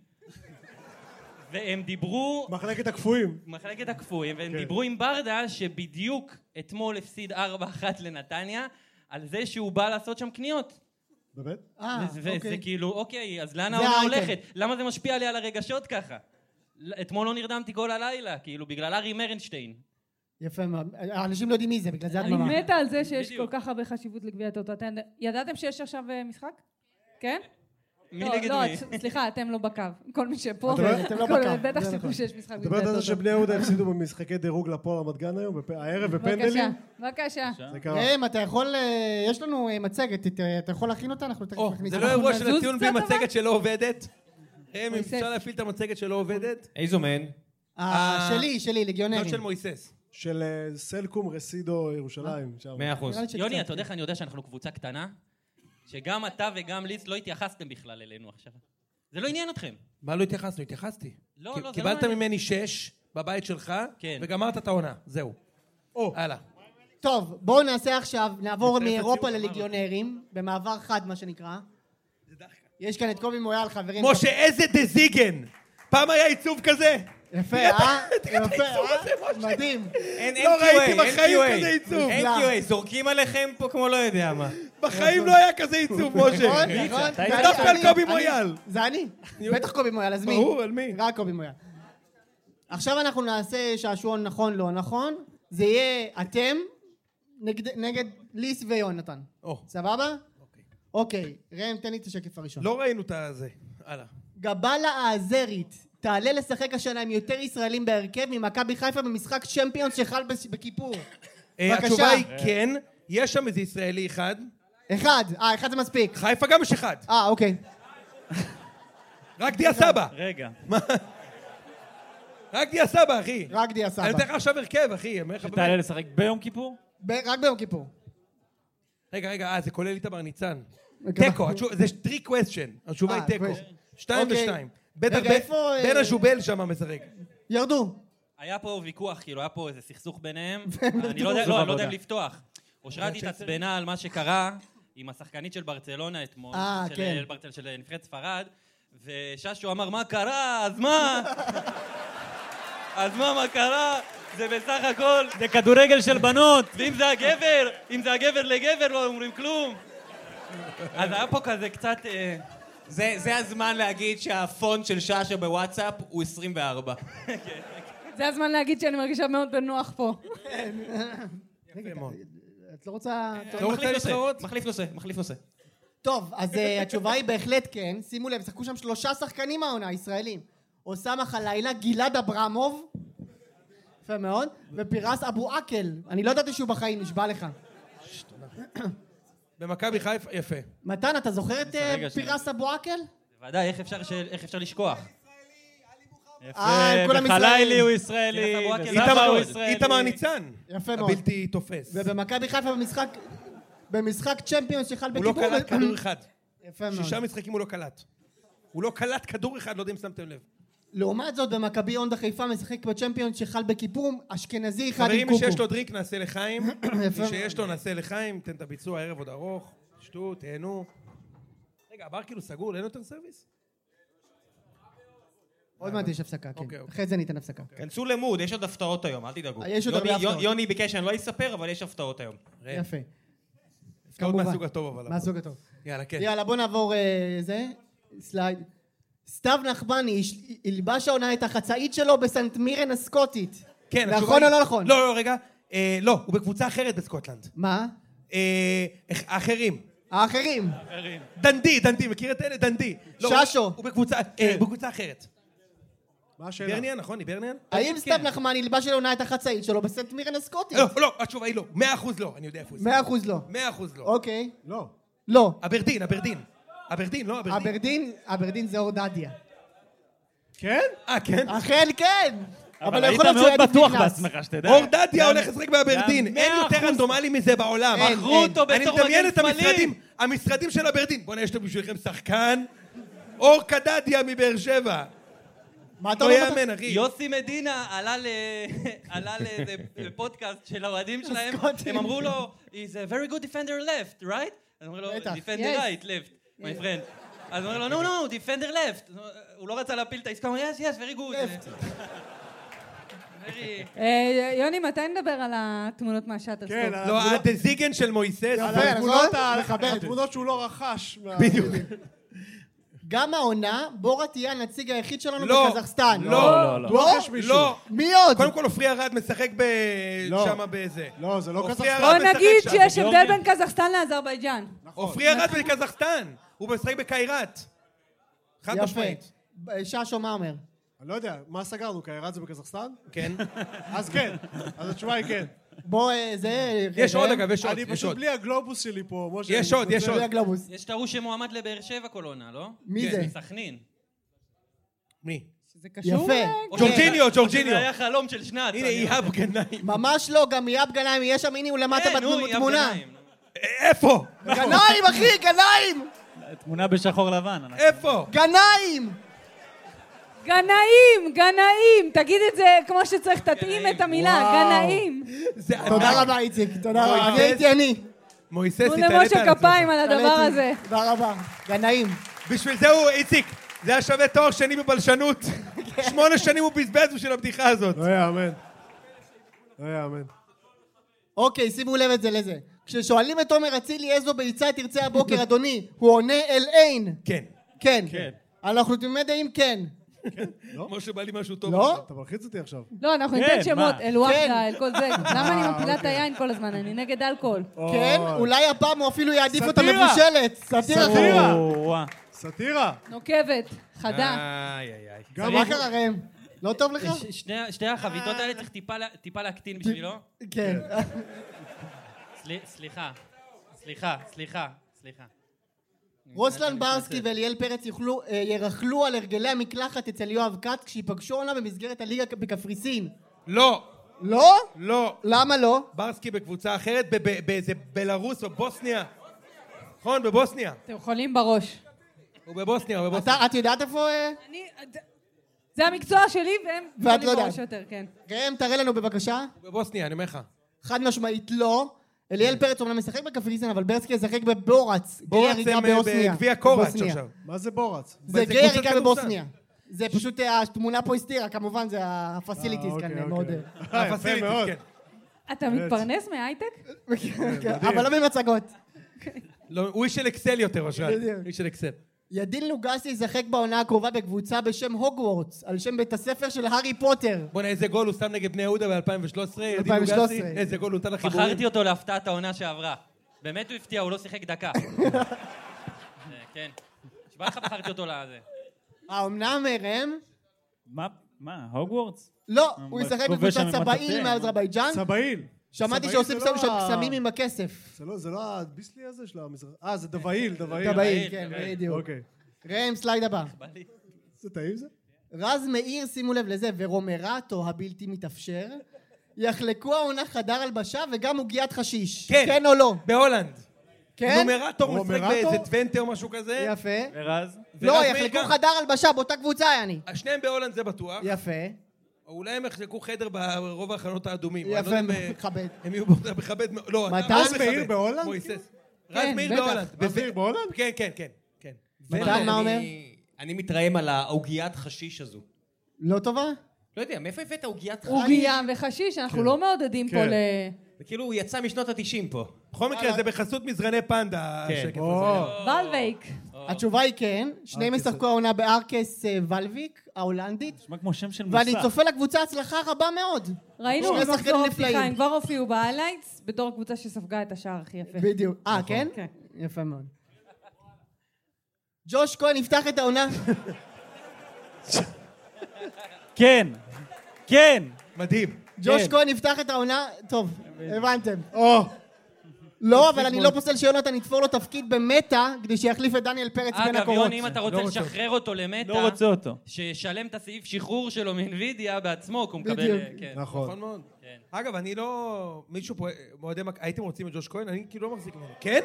[SPEAKER 2] והם דיברו
[SPEAKER 6] מחלקת הקפואים.
[SPEAKER 2] מחלקת הקפואים, והם
[SPEAKER 6] כן.
[SPEAKER 2] דיברו עם ברדה שבדיוק אתמול הפסיד 4-1 לנתניה על זה שהוא בא לעשות שם קניות.
[SPEAKER 6] באמת?
[SPEAKER 3] אה,
[SPEAKER 2] וזה- וזה
[SPEAKER 3] אוקיי.
[SPEAKER 2] כאילו, אוקיי, אז לאן
[SPEAKER 3] זה
[SPEAKER 2] העונה
[SPEAKER 3] האייטם.
[SPEAKER 2] הולכת? למה זה משפיע לי על הרגשות ככה? ל- אתמול לא נרדמתי כל הלילה, כאילו, בגלל ארי מרנשטיין.
[SPEAKER 3] יפה מאוד. האנשים לא יודעים מי זה, בגלל זה את ממש.
[SPEAKER 4] אני מתה על זה שיש כל
[SPEAKER 2] בדיוק.
[SPEAKER 4] כך הרבה חשיבות לגביע הטוטו. אתם ידעתם שיש עכשיו אה, משחק? כן?
[SPEAKER 2] מי
[SPEAKER 4] לא,
[SPEAKER 2] נגד
[SPEAKER 4] לא,
[SPEAKER 2] מי?
[SPEAKER 4] את- סליחה, אתם לא בקו. כל מי שפה,
[SPEAKER 6] אתם לא-
[SPEAKER 3] אתם לא
[SPEAKER 4] כל-
[SPEAKER 3] בקו,
[SPEAKER 4] בטח
[SPEAKER 3] זה
[SPEAKER 4] שתדעו
[SPEAKER 3] נכון.
[SPEAKER 4] שיש משחק
[SPEAKER 6] מדברת
[SPEAKER 4] בגביע
[SPEAKER 6] על זה
[SPEAKER 4] הטוטו.
[SPEAKER 6] שבני יהודה הפסידו במשחקי דירוג להפועל רמת גן היום, בפ- הערב
[SPEAKER 4] בבקשה,
[SPEAKER 6] בפנדלים?
[SPEAKER 4] בבקשה.
[SPEAKER 1] אה?
[SPEAKER 6] זה קרה.
[SPEAKER 3] ראם, אתה יכול... אה, יש לנו אה, מצגת, ת- אתה יכול להכין אותה? אנחנו תכף
[SPEAKER 1] או,
[SPEAKER 3] נכניס
[SPEAKER 1] זה
[SPEAKER 3] אותה.
[SPEAKER 1] לא אירוע
[SPEAKER 4] אנחנו
[SPEAKER 1] של
[SPEAKER 4] נזוז
[SPEAKER 1] הציון
[SPEAKER 4] קצת,
[SPEAKER 1] בלי
[SPEAKER 4] אבל?
[SPEAKER 1] מצגת שלא לא עובדת? ראם, אם
[SPEAKER 4] מויסס.
[SPEAKER 1] אפשר להפעיל את המצגת שלא עובדת?
[SPEAKER 5] איזו מהן?
[SPEAKER 3] אה,
[SPEAKER 1] אה,
[SPEAKER 3] שלי, שלי,
[SPEAKER 1] זאת
[SPEAKER 3] ליגיונרים.
[SPEAKER 1] של מויסס.
[SPEAKER 6] של אה, סלקום רסידו ירושלים. שם.
[SPEAKER 5] מאה אחוז.
[SPEAKER 3] נראה לי שקצת. כן.
[SPEAKER 2] יוני, אתה יודע איך אני יודע שאנחנו קבוצה קטנה? שגם אתה וגם ליס לא התייחסתם בכלל אלינו עכשיו. זה לא עניין אתכם.
[SPEAKER 1] מה לא התייחסנו? התייחסתי.
[SPEAKER 2] לא,
[SPEAKER 1] כי-
[SPEAKER 2] לא, זה לא
[SPEAKER 1] קיבלת
[SPEAKER 2] מעניין.
[SPEAKER 1] ממני שש בבית שלך,
[SPEAKER 2] כן.
[SPEAKER 1] וגמרת את העונה. זהו.
[SPEAKER 6] או.
[SPEAKER 1] הלאה.
[SPEAKER 3] טוב, בואו נעשה עכשיו, נעבור
[SPEAKER 1] נצרף
[SPEAKER 3] מאירופה
[SPEAKER 1] לציון, אמרנו.
[SPEAKER 3] לליגיונרים, במעבר חד, מה שנקרא. יש כאן את קובי מויאל, חברים.
[SPEAKER 1] משה, איזה דזיגן! פעם היה עיצוב כזה?
[SPEAKER 3] יפה,
[SPEAKER 1] תראה את
[SPEAKER 3] אה?
[SPEAKER 1] ה- תראה את
[SPEAKER 3] יפה,
[SPEAKER 1] העיצוב
[SPEAKER 3] אה?
[SPEAKER 1] הזה, משה.
[SPEAKER 3] מדהים.
[SPEAKER 5] אין
[SPEAKER 1] לא
[SPEAKER 5] QA,
[SPEAKER 1] ראיתי
[SPEAKER 5] אין
[SPEAKER 1] בחיים
[SPEAKER 5] QA.
[SPEAKER 1] כזה עיצוב.
[SPEAKER 5] אין
[SPEAKER 3] מופלא.
[SPEAKER 5] QA, זורקים עליכם פה כמו לא יודע מה.
[SPEAKER 1] בחיים לא היה כזה עיצוב, משה.
[SPEAKER 3] נכון, נכון.
[SPEAKER 5] אתה היית
[SPEAKER 3] זה
[SPEAKER 1] דווקא
[SPEAKER 3] אני,
[SPEAKER 1] על
[SPEAKER 3] אני,
[SPEAKER 1] קובי
[SPEAKER 3] אני.
[SPEAKER 1] מויאל.
[SPEAKER 3] זה אני. בטח קובי מויאל, אז מי?
[SPEAKER 1] ברור, על מי? אה,
[SPEAKER 3] רק קובי מויאל. עכשיו אנחנו נעשה שעשועון נכון, לא נכון. זה יהיה אתם נגד- נגד ליס ויונתן.
[SPEAKER 1] או.
[SPEAKER 3] סבבה? אוקיי, ראם, תן לי את השקף הראשון.
[SPEAKER 1] לא ראינו את הזה. הלאה.
[SPEAKER 3] גבאלה האזרית תעלה לשחק השנה עם יותר ישראלים בהרכב ממכבי חיפה במשחק צ'מפיונס שחל בש- בכיפור.
[SPEAKER 1] אה,
[SPEAKER 3] בבקשה.
[SPEAKER 1] התשובה היא כן, יש שם איזה ישראלי אחד.
[SPEAKER 3] אחד, אה, אחד זה מספיק.
[SPEAKER 1] חיפה גם יש אחד.
[SPEAKER 3] אה, אוקיי.
[SPEAKER 1] רק דיה סבא.
[SPEAKER 7] רגע.
[SPEAKER 1] רק דיה סבא, אחי.
[SPEAKER 3] רק דיה
[SPEAKER 1] אני
[SPEAKER 3] סבא.
[SPEAKER 1] נותן לך עכשיו הרכב, אחי. אני אומר לך באמת.
[SPEAKER 7] תעלה לשחק ביום כיפור?
[SPEAKER 3] ב- רק ביום כיפור.
[SPEAKER 1] רגע, רגע, אה, זה כולל איתמר ניצן.
[SPEAKER 3] אוקיי.
[SPEAKER 1] תיקו, התשוב- זה טרי קווסטשן, התשובה
[SPEAKER 3] אה,
[SPEAKER 1] היא תיקו.
[SPEAKER 3] question.
[SPEAKER 1] שתיים
[SPEAKER 3] אוקיי.
[SPEAKER 1] ושתיים. בטח
[SPEAKER 3] רגע,
[SPEAKER 1] ב-
[SPEAKER 3] איפה, אה,
[SPEAKER 1] בן הז'ובל שם משחק.
[SPEAKER 3] ירדו.
[SPEAKER 2] היה פה ויכוח, כאילו, היה פה איזה סכסוך ביניהם. אני לא יודע,
[SPEAKER 7] זו
[SPEAKER 2] לא, אני לא יודע
[SPEAKER 7] עבודה.
[SPEAKER 2] אם לפתוח. אושרת התעצבנה על מה שקרה עם השחקנית של ברצלונה אתמול.
[SPEAKER 3] אה,
[SPEAKER 2] של-
[SPEAKER 3] כן.
[SPEAKER 2] ברצל- של נבחרת ספרד, וששו אמר, מה קרה? אז מה? אז מה, מה קרה? זה בסך הכל...
[SPEAKER 7] זה כדורגל של בנות!
[SPEAKER 2] ואם זה הגבר, אם זה הגבר לגבר, לא אומרים כלום. אז היה פה כזה קצת... אה,
[SPEAKER 5] זה זה הזמן להגיד שהפונט של שאשא בוואטסאפ הוא 24.
[SPEAKER 4] זה הזמן להגיד שאני מרגישה מאוד בנוח פה.
[SPEAKER 1] יפה מאוד.
[SPEAKER 3] את לא רוצה... טוב.
[SPEAKER 1] לא רוצה
[SPEAKER 5] מחליף נושא,
[SPEAKER 1] להתחרות?
[SPEAKER 5] מחליף נושא, מחליף נושא.
[SPEAKER 3] טוב, אז אה, התשובה היא בהחלט כן. שימו לב, שחקו שם שלושה שחקנים העונה, ישראלים. אוסאמה חלילה, גלעד אברמוב, יפה מאוד, ופירס אבו עקל. אני לא ידעתי שהוא בחיים, נשבע לך.
[SPEAKER 1] במכבי חיפה, יפה.
[SPEAKER 3] מתן, אתה זוכר את אה,
[SPEAKER 7] רגע, שנייה.
[SPEAKER 3] פירס אבו עקל?
[SPEAKER 2] בוודאי, איך אפשר ש- איך אפשר לשכוח?
[SPEAKER 3] אה, הם כולם
[SPEAKER 7] וחלילי
[SPEAKER 3] ישראלים.
[SPEAKER 7] הוא ישראלי,
[SPEAKER 2] סילס אבו
[SPEAKER 1] כן,
[SPEAKER 2] עקל.
[SPEAKER 7] וסבא כן, הוא
[SPEAKER 1] איתמר-
[SPEAKER 7] ישראלי.
[SPEAKER 1] איתמר ניצן.
[SPEAKER 3] יפה מאוד.
[SPEAKER 1] הבלתי תופס.
[SPEAKER 3] ובמכבי חיפה במשחק במשחק צ'מפיונס שחל
[SPEAKER 1] הוא לא
[SPEAKER 3] בקיבור.
[SPEAKER 1] קלט כדור אחד.
[SPEAKER 3] יפה מאוד.
[SPEAKER 1] שישה משחקים הוא לא קלט. הוא לא קלט כדור אחד, לא יודע אם שמתם לב.
[SPEAKER 3] לעומת זאת, במכבי הונדה חיפה משחק בצ'מפיונס שחל בקיפור, אשכנזי אחד עם
[SPEAKER 1] חברים, מי
[SPEAKER 3] קוקו.
[SPEAKER 1] שיש לו דרינק נעשה לחיים.
[SPEAKER 3] יפה
[SPEAKER 1] מי שיש לו נעשה לחיים, תן את הביצוע, הערב עוד ארוך. שתו, תהנו. רגע, הבר כאילו סגור, אין יותר סרוויס?
[SPEAKER 3] עוד מעט יש הפסקה,
[SPEAKER 1] אוקיי,
[SPEAKER 3] כן.
[SPEAKER 1] אוקיי.
[SPEAKER 3] אחרי זה ניתן הפסקה.
[SPEAKER 5] כנסו למוד, יש עוד הפתעות היום, אל תדאגו.
[SPEAKER 3] יש עוד
[SPEAKER 5] יוני-
[SPEAKER 3] הרבה הפתעות.
[SPEAKER 5] יוני ביקש שאני לא אספר, אבל יש הפתעות היום.
[SPEAKER 3] יפה.
[SPEAKER 1] הפתעות
[SPEAKER 3] כמובן.
[SPEAKER 1] מהסוג הטוב, אבל.
[SPEAKER 3] מהסוג הטוב.
[SPEAKER 1] יאללה, כן.
[SPEAKER 3] יאללה, בוא נעבור אה, זה, סלייד. סתיו נחמני הש- הלבש העונה את החצאית שלו בסנט מירן הסקוטית.
[SPEAKER 1] כן,
[SPEAKER 3] נכון
[SPEAKER 1] התשובה
[SPEAKER 3] או
[SPEAKER 1] היא-
[SPEAKER 3] לא נכון?
[SPEAKER 1] לא, לא, רגע. אה, לא, הוא בקבוצה אחרת בסקוטלנד.
[SPEAKER 3] מה?
[SPEAKER 1] אה, אח- האחרים.
[SPEAKER 3] האחרים.
[SPEAKER 1] דנדי, דנדי, מכיר את אלה? דנדי. לא,
[SPEAKER 3] ששו. כן.
[SPEAKER 1] הוא- הוא בקבוצה אה, הוא בקבוצה אחרת.
[SPEAKER 6] מה השאלה?
[SPEAKER 1] ברניאן, נכון? היא ברניאן?
[SPEAKER 3] האם סתיו נחמני הלבש העונה את החצאית שלו בסנט מירן הסקוטית?
[SPEAKER 1] לא, לא, התשובה היא לא. מאה אחוז לא, אני יודע איפה הוא.
[SPEAKER 3] מאה אחוז לא.
[SPEAKER 1] מאה אחוז לא.
[SPEAKER 3] אוקיי.
[SPEAKER 6] לא.
[SPEAKER 3] לא.
[SPEAKER 1] אברדין, אברדין. אברדין, לא אברדין.
[SPEAKER 3] אברדין, אברדין זה אורדדיה.
[SPEAKER 1] כן? אה, כן?
[SPEAKER 3] אכן כן!
[SPEAKER 7] אבל
[SPEAKER 3] לא
[SPEAKER 7] היית
[SPEAKER 3] יכול להיות שהוא
[SPEAKER 7] מאוד
[SPEAKER 3] היה נביא
[SPEAKER 7] בטוח
[SPEAKER 3] קלאס.
[SPEAKER 7] בעצמך,
[SPEAKER 3] אה,
[SPEAKER 7] שתדע.
[SPEAKER 1] אור דדיה הולך לשחק באברדין.
[SPEAKER 7] גם
[SPEAKER 1] אין
[SPEAKER 7] מאה
[SPEAKER 1] יותר
[SPEAKER 7] אחוז.
[SPEAKER 1] רנדומלי מזה בעולם.
[SPEAKER 3] אין,
[SPEAKER 2] מכרו
[SPEAKER 3] אין.
[SPEAKER 2] אותו
[SPEAKER 1] אני
[SPEAKER 2] בתור
[SPEAKER 1] מדמיין
[SPEAKER 2] מגן
[SPEAKER 1] את
[SPEAKER 2] שמאלי.
[SPEAKER 1] המשרדים. המשרדים של אברדין. בואנה, יש לי בשבילכם שחקן. אור קדדיה מבאר שבע.
[SPEAKER 3] מה אתה
[SPEAKER 1] לא
[SPEAKER 3] אומר?
[SPEAKER 1] יאמן, אחי.
[SPEAKER 2] יוסי מדינה עלה ל- עלה לאיזה פודקאסט של האוהדים שלהם,
[SPEAKER 3] הסקוטים.
[SPEAKER 2] הם אמרו לו, he's a very good defender left, right? אז אמרו לו,
[SPEAKER 3] בטח.
[SPEAKER 2] defender
[SPEAKER 3] Yes.
[SPEAKER 2] right, left, my friend. אז אמרו לו, no, no, defender left. הוא לא רצה להפיל את העסקה, הוא אמר, yes, yes, very good. Very-
[SPEAKER 4] אה, יוני, מתי נדבר על התמונות מהשאטר
[SPEAKER 6] כן,
[SPEAKER 4] סטוק?
[SPEAKER 1] לא,
[SPEAKER 6] התמונות-
[SPEAKER 1] הדזיגן של מויסס.
[SPEAKER 3] יפה.
[SPEAKER 6] התמונות
[SPEAKER 3] נכון?
[SPEAKER 6] ה-
[SPEAKER 3] מכבד.
[SPEAKER 6] התמונות שהוא לא רכש. מה-
[SPEAKER 1] בדיוק.
[SPEAKER 3] גם העונה, בורה תהיה הנציג היחיד שלנו
[SPEAKER 1] לא.
[SPEAKER 3] בקזחסטן.
[SPEAKER 1] לא,
[SPEAKER 7] לא, לא.
[SPEAKER 6] הוא
[SPEAKER 3] לא?
[SPEAKER 6] רכש מישהו.
[SPEAKER 1] לא.
[SPEAKER 3] מי עוד?
[SPEAKER 1] קודם כל עופרי ארד משחק ב-
[SPEAKER 6] לא.
[SPEAKER 1] שמה בזה.
[SPEAKER 6] לא, זה לא
[SPEAKER 1] עופרי
[SPEAKER 6] קזחסטן.
[SPEAKER 1] ארד
[SPEAKER 4] בוא
[SPEAKER 1] משחק
[SPEAKER 4] נגיד
[SPEAKER 1] שם.
[SPEAKER 4] שיש הבדל
[SPEAKER 7] גיאורגיה.
[SPEAKER 4] בין קזחסטן לאזרבייג'אן.
[SPEAKER 1] עופרי ארד בקזחסטן. הוא משחק בקיירת. חד משמעית.
[SPEAKER 3] יפה. אה, ששו, מה אומר?
[SPEAKER 6] אני לא יודע, מה סגרנו? קיירת זה בקזחסטן?
[SPEAKER 1] כן.
[SPEAKER 6] אז כן. אז התשובה היא כן.
[SPEAKER 3] בוא, אה, זה... לא
[SPEAKER 1] יש
[SPEAKER 3] ראם.
[SPEAKER 1] עוד אגב, יש עוד.
[SPEAKER 6] אני
[SPEAKER 1] יש
[SPEAKER 6] פשוט
[SPEAKER 1] עוד.
[SPEAKER 6] בלי הגלובוס שלי פה, משה.
[SPEAKER 1] יש
[SPEAKER 6] אני
[SPEAKER 1] עוד,
[SPEAKER 6] מתנצל.
[SPEAKER 1] יש עוד.
[SPEAKER 3] בלי הגלובוס.
[SPEAKER 2] יש את ההוא שמועמד לבאר שבע כל עונה, לא?
[SPEAKER 1] כן.
[SPEAKER 3] מי זה?
[SPEAKER 2] סכנין.
[SPEAKER 1] מי?
[SPEAKER 4] שזה קשור?
[SPEAKER 3] יפה.
[SPEAKER 4] ל-
[SPEAKER 2] או
[SPEAKER 1] ג'ורג'יניו,
[SPEAKER 2] שזה- או
[SPEAKER 1] ג'ורג'יניו.
[SPEAKER 2] שזה אוקיי. היה חלום של שנת.
[SPEAKER 1] הנה,
[SPEAKER 2] אני יודע.
[SPEAKER 1] איהאב גנאים.
[SPEAKER 3] ממש לא, גם יאב גנאים יהיה שם, הנה הוא
[SPEAKER 1] אה,
[SPEAKER 3] למטה
[SPEAKER 2] כן, הוא, יאב
[SPEAKER 3] בתמונה.
[SPEAKER 2] גנאים.
[SPEAKER 1] איפה?
[SPEAKER 3] גנאים, אחי, גנאים!
[SPEAKER 7] תמונה בשחור לבן. אנחנו-
[SPEAKER 3] אה,
[SPEAKER 1] איפה?
[SPEAKER 3] גנאים!
[SPEAKER 4] גנאים, גנאים. תגיד את זה כמו שצריך, תתאים
[SPEAKER 2] גנאים.
[SPEAKER 4] את המילה,
[SPEAKER 3] וואו.
[SPEAKER 4] גנאים.
[SPEAKER 1] זה
[SPEAKER 3] תודה
[SPEAKER 1] ענק.
[SPEAKER 3] רבה, איציק, תודה
[SPEAKER 1] אוי,
[SPEAKER 3] רבה. אני
[SPEAKER 1] זה-
[SPEAKER 3] הייתי אני.
[SPEAKER 1] מויסס
[SPEAKER 4] תנו
[SPEAKER 1] התעלית על
[SPEAKER 4] למשה
[SPEAKER 1] עצמך.
[SPEAKER 4] כפיים על הדבר
[SPEAKER 3] עליתי.
[SPEAKER 4] הזה.
[SPEAKER 3] תודה רבה. גנאים.
[SPEAKER 1] בשביל זה הוא, איציק, זה היה שווה תואר שני בבלשנות.
[SPEAKER 3] כן.
[SPEAKER 1] שמונה שנים הוא בזבז בשביל הבדיחה הזאת.
[SPEAKER 6] לא יאמן. לא יאמן.
[SPEAKER 3] אוקיי, שימו לב את זה לזה. כששואלים את תומר אצילי איזו ביצה תרצה הבוקר, אדוני, הוא עונה אל אין.
[SPEAKER 1] כן.
[SPEAKER 3] כן.
[SPEAKER 7] כן.
[SPEAKER 3] אנחנו תמימי דעים כן.
[SPEAKER 1] משה בא לי משהו טוב.
[SPEAKER 3] לא?
[SPEAKER 6] אתה מלחיץ אותי עכשיו.
[SPEAKER 4] לא, אנחנו
[SPEAKER 7] כן,
[SPEAKER 4] ניתן שמות,
[SPEAKER 7] מה?
[SPEAKER 4] אל
[SPEAKER 3] כן. אה, אוקיי.
[SPEAKER 4] וואחדה, אל כל זה. למה אני מפילה את היין כל הזמן? אני נגד אלכוהול.
[SPEAKER 3] כן? אולי הפעם הוא אפילו יעדיף אותה
[SPEAKER 6] סאטירה.
[SPEAKER 3] מבושלת. סאטירה.
[SPEAKER 6] סאטירה.
[SPEAKER 3] חביבי.
[SPEAKER 7] או, וואה.
[SPEAKER 6] סאטירה.
[SPEAKER 4] נוקבת,
[SPEAKER 3] אה.
[SPEAKER 4] חדה.
[SPEAKER 1] איי, איי, איי.
[SPEAKER 6] גם
[SPEAKER 3] מה
[SPEAKER 6] הוא-
[SPEAKER 3] קרה ראם? לא טוב לך?
[SPEAKER 2] ש- שני- שתי החביתות האלה צריך טיפה לה- טיפה להקטין בשבילו.
[SPEAKER 3] כן.
[SPEAKER 2] סלי- סליחה, סליחה, סליחה, סליחה.
[SPEAKER 3] רוסלן ברסקי
[SPEAKER 1] כן.
[SPEAKER 3] ואליאל פרץ יוכלו- אה, ירכלו על הרגלי המקלחת אצל יואב כץ כשיפגשו עונה במסגרת הליגה בקפריסין.
[SPEAKER 1] לא,
[SPEAKER 3] לא?
[SPEAKER 1] לא.
[SPEAKER 3] למה לא?
[SPEAKER 1] ברסקי בקבוצה אחרת, בב- ב- באיזה בלרוס או בוסניה. נכון, בבוסניה.
[SPEAKER 4] אתם חולים בראש.
[SPEAKER 1] הוא בבוסניה, הוא בבוסניה.
[SPEAKER 3] אתה- את יודעת איפה... אה?
[SPEAKER 4] אני... זה המקצוע שלי, והם
[SPEAKER 3] ואת לא
[SPEAKER 4] חולים
[SPEAKER 3] יודעת.
[SPEAKER 4] בראש יותר, כן.
[SPEAKER 3] ראם, תראה לנו בבקשה.
[SPEAKER 1] הוא בבוסניה, אני אומר לך.
[SPEAKER 3] חד משמעית לא. אליאל פרץ אומנם משחק בקפריסין, אבל ברסקי ישחק בבורץ. גיא
[SPEAKER 1] כן. בורץ
[SPEAKER 3] הריגה
[SPEAKER 1] הם
[SPEAKER 3] באוסניה.
[SPEAKER 1] אה, בגביע קורץ'
[SPEAKER 3] בבוסניה.
[SPEAKER 1] עכשיו.
[SPEAKER 6] מה זה בורץ?
[SPEAKER 3] זה
[SPEAKER 1] זה
[SPEAKER 3] גיא
[SPEAKER 1] קבוצת
[SPEAKER 3] הריגה
[SPEAKER 1] כדורסל.
[SPEAKER 3] בבוסניה. זה פשוט, אה, התמונה פה הסתירה, כמובן, זה הפסיליטיז
[SPEAKER 6] אה,
[SPEAKER 3] כאן,
[SPEAKER 6] אוקיי,
[SPEAKER 3] מאוד...
[SPEAKER 6] אוקיי.
[SPEAKER 3] אה,
[SPEAKER 6] אה, יפה
[SPEAKER 1] הפסיליטיז,
[SPEAKER 6] מאוד.
[SPEAKER 1] כן.
[SPEAKER 4] אתה מתפרנס מהייטק?
[SPEAKER 3] אבל לא במצגות.
[SPEAKER 1] לא, הוא איש של אקסל יותר, אושרת.
[SPEAKER 3] בדיוק.
[SPEAKER 1] איש של אקסל.
[SPEAKER 3] ידין לוגסי ישחק בעונה הקרובה בקבוצה בשם הוגוורטס, על שם בית הספר של הארי פוטר.
[SPEAKER 1] בואנה, איזה גול הוא שם נגד בני יהודה ב-2013.
[SPEAKER 3] 2013.
[SPEAKER 1] איזה גול הוא נתן לחיבורים.
[SPEAKER 2] בחרתי אותו להפתעת העונה שעברה. באמת הוא הפתיע, הוא לא שיחק דקה. אה, כן. נשבע לך בחרתי אותו לזה.
[SPEAKER 3] האומנם אה, ראם?
[SPEAKER 7] מה? מה? הוגוורטס?
[SPEAKER 3] לא, הוא ישחק
[SPEAKER 7] גובה
[SPEAKER 3] בקבוצת
[SPEAKER 7] שם עם
[SPEAKER 3] סבאיל
[SPEAKER 7] מטאטא.
[SPEAKER 3] מאזרבייג'אן.
[SPEAKER 6] סבאיל.
[SPEAKER 3] שמעתי
[SPEAKER 6] סבאיל
[SPEAKER 3] שעושים
[SPEAKER 6] זה
[SPEAKER 3] שם
[SPEAKER 6] לא ה-
[SPEAKER 3] סמים עם הכסף.
[SPEAKER 6] זה לא, זה לא הביסלי הזה של המזרח... אה, זה דבאיל,
[SPEAKER 3] טבעי,
[SPEAKER 6] דבאיל.
[SPEAKER 2] דבעי,
[SPEAKER 3] כן,
[SPEAKER 2] דבעי.
[SPEAKER 3] בדיוק.
[SPEAKER 6] אוקיי.
[SPEAKER 3] ראם, סלייד הבא.
[SPEAKER 2] בא לי.
[SPEAKER 6] זה טעים זה?
[SPEAKER 3] רז מאיר, שימו לב לזה, ורומרטו הבלתי מתאפשר, יחלקו העונה חדר הלבשה וגם עוגיית חשיש.
[SPEAKER 1] כן.
[SPEAKER 3] כן או לא?
[SPEAKER 1] בהולנד.
[SPEAKER 3] כן?
[SPEAKER 1] נומרטור משחק
[SPEAKER 6] נומרטור?
[SPEAKER 1] באיזה טוונטר משהו כזה.
[SPEAKER 3] יפה.
[SPEAKER 7] ורז?
[SPEAKER 1] ואז
[SPEAKER 3] לא,
[SPEAKER 1] מאיר
[SPEAKER 3] יחלקו
[SPEAKER 1] גם- אה.
[SPEAKER 3] חדר הלבשה באותה קבוצה, יעני.
[SPEAKER 1] שניהם בהולנד זה בטוח.
[SPEAKER 3] יפה.
[SPEAKER 1] או אולי הם יחזקו חדר ברוב ההכנות האדומים. אני לא
[SPEAKER 3] יפה,
[SPEAKER 1] יודע אם-
[SPEAKER 3] מכבד.
[SPEAKER 1] הם יהיו באותה מכבד מאוד. לא,
[SPEAKER 3] מתי?
[SPEAKER 1] אתה
[SPEAKER 3] רז
[SPEAKER 1] מכבד.
[SPEAKER 6] מאיר בהולנד?
[SPEAKER 1] מויסס. רז
[SPEAKER 4] כן,
[SPEAKER 1] מאיר
[SPEAKER 4] בטח.
[SPEAKER 1] בהולנד.
[SPEAKER 6] רז
[SPEAKER 1] וזה-
[SPEAKER 6] מאיר בהולנד?
[SPEAKER 1] כן, כן, כן. כן.
[SPEAKER 3] מתן, מה אומר?
[SPEAKER 5] אני מתרעם על העוגיית חשיש הזו.
[SPEAKER 3] לא טובה?
[SPEAKER 5] לא יודע, מאיפה הבאת עוגיית חשיש?
[SPEAKER 4] עוגיה וחשיש, אנחנו לא מעודדים פה
[SPEAKER 6] כן.
[SPEAKER 4] ל...
[SPEAKER 5] זה כאילו הוא יצא משנות התשעים פה.
[SPEAKER 1] בכל מקרה, זה בחסות מזרני פנדה,
[SPEAKER 5] כן.
[SPEAKER 1] השקף
[SPEAKER 6] או,
[SPEAKER 1] הזה.
[SPEAKER 4] ולווייק.
[SPEAKER 3] התשובה היא כן. שניהם ישחקו העונה בארקס אה, ולוויק, ההולנדית,
[SPEAKER 7] נשמע כמו שם של
[SPEAKER 3] ואני
[SPEAKER 7] מוסך.
[SPEAKER 3] צופה לקבוצה הצלחה רבה מאוד.
[SPEAKER 4] ראינו
[SPEAKER 3] לא. שני שחקנים
[SPEAKER 4] במחזור הפתיחה,
[SPEAKER 3] נפלאים.
[SPEAKER 4] הם כבר הופיעו בהיילייטס בתור קבוצה שספגה את השער הכי יפה.
[SPEAKER 3] בדיוק. אה, כן?
[SPEAKER 4] כן.
[SPEAKER 3] יפה מאוד. ג'וש כהן יפתח את העונה.
[SPEAKER 7] כן, כן.
[SPEAKER 1] מדהים.
[SPEAKER 3] ג'וש
[SPEAKER 7] כן.
[SPEAKER 3] כהן יפתח את העונה. טוב, הבנתם.
[SPEAKER 6] או,
[SPEAKER 3] לא, אבל אני לא פוסל שיונתן יתפור לו תפקיד במטה, כדי שיחליף את דניאל פרץ בין
[SPEAKER 2] אגב,
[SPEAKER 3] הקורות.
[SPEAKER 2] יוני, אם אתה רוצה לשחרר אותו למטה,
[SPEAKER 7] לא רוצה אותו.
[SPEAKER 2] שישלם את הסעיף שחרור שלו מאינווידיה בעצמו, כי הוא מקבל...
[SPEAKER 3] בדיוק.
[SPEAKER 2] אה, כן.
[SPEAKER 6] נכון.
[SPEAKER 1] נכון מאוד.
[SPEAKER 7] כן.
[SPEAKER 1] אגב, אני לא... מישהו פה... מועדי מק... הייתם רוצים את ג'וש כהן? אני כאילו לא מחזיק ממנו. כן?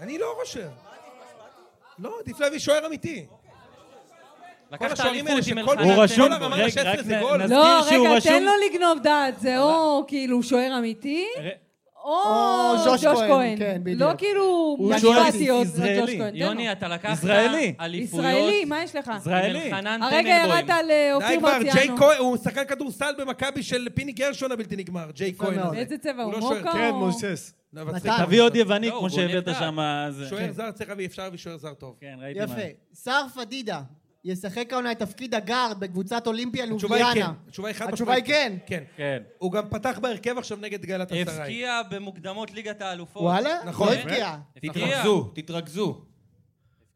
[SPEAKER 1] אני לא חושב. לא, עדיף להביא שוער אמיתי. כל
[SPEAKER 2] לקחת
[SPEAKER 1] השוערים
[SPEAKER 2] אליפות
[SPEAKER 1] האלה
[SPEAKER 2] עם
[SPEAKER 1] שכל
[SPEAKER 2] אלחנן...
[SPEAKER 7] הוא רשום,
[SPEAKER 1] כל הרמה
[SPEAKER 7] רגע,
[SPEAKER 1] ל-16 זה
[SPEAKER 7] רק
[SPEAKER 1] גול.
[SPEAKER 7] נ- נזכיר
[SPEAKER 4] לא, רגע,
[SPEAKER 7] כאילו שהוא רשום-
[SPEAKER 4] תן לו לגנוב דעת, זה או כאילו שוער אמיתי,
[SPEAKER 7] ר-
[SPEAKER 4] או
[SPEAKER 3] או
[SPEAKER 4] ג'וש כהן.
[SPEAKER 3] כן, בדיוק.
[SPEAKER 4] לא כאילו
[SPEAKER 7] שוער
[SPEAKER 4] משפטיות, זה
[SPEAKER 7] ישראלי.
[SPEAKER 4] ג'וש כהן. תן לו.
[SPEAKER 2] יוני, אתה לקחת
[SPEAKER 7] ישראלי.
[SPEAKER 2] אליפויות...
[SPEAKER 4] ישראלי, מה יש לך?
[SPEAKER 7] ישראלי.
[SPEAKER 2] עם אלחנן
[SPEAKER 4] הרגע ירדת
[SPEAKER 2] טננבוים.
[SPEAKER 4] על
[SPEAKER 1] די
[SPEAKER 4] אופיר
[SPEAKER 1] כבר, ג'יי
[SPEAKER 4] מרציאנו.
[SPEAKER 1] כהן, הוא שחקן כדורסל במכבי של פיני גרשון הבלתי נגמר, ג'יי כהן.
[SPEAKER 3] מאוד.
[SPEAKER 1] הזה.
[SPEAKER 4] איזה צבע
[SPEAKER 1] הוא
[SPEAKER 4] הוא?
[SPEAKER 1] לא שוער,
[SPEAKER 4] מוקה
[SPEAKER 6] כן,
[SPEAKER 4] או-
[SPEAKER 6] מויסס.
[SPEAKER 1] לא, אבל
[SPEAKER 3] מתן.
[SPEAKER 1] זה-
[SPEAKER 7] תביא עוד יווני
[SPEAKER 2] לא, הוא
[SPEAKER 7] כמו
[SPEAKER 2] גונב
[SPEAKER 7] שהבאת
[SPEAKER 2] דעת.
[SPEAKER 7] שם. אה, זה-
[SPEAKER 1] שוער זר צריך להביא, אפשר להביא שוער זר טוב.
[SPEAKER 7] כן, ראיתי מה.
[SPEAKER 3] יפה. סער פדידה ישחק העונה את תפקיד הגארד בקבוצת אולימפיה
[SPEAKER 1] התשובה היא כן.
[SPEAKER 3] לובליאנה.
[SPEAKER 1] התשובה היא חד
[SPEAKER 3] התשובה היא כן.
[SPEAKER 1] כן.
[SPEAKER 7] כן.
[SPEAKER 1] הוא גם פתח בהרכב עכשיו נגד גלת הסריי.
[SPEAKER 2] הבקיע במוקדמות ליגת האלופות.
[SPEAKER 3] וואלה?
[SPEAKER 1] נכון.
[SPEAKER 3] לא הבקיע.
[SPEAKER 2] הבקיע.
[SPEAKER 5] תתרכזו, תתרכזו.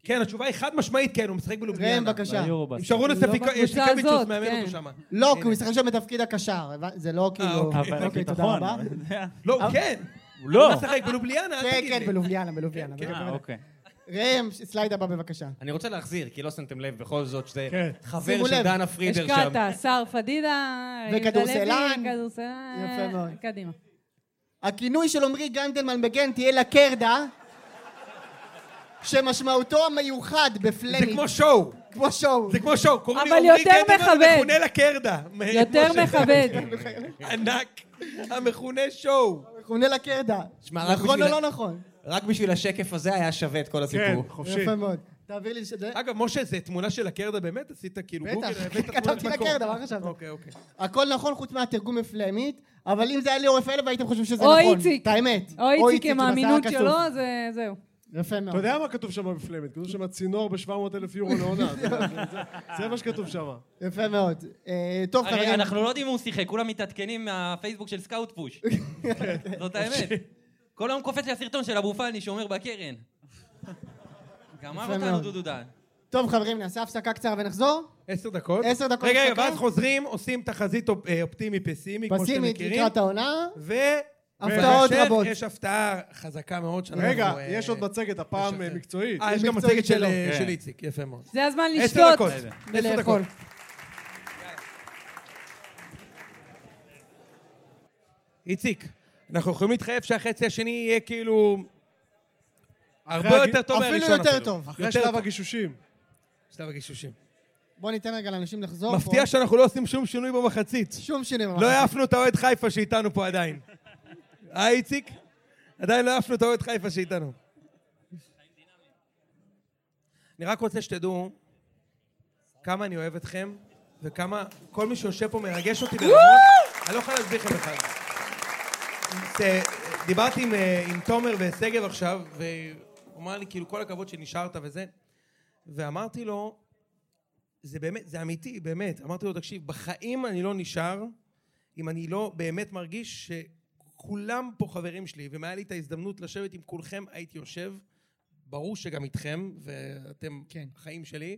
[SPEAKER 1] כן, התשובה היא חד משמעית כן, הוא משחק
[SPEAKER 3] ראם,
[SPEAKER 1] בלובליאנה.
[SPEAKER 3] בבקשה.
[SPEAKER 7] ביורובאס.
[SPEAKER 1] עם שרון
[SPEAKER 4] לא בקבוצה
[SPEAKER 1] סטיקביצ'וס
[SPEAKER 4] הזאת,
[SPEAKER 1] מאמן
[SPEAKER 4] כן.
[SPEAKER 1] אותו שם.
[SPEAKER 3] לא, כי הוא ישחק שם בתפקיד הקשר. הבנ- זה לא כאילו...
[SPEAKER 1] אוקיי.
[SPEAKER 7] אבל
[SPEAKER 3] אוקיי, תודה
[SPEAKER 7] הביטחון,
[SPEAKER 3] רבה.
[SPEAKER 7] נכון, אבל זה היה-
[SPEAKER 1] לא, הוא כן.
[SPEAKER 7] הוא לא.
[SPEAKER 1] הוא משחק בלובליאנה, אל
[SPEAKER 3] כן,
[SPEAKER 1] תגיד
[SPEAKER 3] כן,
[SPEAKER 1] לי.
[SPEAKER 3] בלובליאנה, בלובליאנה.
[SPEAKER 7] אה, אוקיי.
[SPEAKER 3] ראם, סלייד הבא בבקשה.
[SPEAKER 5] אני רוצה להחזיר, כי לא שמתם לב בכל זאת שזה
[SPEAKER 6] כן.
[SPEAKER 5] חבר
[SPEAKER 3] שימו
[SPEAKER 5] של
[SPEAKER 3] לב,
[SPEAKER 5] דנה פרידר שם.
[SPEAKER 4] השקעת, סער פדידה, יהודה
[SPEAKER 3] וכדורסלן.
[SPEAKER 4] לוי, כדורסלן.
[SPEAKER 3] יפה מאוד.
[SPEAKER 4] קדימה.
[SPEAKER 3] הכינוי של עמרי גנדלמן בגן תהיה לקרדה, שמשמעותו המיוחד
[SPEAKER 1] זה
[SPEAKER 3] בפלמית.
[SPEAKER 1] כמו שואו.
[SPEAKER 3] כמו שואו.
[SPEAKER 1] זה כמו שואו. קוראים לי
[SPEAKER 4] אבל
[SPEAKER 1] עמרי
[SPEAKER 4] יותר
[SPEAKER 1] גרטמן,
[SPEAKER 4] מכבד.
[SPEAKER 1] המכונה לקרדה.
[SPEAKER 4] יותר
[SPEAKER 1] כמו ש-
[SPEAKER 4] מכבד.
[SPEAKER 1] ענק. המכונה שואו.
[SPEAKER 3] מכונה לקרדה.
[SPEAKER 5] שמע, רק
[SPEAKER 3] נכון או
[SPEAKER 5] בשביל-
[SPEAKER 3] לא נכון?
[SPEAKER 5] רק בשביל השקף הזה היה שווה את כל
[SPEAKER 6] כן,
[SPEAKER 5] הסיפור.
[SPEAKER 6] חופשי.
[SPEAKER 3] יפה מאוד. תעביר לי שזה...
[SPEAKER 1] אגב, משה, זה תמונה של הקרדה באמת? עשית כאילו
[SPEAKER 3] בטח.
[SPEAKER 1] גוגל? הבאת
[SPEAKER 3] כתבתי
[SPEAKER 1] תמונת מקור.
[SPEAKER 3] לקרדה, מה חשבת?
[SPEAKER 1] אוקיי, אוקיי.
[SPEAKER 3] הכל נכון חוץ מהתרגום בפלמית, אבל אם זה היה ליאור רפאלב הייתם חושבים שזה
[SPEAKER 4] או
[SPEAKER 3] נכון.
[SPEAKER 4] איציק.
[SPEAKER 3] את האמת.
[SPEAKER 4] או איציק עם
[SPEAKER 3] עם השיער
[SPEAKER 4] האמינות
[SPEAKER 3] הכסוף.
[SPEAKER 4] שלו, זה- זהו.
[SPEAKER 3] יפה
[SPEAKER 6] אתה
[SPEAKER 3] מאוד.
[SPEAKER 6] יודע מה כתוב שם בפלמית? כתוב שם צינור ב-700 אלף יורו לעונה. זה- זה- זה מה שכתוב שם.
[SPEAKER 3] יפה מאוד. אה, טוב,
[SPEAKER 2] הרי
[SPEAKER 3] חברים.
[SPEAKER 2] אנחנו לא יודעים אם הוא שיחק, כולם מתעדכנים מהפייסבוק של סקאוט פוש. זאת האמת. כל היום קופץ לי הסרטון של אבו פאני שאומר בקרן. גמר
[SPEAKER 3] יפה
[SPEAKER 2] אותנו
[SPEAKER 3] מאוד.
[SPEAKER 2] דודו דן.
[SPEAKER 3] טוב, חברים, נעשה הפסקה קצרה ונחזור.
[SPEAKER 1] עשר דקות.
[SPEAKER 3] עשר דקות
[SPEAKER 1] רגע, רגע,
[SPEAKER 3] הפסקה.
[SPEAKER 1] ואז חוזרים, עושים תחזית אופ- אה, אופטימי-פסימי, כמו שאתם
[SPEAKER 3] פסימית
[SPEAKER 1] מכירים.
[SPEAKER 3] לקראת העונה.
[SPEAKER 1] ו...
[SPEAKER 3] הפתעות
[SPEAKER 1] ובהמשך
[SPEAKER 3] רבות.
[SPEAKER 1] יש הפתעה חזקה מאוד שאנחנו...
[SPEAKER 6] רגע,
[SPEAKER 1] אה,
[SPEAKER 6] יש עוד מצגת, הפעם אה, מקצועית.
[SPEAKER 1] אה, יש גם
[SPEAKER 3] מקצועית
[SPEAKER 1] מצגת של
[SPEAKER 3] שלו.
[SPEAKER 1] אה,
[SPEAKER 7] כן.
[SPEAKER 1] של איציק, יפה מאוד.
[SPEAKER 4] זה הזמן
[SPEAKER 1] עשר
[SPEAKER 4] לשתות
[SPEAKER 1] דקות. עשר דקות.
[SPEAKER 4] ולאכול.
[SPEAKER 1] איציק, אנחנו יכולים להתחייב שהחצי השני יהיה כאילו... הרבה
[SPEAKER 6] אחרי הג-
[SPEAKER 1] יותר טוב מהראשון
[SPEAKER 3] אפילו
[SPEAKER 1] אפילו.
[SPEAKER 3] יותר טוב.
[SPEAKER 6] אחרי
[SPEAKER 1] יותר
[SPEAKER 6] שלב
[SPEAKER 1] טוב.
[SPEAKER 6] הגישושים.
[SPEAKER 1] שלב הגישושים.
[SPEAKER 3] בוא ניתן רגע לאנשים לחזור.
[SPEAKER 1] מפתיע
[SPEAKER 3] פה.
[SPEAKER 1] שאנחנו לא עושים שום שינוי במחצית.
[SPEAKER 3] שום שינוי. ממש.
[SPEAKER 1] לא העפנו את האוהד חיפה שאיתנו פה עדיין. אה, איציק? עדיין לא העפנו את האוהד חיפה שאיתנו. אני רק רוצה שתדעו כמה אני אוהב אתכם, וכמה כל מי שיושב פה מרגש אותי ברמות. אני לא יכול להסביר לכם בכלל. זה- דיברתי עם, אה, עם תומר ושגב עכשיו, והוא אמר לי, כאילו, כל הכבוד שנשארת וזה. ואמרתי לו, זה באמת, זה אמיתי, באמת. אמרתי לו, תקשיב, בחיים אני לא נשאר אם אני לא באמת מרגיש שכולם פה חברים שלי, ואם היה לי את ההזדמנות לשבת עם כולכם, הייתי יושב. ברור שגם איתכם, ואתם
[SPEAKER 3] כן.
[SPEAKER 1] כן. חיים שלי.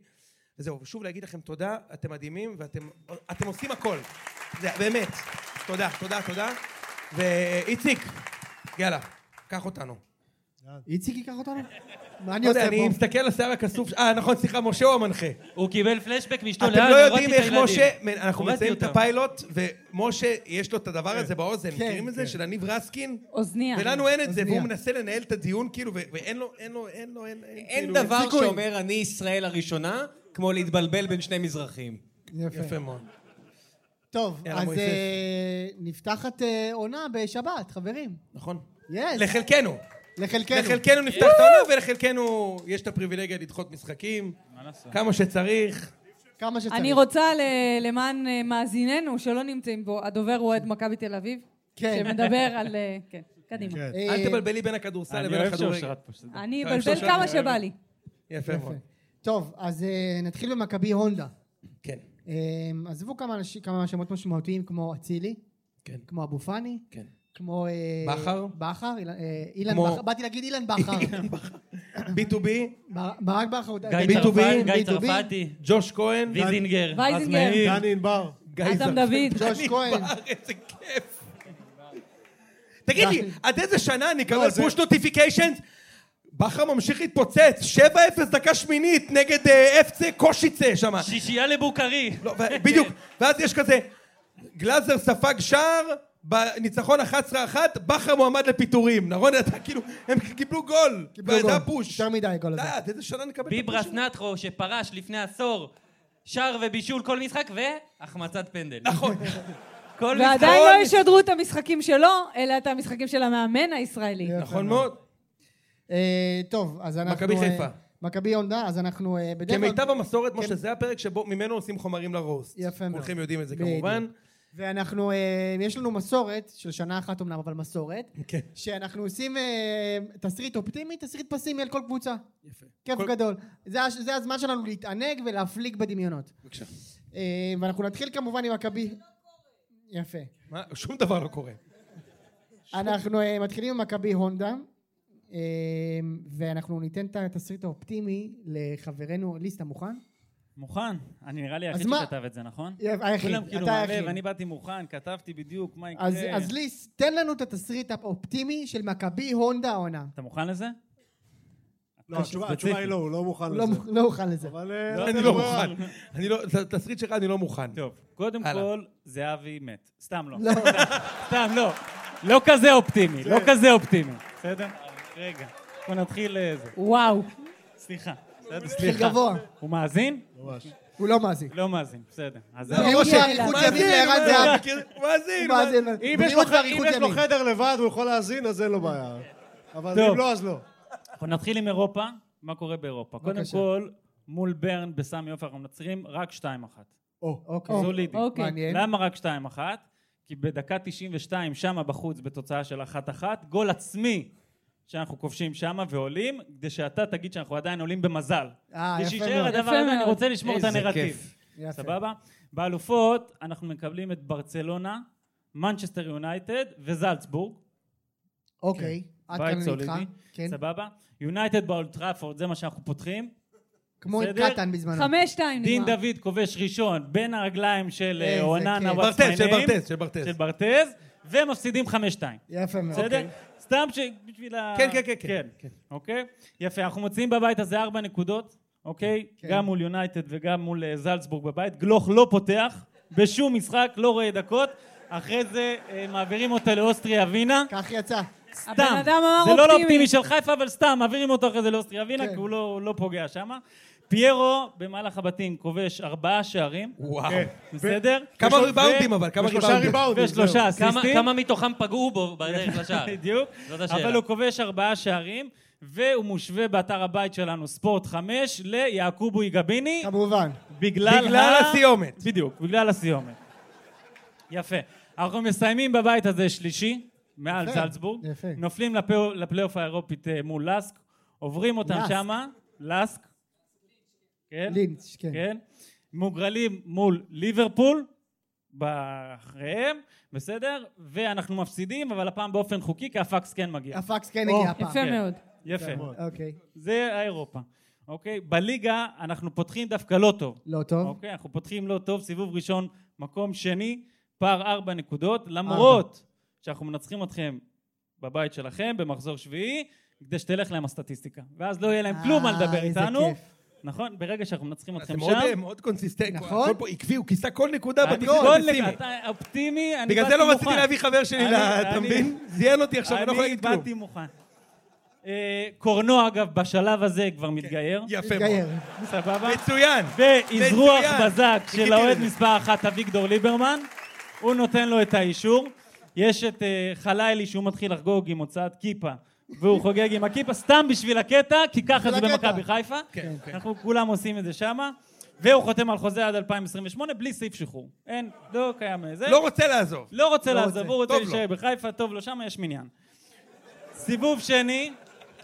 [SPEAKER 1] וזהו, ושוב להגיד לכם תודה, אתם מדהימים, ואתם אתם עושים הכל. זה, באמת. תודה, תודה, תודה. ואיציק, יאללה, קח אותנו.
[SPEAKER 3] איציק ייקח אותנו? מה אני
[SPEAKER 1] לא יודע,
[SPEAKER 3] עושה
[SPEAKER 1] אני
[SPEAKER 3] פה? לא,
[SPEAKER 1] מסתכל על השיער הכסוף, ש- אה, נכון, סליחה, משה הוא המנחה.
[SPEAKER 2] הוא קיבל פלשבק מאשתו,
[SPEAKER 1] אתם לא יודעים איך משה, אנחנו
[SPEAKER 2] הורדתי
[SPEAKER 1] מסיים את
[SPEAKER 2] אותם.
[SPEAKER 1] הפיילוט, ומשה, יש לו את הדבר הזה באוזן, מכירים את זה?
[SPEAKER 3] כן.
[SPEAKER 1] של הניב רסקין?
[SPEAKER 4] אוזניה.
[SPEAKER 1] ולנו אין את זה,
[SPEAKER 3] אוזניה.
[SPEAKER 1] והוא מנסה לנהל את הדיון, כאילו, ו- ואין לו, אין לו, אין לו, אין
[SPEAKER 5] אין
[SPEAKER 1] כאילו-
[SPEAKER 5] דבר
[SPEAKER 3] סיכוי.
[SPEAKER 5] שאומר אני ישראל הראשונה, כמו להתבלבל בין שני מזרחים.
[SPEAKER 3] יפה.
[SPEAKER 1] יפה מאוד.
[SPEAKER 3] טוב,
[SPEAKER 1] יאללה,
[SPEAKER 3] אז
[SPEAKER 1] מויסס.
[SPEAKER 3] אה, נפתחת אה, עונה בשבת, חברים.
[SPEAKER 1] נכון.
[SPEAKER 3] יס,
[SPEAKER 1] לחלקנו.
[SPEAKER 3] לחלקנו.
[SPEAKER 1] לחלקנו נפתח את העונה, ולחלקנו יש את הפריבילגיה לדחות משחקים, כמה שצריך.
[SPEAKER 3] כמה שצריך.
[SPEAKER 4] אני רוצה ל- למען אה, מאזיננו שלא נמצאים פה, הדובר הוא אוהד מכבי תל אביב,
[SPEAKER 3] כן.
[SPEAKER 4] שמדבר על... אה, כן, קדימה.
[SPEAKER 7] כן.
[SPEAKER 3] אה,
[SPEAKER 1] אל תבלבלי בין הכדורסל
[SPEAKER 7] אני
[SPEAKER 1] לבין
[SPEAKER 7] אוהב
[SPEAKER 1] הכדורגל.
[SPEAKER 7] שאושרת פה. שזה-
[SPEAKER 4] אני
[SPEAKER 1] טוב,
[SPEAKER 4] אבלבל
[SPEAKER 1] שלושה
[SPEAKER 4] כמה
[SPEAKER 1] אני אוהב.
[SPEAKER 4] שבא לי.
[SPEAKER 1] יפה מאוד.
[SPEAKER 3] טוב, אז אה, נתחיל במכבי הונדה.
[SPEAKER 1] כן,
[SPEAKER 3] אה, עזבו כמה אנשים- כמה שמות משמעותיים כמו אצילי,
[SPEAKER 1] כן,
[SPEAKER 3] כמו אבו פאני,
[SPEAKER 1] כן.
[SPEAKER 3] כמו... אה,
[SPEAKER 1] בכר?
[SPEAKER 3] בכר, אילן- אה, אילן
[SPEAKER 1] כמו-
[SPEAKER 3] בכר. באתי להגיד אילן בכר.
[SPEAKER 1] B2B,
[SPEAKER 3] מר- ברק בכר. הוא-
[SPEAKER 2] גיא
[SPEAKER 1] B2B,
[SPEAKER 2] צרפתי, גיא
[SPEAKER 3] B2B,
[SPEAKER 2] צרפתי,
[SPEAKER 1] ג'וש כהן,
[SPEAKER 2] ויזינגר,
[SPEAKER 1] לא,
[SPEAKER 4] וייזינגר.
[SPEAKER 2] אז מאיר.
[SPEAKER 6] דני ענבר.
[SPEAKER 1] גיא
[SPEAKER 4] אדם
[SPEAKER 1] זרחן.
[SPEAKER 4] דוד.
[SPEAKER 3] ג'וש כהן.
[SPEAKER 1] איזה כיף. תגיד לי, עד איזה שנה אני אקבל
[SPEAKER 6] לא, זה-
[SPEAKER 1] פוש נוטיפיקיישנס? בכר ממשיך להתפוצץ, 7-0 דקה שמינית נגד אה, FC קושיצה שמה.
[SPEAKER 2] שישייה לבוקרי.
[SPEAKER 1] לא, ו- בדיוק, ואז יש כזה, גלאזר ספג שער, בניצחון 11-1, בכר מועמד לפיטורים, נכון? אתה כאילו, הם קיבלו גול, לא,
[SPEAKER 3] קיבלו
[SPEAKER 1] זה
[SPEAKER 3] גול.
[SPEAKER 1] הפוש.
[SPEAKER 3] יותר מדי גול
[SPEAKER 1] די,
[SPEAKER 3] הזה.
[SPEAKER 1] עד איזה שנה נקבל את
[SPEAKER 2] ביברס
[SPEAKER 1] הפושים?
[SPEAKER 2] נטחו שפרש לפני עשור, שער ובישול כל משחק והחמצת פנדל.
[SPEAKER 1] נכון,
[SPEAKER 2] כל משחק.
[SPEAKER 4] ועדיין לא ישדרו את המשחקים שלו, אלא את המשחקים של המאמן הישראלי.
[SPEAKER 3] יפה
[SPEAKER 1] נכון
[SPEAKER 3] מאוד.
[SPEAKER 1] מאוד.
[SPEAKER 3] אה, טוב, אז אנחנו...
[SPEAKER 1] מכבי
[SPEAKER 3] אה,
[SPEAKER 1] חיפה.
[SPEAKER 3] מכבי הונדה, אז אנחנו אה, בדרך
[SPEAKER 1] כמיטב המסורת, משה, זה הפרק שבו ממנו עושים חומרים לרוסט.
[SPEAKER 3] יפה מאוד.
[SPEAKER 1] כולכם יודעים את זה
[SPEAKER 3] בדיוק.
[SPEAKER 1] כמובן.
[SPEAKER 3] ואנחנו, אה, יש לנו מסורת, של שנה אחת אמנם, אבל מסורת,
[SPEAKER 1] כן.
[SPEAKER 3] שאנחנו עושים אה, תסריט אופטימי, תסריט פסימי על כל קבוצה.
[SPEAKER 1] יפה.
[SPEAKER 3] כיף
[SPEAKER 1] כל-
[SPEAKER 3] גדול. זה הש- זה הזמן שלנו להתענג ולהפליג בדמיונות.
[SPEAKER 1] בבקשה.
[SPEAKER 3] אה, ואנחנו נתחיל כמובן עם מכבי... יפה.
[SPEAKER 1] מה? שום דבר לא קורה.
[SPEAKER 3] אנחנו אה, מתחילים עם מכבי הונדה, אה, ואנחנו ניתן את התסריט האופטימי לחברנו ליסט, אתה מוכן?
[SPEAKER 7] מוכן? אני נראה לי היחיד
[SPEAKER 3] מה-
[SPEAKER 7] שכתב את זה, נכון?
[SPEAKER 3] היחיד,
[SPEAKER 7] כולם כאילו
[SPEAKER 3] אתה
[SPEAKER 7] מערב,
[SPEAKER 3] היחיד.
[SPEAKER 7] אני באתי מוכן, כתבתי בדיוק מה יקרה.
[SPEAKER 3] אז, אז ליס, תן לנו את התסריט האופטימי של מכבי הונדה העונה.
[SPEAKER 7] אתה מוכן לזה?
[SPEAKER 6] לא, התשובה התשובה היא לא, הוא לא מוכן
[SPEAKER 3] הוא לא,
[SPEAKER 6] לזה.
[SPEAKER 3] מוכ- לא אוכל לזה.
[SPEAKER 6] אבל... אה,
[SPEAKER 1] אני
[SPEAKER 6] אין
[SPEAKER 1] לא
[SPEAKER 6] ברירה.
[SPEAKER 1] מוכן. אני לא, את התסריט שלך אני לא מוכן.
[SPEAKER 7] טוב, קודם
[SPEAKER 1] הלאה.
[SPEAKER 7] כל, זהבי מת. סתם לא.
[SPEAKER 3] לא,
[SPEAKER 7] סתם לא. לא כזה אופטימי, לא כזה אופטימי. בסדר? רגע, בוא נתחיל אה, זה.
[SPEAKER 4] וואו.
[SPEAKER 1] לא,
[SPEAKER 7] סליחה. בסדר?
[SPEAKER 3] הכי לא, גבוה.
[SPEAKER 7] הוא מאזין?
[SPEAKER 6] ממש.
[SPEAKER 3] הוא לא מאזין.
[SPEAKER 7] לא מאזין, בסדר. אז
[SPEAKER 1] לא,
[SPEAKER 7] זה-
[SPEAKER 3] ראש
[SPEAKER 1] אוקיי,
[SPEAKER 3] האריכות
[SPEAKER 1] מאזין,
[SPEAKER 3] ימין לערן
[SPEAKER 1] מאזין,
[SPEAKER 3] זהבי.
[SPEAKER 1] מכיר- מאזין,
[SPEAKER 3] הוא מאזין.
[SPEAKER 1] מאזין.
[SPEAKER 6] אם
[SPEAKER 3] בריאות
[SPEAKER 6] יש לו ח- אם
[SPEAKER 3] ואריכות
[SPEAKER 6] יש לו
[SPEAKER 3] ימין.
[SPEAKER 6] חדר לבד והוא יכול להאזין, אז אין לו בעיה. אבל
[SPEAKER 7] טוב.
[SPEAKER 6] אם לא, אז לא.
[SPEAKER 7] אנחנו נתחיל עם אירופה. מה קורה באירופה? קודם
[SPEAKER 3] בבקשה.
[SPEAKER 7] כל, מול ברן בסמי עופר אנחנו מנצחים רק 2-1.
[SPEAKER 3] אוקיי.
[SPEAKER 7] סולידי.
[SPEAKER 4] אוקיי.
[SPEAKER 3] מעניין.
[SPEAKER 7] למה רק 2-1? כי בדקה 92 שמה בחוץ בתוצאה של 1-1, גול עצמי שאנחנו כובשים שמה ועולים, כדי שאתה תגיד שאנחנו עדיין עולים במזל.
[SPEAKER 3] אה,
[SPEAKER 7] כדי
[SPEAKER 3] יפה
[SPEAKER 7] שיישאר
[SPEAKER 3] מאוד.
[SPEAKER 7] הדבר
[SPEAKER 4] יפה
[SPEAKER 7] הזה, אני
[SPEAKER 4] מאוד.
[SPEAKER 7] רוצה לשמור את
[SPEAKER 5] איזה
[SPEAKER 7] הנרטיב.
[SPEAKER 5] כיף.
[SPEAKER 3] יפה.
[SPEAKER 7] סבבה? באלופות אנחנו מקבלים את ברצלונה, מנצ'סטר יונייטד וזלצבורג.
[SPEAKER 3] אוקיי.
[SPEAKER 6] כן.
[SPEAKER 3] עד כאן
[SPEAKER 7] בית
[SPEAKER 3] אני איתך.
[SPEAKER 7] סולידי.
[SPEAKER 3] כן.
[SPEAKER 7] סבבה? יונייטד באולטראפורד, זה מה שאנחנו פותחים.
[SPEAKER 3] כמו עם
[SPEAKER 7] בסדר?
[SPEAKER 3] קטן בזמנו.
[SPEAKER 4] חמש שתיים
[SPEAKER 7] דין
[SPEAKER 4] נגמר.
[SPEAKER 7] דוד כובש ראשון בין הרגליים של אה,
[SPEAKER 3] איזה
[SPEAKER 7] אוננה
[SPEAKER 3] כיף.
[SPEAKER 1] ברטז, של
[SPEAKER 7] והצמיינים,
[SPEAKER 1] ברטז, של ברטז.
[SPEAKER 7] של ברטז, ומפסידים חמש-שתיים.
[SPEAKER 3] יפה מאוד.
[SPEAKER 7] בסדר? סתם ש- בשביל ה...
[SPEAKER 1] כן, כן, כן, כן.
[SPEAKER 7] כן. אוקיי? יפה, אנחנו מוציאים בבית הזה ארבע נקודות, אוקיי?
[SPEAKER 3] כן.
[SPEAKER 7] גם מול יונייטד וגם מול אה, זלצבורג בבית. גלוך לא פותח בשום משחק, לא רואה דקות. אחרי זה אה, מעבירים אותה לאוסטריה ווינה.
[SPEAKER 3] כך יצא.
[SPEAKER 7] סתם.
[SPEAKER 4] הבן אדם אמר
[SPEAKER 7] זה לא
[SPEAKER 4] אופטימי.
[SPEAKER 7] לאופטימי של חיפה, אבל סתם, מעבירים אותו אחרי זה לאוסטריה ווינה,
[SPEAKER 3] כן.
[SPEAKER 7] כי הוא לא הוא לא פוגע שמה. פיירו במהלך הבתים כובש ארבעה שערים,
[SPEAKER 1] וואו.
[SPEAKER 7] כן. בסדר?
[SPEAKER 1] כמה
[SPEAKER 7] יש לו-
[SPEAKER 1] ריבאונדים אבל, כמה
[SPEAKER 6] שלושה
[SPEAKER 1] ריבאונדים.
[SPEAKER 6] ריבאונדים.
[SPEAKER 7] ושלושה
[SPEAKER 2] כמה-
[SPEAKER 7] אסיסטים.
[SPEAKER 2] כמה מתוכם פגעו בו בדרך לשער.
[SPEAKER 7] בדיוק.
[SPEAKER 2] זאת השאלה.
[SPEAKER 7] אבל הוא כובש ארבעה שערים, והוא מושווה באתר הבית שלנו, ספורט חמש, ליעקובו יגביני,
[SPEAKER 3] כמובן.
[SPEAKER 7] בגלל
[SPEAKER 1] בגלל הסיומת.
[SPEAKER 7] בדיוק, בגלל הסיומת. יפה. אנחנו מסיימים בבית הזה שלישי, מעל
[SPEAKER 3] יפה,
[SPEAKER 7] זלצבורג.
[SPEAKER 3] יפה.
[SPEAKER 7] נופלים לפלא- לפלייאוף האירופית אה, מול לאסק, עוברים אותם
[SPEAKER 3] לאסק.
[SPEAKER 7] שמה, לאסק. כן?
[SPEAKER 3] לינץ', כן.
[SPEAKER 7] כן? מוגרלים מול ליברפול, אחריהם, בסדר? ואנחנו מפסידים, אבל הפעם באופן חוקי, כי הפקס כן מגיע.
[SPEAKER 3] הפקס כן
[SPEAKER 7] או,
[SPEAKER 3] הגיע הפעם.
[SPEAKER 4] יפה מאוד.
[SPEAKER 7] יפה.
[SPEAKER 3] אוקיי.
[SPEAKER 7] זה האירופה. אוקיי? בליגה אנחנו פותחים דווקא לא טוב.
[SPEAKER 3] לא טוב.
[SPEAKER 7] אוקיי, אנחנו פותחים לא טוב, סיבוב ראשון, מקום שני, פער ארבע נקודות, למרות שאנחנו מנצחים אתכם בבית שלכם במחזור שביעי, כדי שתלך להם הסטטיסטיקה. ואז לא יהיה להם כלום מה לדבר
[SPEAKER 3] אה, איזה
[SPEAKER 7] איתנו.
[SPEAKER 3] כיף.
[SPEAKER 7] נכון? ברגע שאנחנו מנצחים
[SPEAKER 1] אתם
[SPEAKER 7] אתכם
[SPEAKER 1] מאוד, אה,
[SPEAKER 7] שם,
[SPEAKER 1] מאוד קונסיסטנט.
[SPEAKER 3] נכון.
[SPEAKER 1] הכל פה עקבי, הוא כיסה כל נקודה
[SPEAKER 7] אני
[SPEAKER 1] בתיק
[SPEAKER 7] כל
[SPEAKER 1] פסימי.
[SPEAKER 7] נק- אתה אופטימי, אני באתי מוכן.
[SPEAKER 1] בגלל זה לא רציתי להביא חבר שלי,
[SPEAKER 7] אני-
[SPEAKER 1] ל- אתה
[SPEAKER 7] אני-
[SPEAKER 1] מבין? זיין אותי עכשיו, אני לא יכול להגיד
[SPEAKER 7] אני
[SPEAKER 1] כלום.
[SPEAKER 7] באתי מוכן. אה, קורנו, אגב, בשלב הזה כבר
[SPEAKER 1] כן.
[SPEAKER 7] מתגייר.
[SPEAKER 1] יפה
[SPEAKER 3] מתגייר.
[SPEAKER 1] מאוד.
[SPEAKER 7] סבבה?
[SPEAKER 1] מצוין.
[SPEAKER 7] ואזרוח
[SPEAKER 1] מצוין.
[SPEAKER 7] בזק של
[SPEAKER 1] חיכיתי
[SPEAKER 7] האוהד
[SPEAKER 1] לזה.
[SPEAKER 7] מספר אחת, אביגדור ליברמן, הוא נותן לו את האישור. יש את אה, חלילי שהוא מתחיל לחגוג עם הוצאת כיפה, והוא חוגג עם הכיפה סתם בשביל הקטע, כי ככה זה
[SPEAKER 3] בשביל הקטע.
[SPEAKER 7] במכבי חיפה.
[SPEAKER 1] כן, כן.
[SPEAKER 7] אנחנו כולם עושים את זה שמה. והוא חותם על חוזה עד 2028 בלי סעיף שחרור. אין, לא קיים אה, זה.
[SPEAKER 1] לא רוצה לעזוב.
[SPEAKER 7] לא רוצה
[SPEAKER 3] לא
[SPEAKER 7] לעזוב,
[SPEAKER 3] רוצה.
[SPEAKER 7] הוא רוצה
[SPEAKER 1] טוב לו.
[SPEAKER 7] להישאר בחיפה, טוב לו, שם יש מניין. סיבוב שני,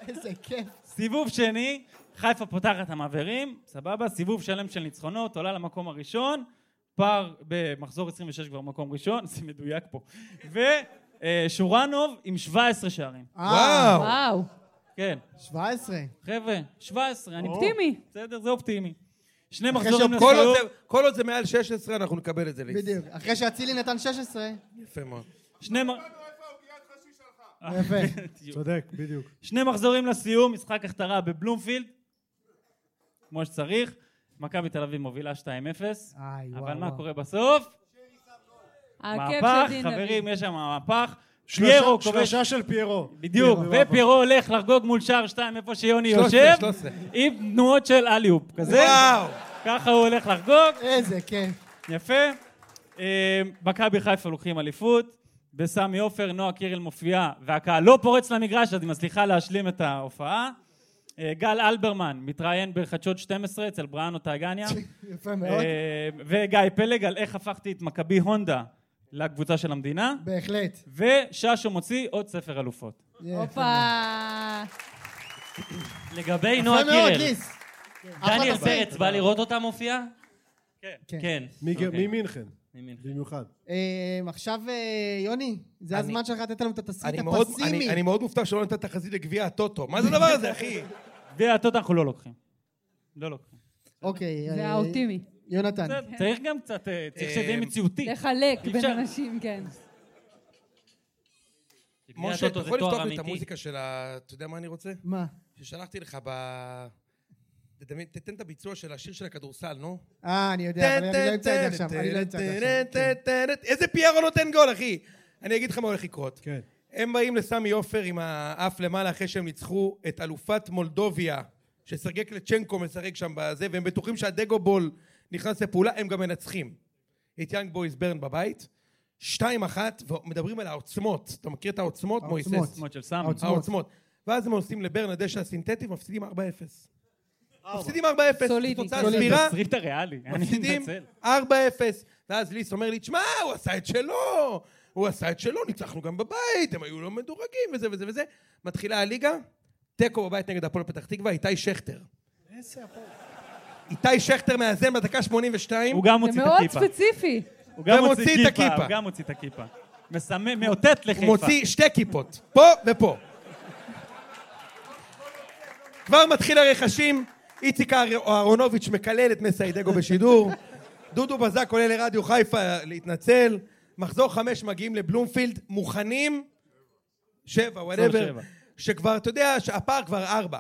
[SPEAKER 3] איזה כיף.
[SPEAKER 7] סיבוב שני, חיפה פותחת המעברים, סבבה, סיבוב שלם של ניצחונות, עולה למקום הראשון, פער במחזור 26 כבר מקום ראשון, זה מדויק פה. ושורנוב עם 17 שערים.
[SPEAKER 3] אה,
[SPEAKER 1] וואו.
[SPEAKER 4] וואו,
[SPEAKER 7] כן,
[SPEAKER 3] 17.
[SPEAKER 7] חבר'ה, 17, אני
[SPEAKER 4] אופטימי.
[SPEAKER 7] בסדר, זה אופטימי. שני מחזורים
[SPEAKER 1] כל
[SPEAKER 7] לסיום,
[SPEAKER 1] עוד זה- כל עוד זה מעל 16, אנחנו נקבל את זה. ליס.
[SPEAKER 3] בדיוק. אחרי שאצילי נתן 16.
[SPEAKER 1] יפה מאוד.
[SPEAKER 7] שני מ-
[SPEAKER 3] יפה.
[SPEAKER 6] צודק, בדיוק.
[SPEAKER 7] שני מחזורים לסיום, משחק הכתרה בבלומפילד, כמו שצריך. מכבי תל אביב מובילה 2-0,
[SPEAKER 3] איי,
[SPEAKER 7] אבל
[SPEAKER 3] וואו,
[SPEAKER 7] מה
[SPEAKER 3] וואו.
[SPEAKER 7] קורה בסוף?
[SPEAKER 4] הכיף
[SPEAKER 7] מהפך,
[SPEAKER 4] של דין
[SPEAKER 7] חברים,
[SPEAKER 4] דוד.
[SPEAKER 7] יש שם מהפך.
[SPEAKER 6] שלושה-
[SPEAKER 7] פיירו כובש,
[SPEAKER 6] שלושה של פיירו. כן,
[SPEAKER 7] בדיוק,
[SPEAKER 6] פיירו,
[SPEAKER 7] ופיירו הולך לחגוג מול שער 2 איפה שיוני
[SPEAKER 1] 13,
[SPEAKER 7] יושב,
[SPEAKER 1] 13.
[SPEAKER 7] עם תנועות של אליופ כזה.
[SPEAKER 1] וואו.
[SPEAKER 7] ככה הוא הולך לחגוג,
[SPEAKER 3] איזה כיף.
[SPEAKER 7] יפה. אה, מכבי חיפה לוקחים אליפות, בסמי עופר, נועה קירל מופיעה, והקהל לא פורץ למגרש, אז היא מצליחה להשלים את ההופעה. אה, גל אלברמן מתראיין בחדשות 12 אצל בראנו טאגניה.
[SPEAKER 3] יפה מאוד.
[SPEAKER 7] אה, וגיא פלג על איך הפכתי את מכבי הונדה לקבוצה של המדינה.
[SPEAKER 3] בהחלט.
[SPEAKER 7] וששו מוציא עוד ספר אלופות.
[SPEAKER 3] יפה
[SPEAKER 4] הופה.
[SPEAKER 2] לגבי נועה
[SPEAKER 3] מאוד,
[SPEAKER 2] קירל,
[SPEAKER 3] ליס.
[SPEAKER 2] דניאל
[SPEAKER 3] אחלה
[SPEAKER 2] פרץ בא לראות אותה מופיעה?
[SPEAKER 3] כן.
[SPEAKER 2] כן.
[SPEAKER 6] מג-
[SPEAKER 2] אוקיי.
[SPEAKER 6] ממינכן,
[SPEAKER 2] ממינכן.
[SPEAKER 6] במיוחד.
[SPEAKER 3] אה, עכשיו, אה, יוני, זה
[SPEAKER 1] אני-
[SPEAKER 3] הזמן שלך לתת לנו את התסריט
[SPEAKER 1] אני מאוד-
[SPEAKER 3] הפסימי.
[SPEAKER 1] אני- אני מאוד מופתע שלא נתת תחזית לגביע הטוטו. מה זה הדבר הזה, אחי?
[SPEAKER 7] והטוטו אנחנו לא לוקחים. לא לוקחים.
[SPEAKER 1] כן.
[SPEAKER 3] אוקיי.
[SPEAKER 4] זה
[SPEAKER 3] אה,
[SPEAKER 4] האופטימי.
[SPEAKER 3] יונתן.
[SPEAKER 7] בסדר, צריך גם קצת, אה, צריך שזה יהיה
[SPEAKER 1] אה,
[SPEAKER 7] מציאותי.
[SPEAKER 4] לחלק
[SPEAKER 7] אי
[SPEAKER 4] בין
[SPEAKER 7] אפשר.
[SPEAKER 4] אנשים, כן.
[SPEAKER 2] גביע
[SPEAKER 1] משה, אתה
[SPEAKER 2] הטוטו זה
[SPEAKER 1] יכול לפתוח
[SPEAKER 2] תואר
[SPEAKER 1] לי את
[SPEAKER 2] אמיתי.
[SPEAKER 1] המוזיקה של ה... אתה יודע מה אני רוצה?
[SPEAKER 3] מה?
[SPEAKER 1] ששלחתי לך ב... תדמיין- תתן את הביצוע של השיר של הכדורסל, נו.
[SPEAKER 3] אה, אני יודע, אבל אני לא אמצא את זה עכשיו. אני לא אמצא את זה עכשיו. כן.
[SPEAKER 1] איזה פיירו נותן גול, אחי? אני אגיד לך מה הולך לקרות.
[SPEAKER 6] כן.
[SPEAKER 1] הם באים לסמי עופר עם האף למעלה אחרי שהם ניצחו את אלופת מולדוביה, שסרגי קלצ'נקו משחק שם בזה, והם בטוחים שהדגו בול נכנס לפעולה, הם גם מנצחים. את יאנג בויז ברן בבית, שתיים אחת, ומדברים על העוצמות. אתה מכיר את העוצמות,
[SPEAKER 3] העוצמות.
[SPEAKER 1] מויסס?
[SPEAKER 7] שמות של סמי.
[SPEAKER 3] העוצמות.
[SPEAKER 1] העוצמות. ואז הם עושים לברן הדשא הסינתטי ומפסידים 4-0. מפסידים 4-0.
[SPEAKER 4] סולידי,
[SPEAKER 1] זו תוצאה
[SPEAKER 4] סולידי.
[SPEAKER 1] סבירה,
[SPEAKER 7] תסריט הריאלי, אני
[SPEAKER 1] מפסידים
[SPEAKER 7] מתנצל.
[SPEAKER 1] 4-0. ואז ליס אומר לי, תשמע, הוא עשה את שלו, הוא עשה את שלו, ניצחנו גם בבית, הם היו לא מדורגים וזה וזה וזה. מתחילה הליגה, תיקו בבית נגד הפועל פתח תקווה, איתי שכטר. איתי שכטר מאזן בדקה 82.
[SPEAKER 7] הוא גם
[SPEAKER 4] זה
[SPEAKER 7] מוציא את
[SPEAKER 4] מאוד
[SPEAKER 7] הכיפה.
[SPEAKER 4] ספציפי.
[SPEAKER 7] הוא גם
[SPEAKER 1] הוא
[SPEAKER 7] מוציא
[SPEAKER 1] מוציא
[SPEAKER 7] את
[SPEAKER 1] את
[SPEAKER 7] הכיפה.
[SPEAKER 1] הכיפה.
[SPEAKER 7] הוא גם מוציא את הכיפה. מסמם, מאותת לחיפה.
[SPEAKER 1] הוא מוציא שתי כיפות, פה ופה. כבר מתחיל הרכשים, איציק אהר- אהרונוביץ' מקלל את מסיידגו בשידור, דודו בזק עולה לרדיו חיפה להתנצל, מחזור חמש מגיעים לבלומפילד, מוכנים, שבע, וואטאבר,
[SPEAKER 7] שבע.
[SPEAKER 1] שכבר, אתה יודע, שהפער כבר ארבע.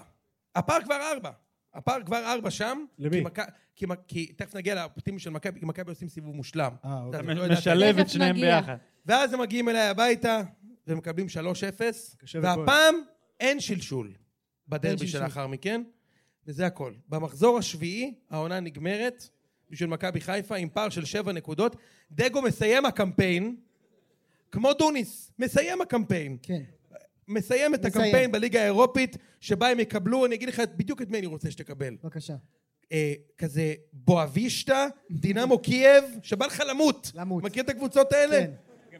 [SPEAKER 1] הפער כבר ארבע. הפער כבר ארבע שם.
[SPEAKER 6] למי?
[SPEAKER 1] כי, מכ- כי, מכ- כי תכף נגיע לאופטימי של מכבי, כי מכבי עושים סיבוב מושלם.
[SPEAKER 6] אה, אוקיי.
[SPEAKER 1] אתה
[SPEAKER 7] מ-
[SPEAKER 1] לא ידעת את זה.
[SPEAKER 7] משלב את
[SPEAKER 4] תכף
[SPEAKER 7] שניהם
[SPEAKER 4] נגיע.
[SPEAKER 7] ביחד.
[SPEAKER 1] ואז הם מגיעים אליי הביתה, ומקבלים 3-0,
[SPEAKER 6] קשה
[SPEAKER 1] והפעם אין שלשול
[SPEAKER 3] אין
[SPEAKER 1] בדרבי
[SPEAKER 3] שלשול.
[SPEAKER 1] שלאחר מכן, וזה הכל. במחזור השביעי, העונה נגמרת בשביל מכבי חיפה עם פער של 7 נקודות. דגו מסיים הקמפיין, כמו דוניס, מסיים הקמפיין.
[SPEAKER 3] כן.
[SPEAKER 1] מסיים את
[SPEAKER 3] מסיים.
[SPEAKER 1] הקמפיין בליגה האירופית, שבה הם יקבלו, אני אגיד לך בדיוק את מי אני רוצה שתקבל.
[SPEAKER 3] בבקשה.
[SPEAKER 1] אה, כזה בואבישטה, דינמו קייב, שבא לך למות.
[SPEAKER 3] למות.
[SPEAKER 1] מכיר את הקבוצות האלה?
[SPEAKER 3] כן.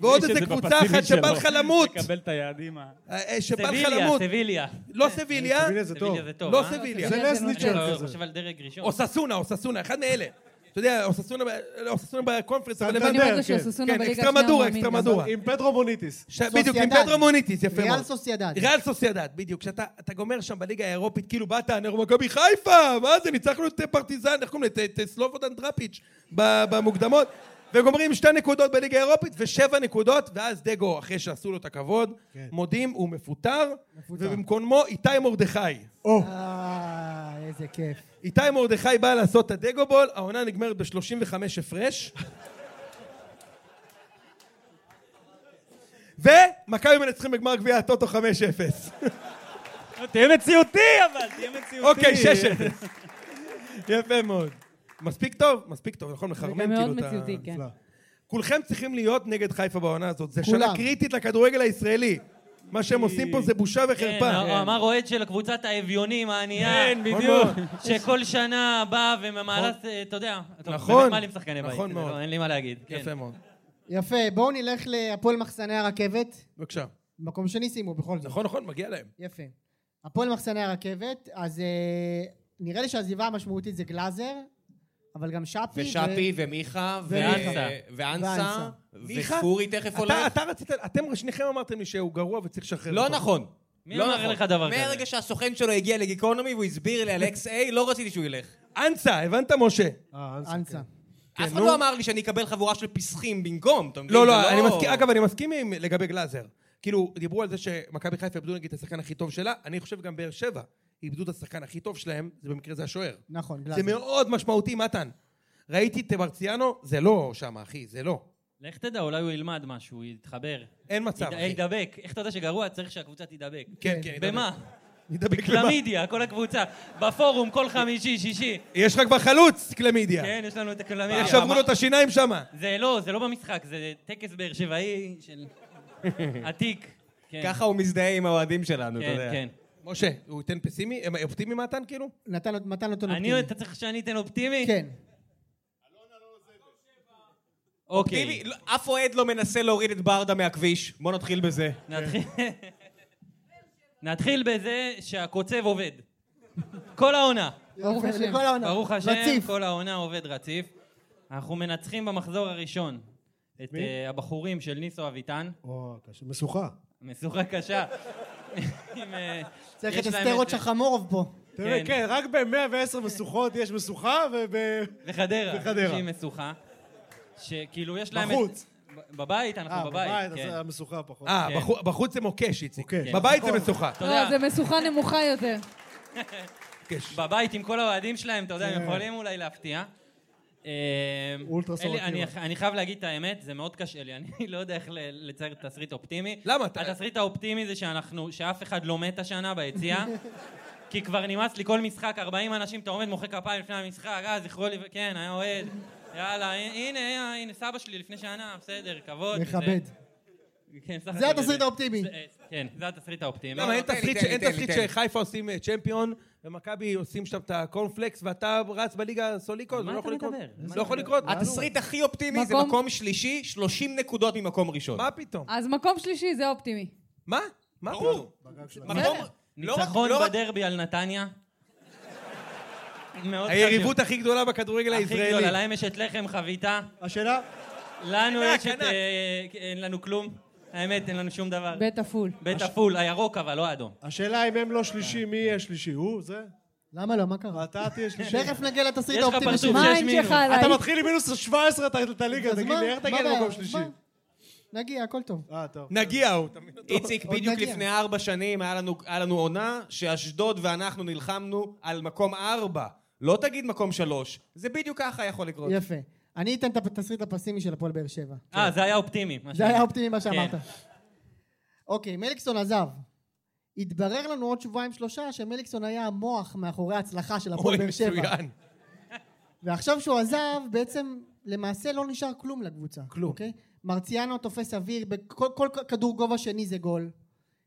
[SPEAKER 1] ועוד
[SPEAKER 7] יש את
[SPEAKER 1] איזה
[SPEAKER 7] זה
[SPEAKER 1] קבוצה
[SPEAKER 7] בפסיבי
[SPEAKER 1] אחת שבא
[SPEAKER 7] שלו.
[SPEAKER 1] לך למות.
[SPEAKER 7] לקבל את היעדים ה...
[SPEAKER 1] אה, אה, שבא לך
[SPEAKER 2] סביליה,
[SPEAKER 1] למות.
[SPEAKER 2] סביליה.
[SPEAKER 1] לא סביליה,
[SPEAKER 6] סביליה זה טוב.
[SPEAKER 2] סביליה זה טוב,
[SPEAKER 1] לא
[SPEAKER 2] אה?
[SPEAKER 1] סביליה.
[SPEAKER 6] זה לסניצ'ר
[SPEAKER 1] לא
[SPEAKER 2] אני
[SPEAKER 6] כזה.
[SPEAKER 2] חושב על דרג ראשון.
[SPEAKER 1] או ססונה, או ססונה, אחד מאלה. אתה יודע, או ססונה ב- או ססונה בקונפרנס, אבל
[SPEAKER 6] סנטנדר,
[SPEAKER 1] הבנתי.
[SPEAKER 4] אני אומרת לו
[SPEAKER 6] כן.
[SPEAKER 4] שסוסונה
[SPEAKER 1] כן,
[SPEAKER 4] בליגה
[SPEAKER 1] אקסטרה
[SPEAKER 4] השנייה הוא
[SPEAKER 1] מדורה,
[SPEAKER 4] מאמין
[SPEAKER 1] אקסטרה
[SPEAKER 4] גם.
[SPEAKER 1] מדורה.
[SPEAKER 6] עם פדרו מוניטיס.
[SPEAKER 1] ש- בדיוק, עם
[SPEAKER 3] סוסיידד.
[SPEAKER 1] פדרו מוניטיס, יפה מאוד.
[SPEAKER 3] ריאל סוסיידד.
[SPEAKER 1] ריאל סוסיידד, בדיוק. כשאתה אתה גומר שם בליגה האירופית, כאילו באת, אנחנו מכבי חיפה, מה זה, ניצחנו את פרטיזן, איך קוראים לזה, את- את סלובודן דראפיץ' ב- במוקדמות. וגומרים שתי נקודות בליגה האירופית ושבע נקודות, ואז דגו, אחרי שעשו לו את הכבוד,
[SPEAKER 6] כן.
[SPEAKER 1] מודים, הוא מפוטר,
[SPEAKER 3] מפוטר.
[SPEAKER 1] ובמקומו איתי מרדכי.
[SPEAKER 6] או,
[SPEAKER 3] אה, איזה כיף.
[SPEAKER 1] איתי מרדכי בא לעשות את הדגו בול, העונה נגמרת ב-35 הפרש. ומכבי מנצחים בגמר גביע הטוטו 5-0.
[SPEAKER 7] תהיה מציאותי אבל, תהיה מציאותי.
[SPEAKER 1] אוקיי, 6-0. יפה מאוד. מספיק טוב? מספיק טוב, נכון?
[SPEAKER 4] זה
[SPEAKER 1] מחרמן
[SPEAKER 4] גם
[SPEAKER 1] כאילו
[SPEAKER 4] מאוד
[SPEAKER 1] את ה...
[SPEAKER 4] מציאותי, כן.
[SPEAKER 6] נפלא.
[SPEAKER 1] כולכם צריכים להיות נגד חיפה בעונה הזאת. זו
[SPEAKER 3] כולם.
[SPEAKER 1] שנה קריטית לכדורגל הישראלי. מה שהם עושים פה זה בושה וחרפה.
[SPEAKER 2] כן,
[SPEAKER 5] אה,
[SPEAKER 2] אמר אוהד של קבוצת האביונים הענייה,
[SPEAKER 7] כן, בדיוק.
[SPEAKER 2] שכל שנה באה ומעלה, אה, אתה יודע, טוב,
[SPEAKER 1] נכון.
[SPEAKER 2] באמת, מה לי עם שחקני בית?
[SPEAKER 1] נכון
[SPEAKER 2] זה
[SPEAKER 1] מאוד.
[SPEAKER 2] לא, אין לי מה להגיד. כן.
[SPEAKER 1] יפה מאוד.
[SPEAKER 3] יפה, בואו נלך להפועל מחסני הרכבת.
[SPEAKER 1] בבקשה.
[SPEAKER 3] מקום שני סיימו בכל זאת.
[SPEAKER 1] נכון, נכון, מגיע להם.
[SPEAKER 3] יפה. הפועל מחסני הרכבת, אז אה, נראה לי שהעזיבה המשמעותית זה גלאזר, אבל גם שפי.
[SPEAKER 5] ושאפי ומיכה ו-
[SPEAKER 3] ואנסה.
[SPEAKER 5] ואנסה
[SPEAKER 3] ואנסה.
[SPEAKER 1] מיכה,
[SPEAKER 5] וספורי תכף
[SPEAKER 1] אתה-
[SPEAKER 5] עולה.
[SPEAKER 1] אתה רצית, אתם שניכם אמרתם לי שהוא גרוע וצריך לשחרר
[SPEAKER 5] לא
[SPEAKER 1] אותו.
[SPEAKER 5] נכון.
[SPEAKER 2] מי
[SPEAKER 5] לא
[SPEAKER 2] אמר
[SPEAKER 5] נכון.
[SPEAKER 2] לך דבר כזה?
[SPEAKER 5] מהרגע שהסוכן שלו הגיע לגיקונומי והוא הסביר לי על XA, לא רציתי שהוא ילך.
[SPEAKER 1] אנסה, הבנת משה?
[SPEAKER 6] אה,
[SPEAKER 3] ו- אנסה.
[SPEAKER 5] אף אחד לא אמר לי שאני אקבל חבורה של פסחים במקום, אתה מבין?
[SPEAKER 1] כן, לא,
[SPEAKER 5] זה
[SPEAKER 1] לא, אני מסכים, אגב, אני מסכים עם- לגבי גלאזר. כאילו, דיברו על זה שמכבי חיפה איבדו נגיד את השחקן הכי טוב שלה, אני חושב גם באר שבע איבדו את השחקן הכי טוב שלהם, זה במקרה זה השוער.
[SPEAKER 3] נכון,
[SPEAKER 1] זה
[SPEAKER 3] גלאזר.
[SPEAKER 1] מאוד משמעותי, מתן. ראיתי את מרציאנו, זה לא שם, אחי, זה לא.
[SPEAKER 2] לך תדע, אולי הוא ילמד משהו, הוא יתחבר.
[SPEAKER 1] אין מצב,
[SPEAKER 2] יד-
[SPEAKER 1] אחי.
[SPEAKER 2] ידבק. איך אתה יודע שגרוע? צריך שהקבוצה תדבק.
[SPEAKER 1] כן, כן.
[SPEAKER 2] במה?
[SPEAKER 1] נדבק למה?
[SPEAKER 2] קלמידיה, כל הקבוצה. בפורום, כל חמישי, שישי.
[SPEAKER 1] יש לך כבר חלוץ, קלמידיה.
[SPEAKER 2] כן, יש לנו את הקלמידיה.
[SPEAKER 1] איך שברו לו את השיניים שם.
[SPEAKER 2] זה לא, זה לא במשחק, זה טקס באר שבעי של... עתיק. כן,
[SPEAKER 5] ככה הוא מזדהה עם האוהדים שלנו, אתה
[SPEAKER 2] כן,
[SPEAKER 5] יודע.
[SPEAKER 2] כן.
[SPEAKER 1] משה, הוא ייתן פסימי? הם אופטימי מתן, כאילו?
[SPEAKER 3] נתן לו- מתן אותו
[SPEAKER 2] אני,
[SPEAKER 3] נופטימי.
[SPEAKER 2] אתה צריך שאני אתן אופטימי?
[SPEAKER 3] כן.
[SPEAKER 2] אוקיי. כן.
[SPEAKER 5] טיבי, לא- אף אוהד לא מנסה להוריד את ברדה מהכביש, בוא נתחיל בזה.
[SPEAKER 2] נתחיל- נתחיל בזה שהקוצב עובד. כל העונה.
[SPEAKER 3] ברוך השם. לכל העונה.
[SPEAKER 2] ברוך השם,
[SPEAKER 3] רציף.
[SPEAKER 2] כל העונה עובד רציף. אנחנו מנצחים במחזור הראשון את אה, הבחורים של ניסו אביטן.
[SPEAKER 6] או, קשה. אה, אוקיי, משוכה.
[SPEAKER 2] משוכה קשה. עם, אה,
[SPEAKER 3] צריך
[SPEAKER 2] יש
[SPEAKER 3] את
[SPEAKER 2] להם אה,
[SPEAKER 3] אסתרות שחמורוב פה.
[SPEAKER 6] תראה,
[SPEAKER 2] כן.
[SPEAKER 6] כן, רק ב-110 משוכות יש משוכה, וב...
[SPEAKER 2] וחדרה.
[SPEAKER 6] וחדרה.
[SPEAKER 2] שהיא משוכה. שכאילו יש להם... את-
[SPEAKER 6] בחוץ.
[SPEAKER 2] ב- בבית,
[SPEAKER 6] אה,
[SPEAKER 2] אנחנו
[SPEAKER 6] בבית,
[SPEAKER 2] בבית.
[SPEAKER 6] אז
[SPEAKER 2] כן.
[SPEAKER 6] המשוכה פחות.
[SPEAKER 1] אה,
[SPEAKER 2] כן.
[SPEAKER 1] בחו- בחוץ זה מוקש, איציק. כן.
[SPEAKER 6] מוקש.
[SPEAKER 1] בבית
[SPEAKER 5] נכון.
[SPEAKER 1] זה משוכה.
[SPEAKER 2] אתה
[SPEAKER 4] לא,
[SPEAKER 2] יודע,
[SPEAKER 4] זה משוכה נמוכה יותר.
[SPEAKER 1] מוקש.
[SPEAKER 2] בבית עם כל האוהדים שלהם, אתה יודע, הם
[SPEAKER 6] כן.
[SPEAKER 2] יכולים אולי להפתיע. אה,
[SPEAKER 6] אולטרה
[SPEAKER 2] אין לי-
[SPEAKER 6] סורקטיבה.
[SPEAKER 2] אני- אני חייב להגיד את האמת, זה מאוד קשה לי, אני לא יודע איך ל- לצייר תסריט אופטימי.
[SPEAKER 1] למה? אתה-
[SPEAKER 2] התסריט האופטימי זה שאנחנו, שאף אחד לא מת השנה ביציאה, כי כבר נמאס לי כל משחק, 40 אנשים, אתה עומד, מוחא כפיים לפני המשחק, אה, זכרו לי, כן, היה אוהד, יאללה, הנה, הנה, הנה, סבא שלי לפני שנה, בסדר, כבוד.
[SPEAKER 3] מכבד.
[SPEAKER 2] וזה- כן, סך
[SPEAKER 3] זה
[SPEAKER 2] הכל
[SPEAKER 3] התסריט האופטימי.
[SPEAKER 2] זה- כן, זה התסריט האופטימי.
[SPEAKER 1] למה לא, אין
[SPEAKER 5] לא, תן לי,
[SPEAKER 1] תסריט
[SPEAKER 5] תן
[SPEAKER 1] ש-
[SPEAKER 5] לי,
[SPEAKER 1] אין
[SPEAKER 5] תן לי,
[SPEAKER 1] תסריט
[SPEAKER 5] תן לי.
[SPEAKER 1] שחיפה עושים אה, צ'מפיון ומכבי עושים שם את הקורנפלקס ואתה רץ בליגה סוליקו?
[SPEAKER 2] על
[SPEAKER 1] זה
[SPEAKER 2] מה
[SPEAKER 1] לא
[SPEAKER 2] אתה
[SPEAKER 1] יכול לקרות.
[SPEAKER 2] מדבר? על מה
[SPEAKER 1] לא יכול לקרות.
[SPEAKER 5] התסריט הכי אופטימי זה
[SPEAKER 4] מקום-
[SPEAKER 5] מקום שלישי, 30 נקודות ממקום ראשון.
[SPEAKER 1] מה פתאום?
[SPEAKER 4] אז מקום שלישי זה אופטימי.
[SPEAKER 1] מה? מה
[SPEAKER 5] ברור.
[SPEAKER 1] פתאום?
[SPEAKER 5] מקום... לא רק-
[SPEAKER 2] ניצחון
[SPEAKER 5] לא רק-
[SPEAKER 2] בדרבי על נתניה. מאוד
[SPEAKER 1] היריבות הכי גדולה בכדורגל
[SPEAKER 2] חשוב. הכי גדולה,
[SPEAKER 1] הישראלי.
[SPEAKER 2] להם יש את לחם חביתה,
[SPEAKER 6] השאלה,
[SPEAKER 2] לנו
[SPEAKER 1] ענק,
[SPEAKER 2] יש את...
[SPEAKER 1] ענק.
[SPEAKER 2] אה, אין לנו כלום. האמת, אין לנו שום דבר.
[SPEAKER 4] בית עפול.
[SPEAKER 2] בית הפול, הירוק אבל, לא האדום.
[SPEAKER 6] השאלה אם הם לא שלישי, מי יהיה שלישי? הוא? זה?
[SPEAKER 3] למה לא? מה קרה?
[SPEAKER 6] אתה תהיה שלישי.
[SPEAKER 3] תכף נגיע לתסריט
[SPEAKER 2] יש לך
[SPEAKER 3] האופטימי
[SPEAKER 2] פרצוף
[SPEAKER 3] שלך.
[SPEAKER 4] מה
[SPEAKER 2] שיש
[SPEAKER 4] העין
[SPEAKER 2] מינוס.
[SPEAKER 4] שלך עליי?
[SPEAKER 6] אתה מתחיל עם מינוס 17 את ה- את הליגה,
[SPEAKER 3] אז
[SPEAKER 6] תגיד
[SPEAKER 3] מה?
[SPEAKER 6] לי, איך
[SPEAKER 3] מה
[SPEAKER 6] תגיע
[SPEAKER 3] הבעיה?
[SPEAKER 6] למקום שלישי?
[SPEAKER 3] מה? נגיע, הכל טוב.
[SPEAKER 6] אה, טוב.
[SPEAKER 1] נגיע הוא. אתה מבין אותו?
[SPEAKER 5] איציק,
[SPEAKER 3] עוד
[SPEAKER 5] בדיוק
[SPEAKER 3] נגיע.
[SPEAKER 5] לפני ארבע שנים היה לנו- היה לנו עונה שאשדוד ואנחנו נלחמנו על מקום ארבע. לא תגיד מקום שלוש, זה בדיוק ככה יכול לקרות.
[SPEAKER 3] יפה. אני אתן את התסריט הפסימי של הפועל באר שבע.
[SPEAKER 1] כן.
[SPEAKER 2] אה, זה היה אופטימי. מה
[SPEAKER 3] זה
[SPEAKER 2] שאמרת.
[SPEAKER 3] היה אופטימי מה שאמרת.
[SPEAKER 2] כן.
[SPEAKER 3] אוקיי, מליקסון עזב. התברר לנו עוד שבועיים שלושה שמליקסון היה המוח מאחורי ההצלחה של הפועל באר שבע.
[SPEAKER 1] מצוין.
[SPEAKER 3] ועכשיו שהוא עזב, בעצם למעשה לא נשאר כלום לקבוצה. כלום. אוקיי? מרציאנו תופס אוויר, בכל כל כדור גובה שני זה גול.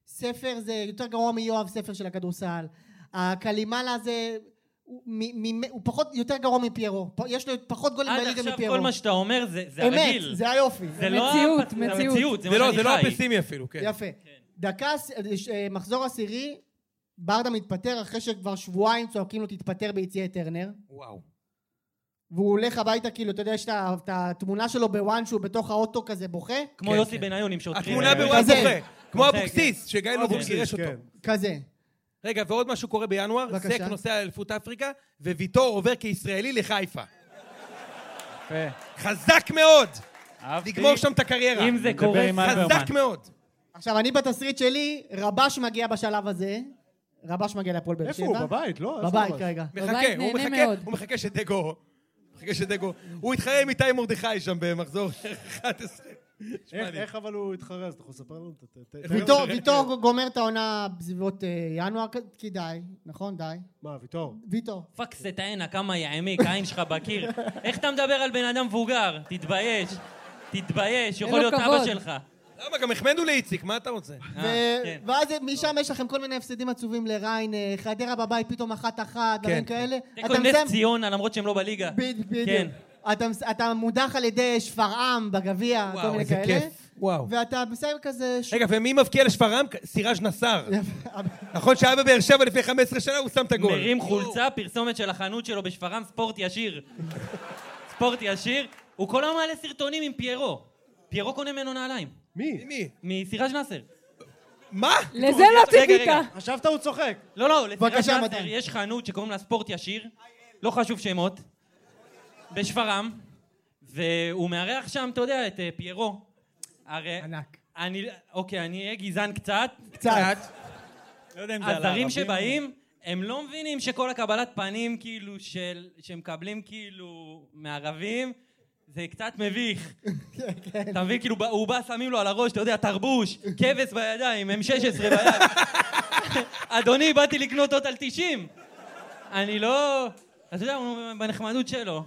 [SPEAKER 3] ספר זה יותר גרוע מיואב ספר של הכדורסל. הקלימלה זה... הוא, מ, מ, הוא פחות, יותר גרוע מפיירו. פ- יש לו פחות גולים
[SPEAKER 2] עד
[SPEAKER 3] בליגה מפיירו.
[SPEAKER 2] עכשיו כל מה שאתה אומר זה זה
[SPEAKER 3] אמת,
[SPEAKER 2] הרגיל.
[SPEAKER 3] זה היופי.
[SPEAKER 2] זה לא
[SPEAKER 4] מציאות,
[SPEAKER 2] הפ-
[SPEAKER 4] מציאות.
[SPEAKER 2] זה המציאות, זה
[SPEAKER 1] זה
[SPEAKER 2] מה
[SPEAKER 1] לא- זה
[SPEAKER 2] שאני
[SPEAKER 1] לא
[SPEAKER 2] חי.
[SPEAKER 1] הפסימי אפילו, כן.
[SPEAKER 3] יפה. דקה, ס- אה, ש- אה, מחזור עשירי, ברדה מתפטר אחרי שכבר שבועיים צועקים לו תתפטר ביציעי טרנר.
[SPEAKER 1] וואו.
[SPEAKER 3] והוא הולך הביתה כאילו, אתה יודע, יש את ה- את התמונה שלו בוואן שהוא בתוך האוטו כזה בוכה,
[SPEAKER 2] כמו
[SPEAKER 1] כן,
[SPEAKER 2] יוסי
[SPEAKER 1] כן.
[SPEAKER 2] בניון עם שוטרים.
[SPEAKER 1] התמונה
[SPEAKER 2] אה,
[SPEAKER 1] בוואן
[SPEAKER 3] כזה.
[SPEAKER 1] בוכה. כמו
[SPEAKER 2] אוקיי,
[SPEAKER 1] אבוקסיס, שגיא לובוק גירש אותו.
[SPEAKER 6] כן.
[SPEAKER 3] כזה.
[SPEAKER 1] רגע, ועוד משהו קורה בינואר,
[SPEAKER 3] בבקשה.
[SPEAKER 1] סק נוסע לאליפות אפריקה, וויטור עובר כישראלי לחיפה.
[SPEAKER 7] יפה.
[SPEAKER 1] חזק מאוד!
[SPEAKER 7] אהבתי.
[SPEAKER 5] אוקיי.
[SPEAKER 1] לגמור שם את הקריירה.
[SPEAKER 7] אם זה
[SPEAKER 1] מדבר
[SPEAKER 7] קורה,
[SPEAKER 1] עם
[SPEAKER 7] אלברמן.
[SPEAKER 1] חזק מאוד.
[SPEAKER 3] עכשיו, אני בתסריט שלי, רבש מגיע בשלב הזה. רבש מגיע להפועל באר
[SPEAKER 6] איפה
[SPEAKER 3] שבע.
[SPEAKER 6] הוא? בבית, לא? איפה
[SPEAKER 3] בבית
[SPEAKER 6] הוא?
[SPEAKER 3] כרגע.
[SPEAKER 4] בבית
[SPEAKER 1] מחכה, הוא
[SPEAKER 4] נהנה
[SPEAKER 1] מחכה,
[SPEAKER 4] מאוד.
[SPEAKER 1] הוא מחכה שדגו... מחכה שדגו... הוא התחרה עם איתי מרדכי שם במחזור 11.
[SPEAKER 6] איך- איך אבל הוא התחרז? אתה יכול לספר לנו? ת- ת- ת-
[SPEAKER 3] ויטור- ויטור גומר את העונה בסביבות אה, ינואר, כ- כי די, נכון? די.
[SPEAKER 6] מה, ויטור?
[SPEAKER 3] ויטור.
[SPEAKER 2] פאק סטיינה, כמה יעמיק, העין שלך בקיר. איך אתה מדבר על בן אדם מבוגר? תתבייש. תתבייש, יכול
[SPEAKER 4] לו
[SPEAKER 2] להיות אבא
[SPEAKER 4] כבוד.
[SPEAKER 2] שלך.
[SPEAKER 1] למה? גם החמאנו לאיציק, מה אתה רוצה?
[SPEAKER 2] אה,
[SPEAKER 3] ו-
[SPEAKER 2] כן.
[SPEAKER 3] ואז משם יש לכם כל מיני הפסדים עצובים לריין, אה, חדרה בבית, פתאום אחת אחת, דברים
[SPEAKER 1] כן.
[SPEAKER 3] כאלה.
[SPEAKER 2] תיקו
[SPEAKER 3] אתה
[SPEAKER 2] עם נס
[SPEAKER 3] מסיים-
[SPEAKER 2] ציונה, למרות שהם לא בליגה.
[SPEAKER 3] בד-
[SPEAKER 2] כן.
[SPEAKER 3] בדיוק. אתה מס- אתה מודח על ידי שפרעם בגביע, כל
[SPEAKER 1] וואו,
[SPEAKER 3] מיני
[SPEAKER 1] איזה
[SPEAKER 3] כאלה.
[SPEAKER 1] כיף. וואו.
[SPEAKER 3] ואתה מסיים כזה... ש-
[SPEAKER 1] רגע, ומי מבקיע לשפרעם? סיראז' נסאר. נכון שהיה בבאר שבע לפני 15 שנה, הוא שם את הגול.
[SPEAKER 2] מרים חולצה, פרסומת של החנות שלו בשפרעם, ספורט ישיר. ספורט ישיר. הוא כל היום מעלה סרטונים עם פיירו. פיירו קונה ממנו נעליים.
[SPEAKER 6] מי?
[SPEAKER 1] מי?
[SPEAKER 2] מסיראז' נאסר.
[SPEAKER 1] מה?
[SPEAKER 4] לזה
[SPEAKER 2] רגע,
[SPEAKER 4] לא
[SPEAKER 2] רגע, רגע.
[SPEAKER 4] ציפית.
[SPEAKER 6] חשבת הוא צוחק.
[SPEAKER 2] לא, לא, לסיראז'
[SPEAKER 3] בבקשה,
[SPEAKER 2] נאסר
[SPEAKER 3] מתן.
[SPEAKER 2] יש חנות שקוראים לה ספורט ישיר, לא חשוב שמות, בשפרעם, והוא מארח שם, אתה יודע, את אה, פיירו. הרי...
[SPEAKER 3] ענק.
[SPEAKER 2] אני... אוקיי, אני אהיה גזען קצת.
[SPEAKER 3] קצת.
[SPEAKER 7] לא יודע אם זה על הערבים.
[SPEAKER 2] הזרים שבאים, הם לא מבינים שכל הקבלת פנים, כאילו, של... שמקבלים, כאילו, מערבים, זה קצת מביך. אתה מבין? כאילו, הוא בא, שמים לו על הראש, אתה יודע, תרבוש, כבש בידיים, M16 ביד. אדוני, באתי לקנות עוד על 90. אני לא... אתה יודע, הוא בנחמדות שלו.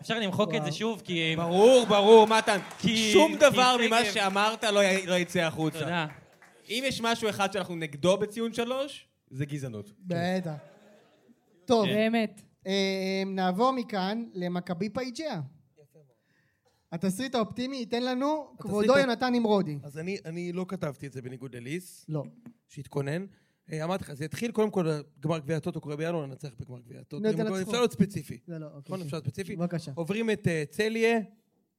[SPEAKER 2] אפשר למחוק את זה שוב, כי...
[SPEAKER 5] ברור, ברור, מתן.
[SPEAKER 2] כי-
[SPEAKER 5] שום דבר
[SPEAKER 2] כי
[SPEAKER 5] ממה
[SPEAKER 2] שגב-
[SPEAKER 5] שאמרת לא י- לא יצא החוצה.
[SPEAKER 2] תודה.
[SPEAKER 5] אם יש משהו אחד שאנחנו נגדו בציון שלוש, זה גזענות.
[SPEAKER 1] כן.
[SPEAKER 3] בטח. טוב,
[SPEAKER 4] באמת.
[SPEAKER 3] אה, נעבור מכאן למכבי פייג'יה. התסריט האופטימי ייתן לנו כבודו
[SPEAKER 1] ה-
[SPEAKER 3] יונתן נמרודי.
[SPEAKER 1] אז אני- אני לא כתבתי את זה בניגוד לליס,
[SPEAKER 3] לא.
[SPEAKER 1] שהתכונן. אה, אמרתי לך, זה התחיל קודם כל, גמר גביע הטוטו קורה בינואר, ננצח בגמר גביע הטוטו.
[SPEAKER 3] נו, תנצחו.
[SPEAKER 1] אם- אפשר להיות ספציפי.
[SPEAKER 3] זה לא, אוקיי.
[SPEAKER 1] נכון, אפשר להיות ספציפי.
[SPEAKER 3] בבקשה.
[SPEAKER 1] עוברים את אה, צליה,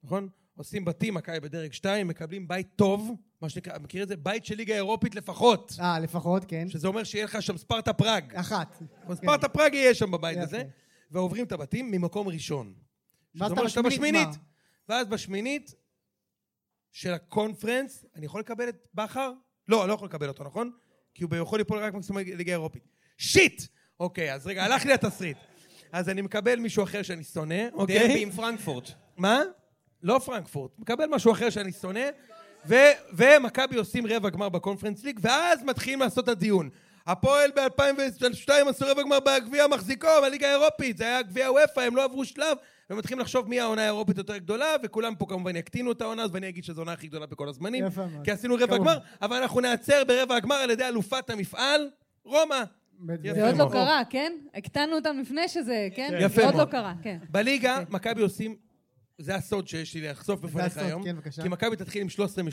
[SPEAKER 1] נכון? עושים בתים, מכבי בדרג 2, מקבלים בית טוב, מה שנקרא, מכיר את זה? בית של ליגה אירופית לפחות.
[SPEAKER 3] אה, לפחות, כן.
[SPEAKER 1] שזה אומר שיהיה לך שם ספרטה פראג.
[SPEAKER 3] אחת.
[SPEAKER 1] אבל ספרטה פראג יהיה שם בבית
[SPEAKER 3] יפה.
[SPEAKER 1] הזה, ועוברים את הבתים ממקום ראשון. שזה
[SPEAKER 3] ואז אתה
[SPEAKER 1] אומר שאתה
[SPEAKER 3] בשמינית, מה?
[SPEAKER 1] ואז בשמינית של הקונפרנס, אני יכול לקבל את בכר? לא, אני לא יכול לקבל אותו, נכון? כי הוא יכול ליפול רק מקסימום ליגה אירופית. שיט! אוקיי, אז רגע, הלך לי התסריט. אז אני מקבל מישהו אחר שאני שונא, אוקיי?
[SPEAKER 5] דרבי עם פרנקפורט.
[SPEAKER 1] מה? לא פרנקפורט. מקבל משהו אחר שאני שונא, ו- ומכבי עושים רבע גמר בקונפרנס ליג, ואז מתחילים לעשות את הדיון. הפועל ב-2002 עשו רבע גמר בגביע המחזיקו, בליגה האירופית, זה היה גביע וופא, הם לא עברו שלב, ומתחילים לחשוב מי העונה האירופית יותר גדולה, וכולם פה כמובן יקטינו את העונה, אז ואני אגיד שזו העונה הכי גדולה בכל הזמנים.
[SPEAKER 3] יפה מאוד.
[SPEAKER 1] כי עשינו רבע
[SPEAKER 3] כמובן.
[SPEAKER 1] גמר, אבל אנחנו נעצר ברבע הגמר על ידי אלופת המפעל, רומא. יפה
[SPEAKER 4] זה עוד לא
[SPEAKER 1] מאוד.
[SPEAKER 4] קרה, כן? הקטנו אותם לפני שזה, כן?
[SPEAKER 1] יפה
[SPEAKER 4] זה עוד לא
[SPEAKER 1] מאוד.
[SPEAKER 4] קרה, כן.
[SPEAKER 1] בליגה, מכבי עושים... זה הסוד שיש לי לחשוף בפניך
[SPEAKER 3] אוקיי. הסוד,
[SPEAKER 1] היום.
[SPEAKER 3] כן, בבקשה.
[SPEAKER 1] כי מכבי תתחיל עם 13 מ-13.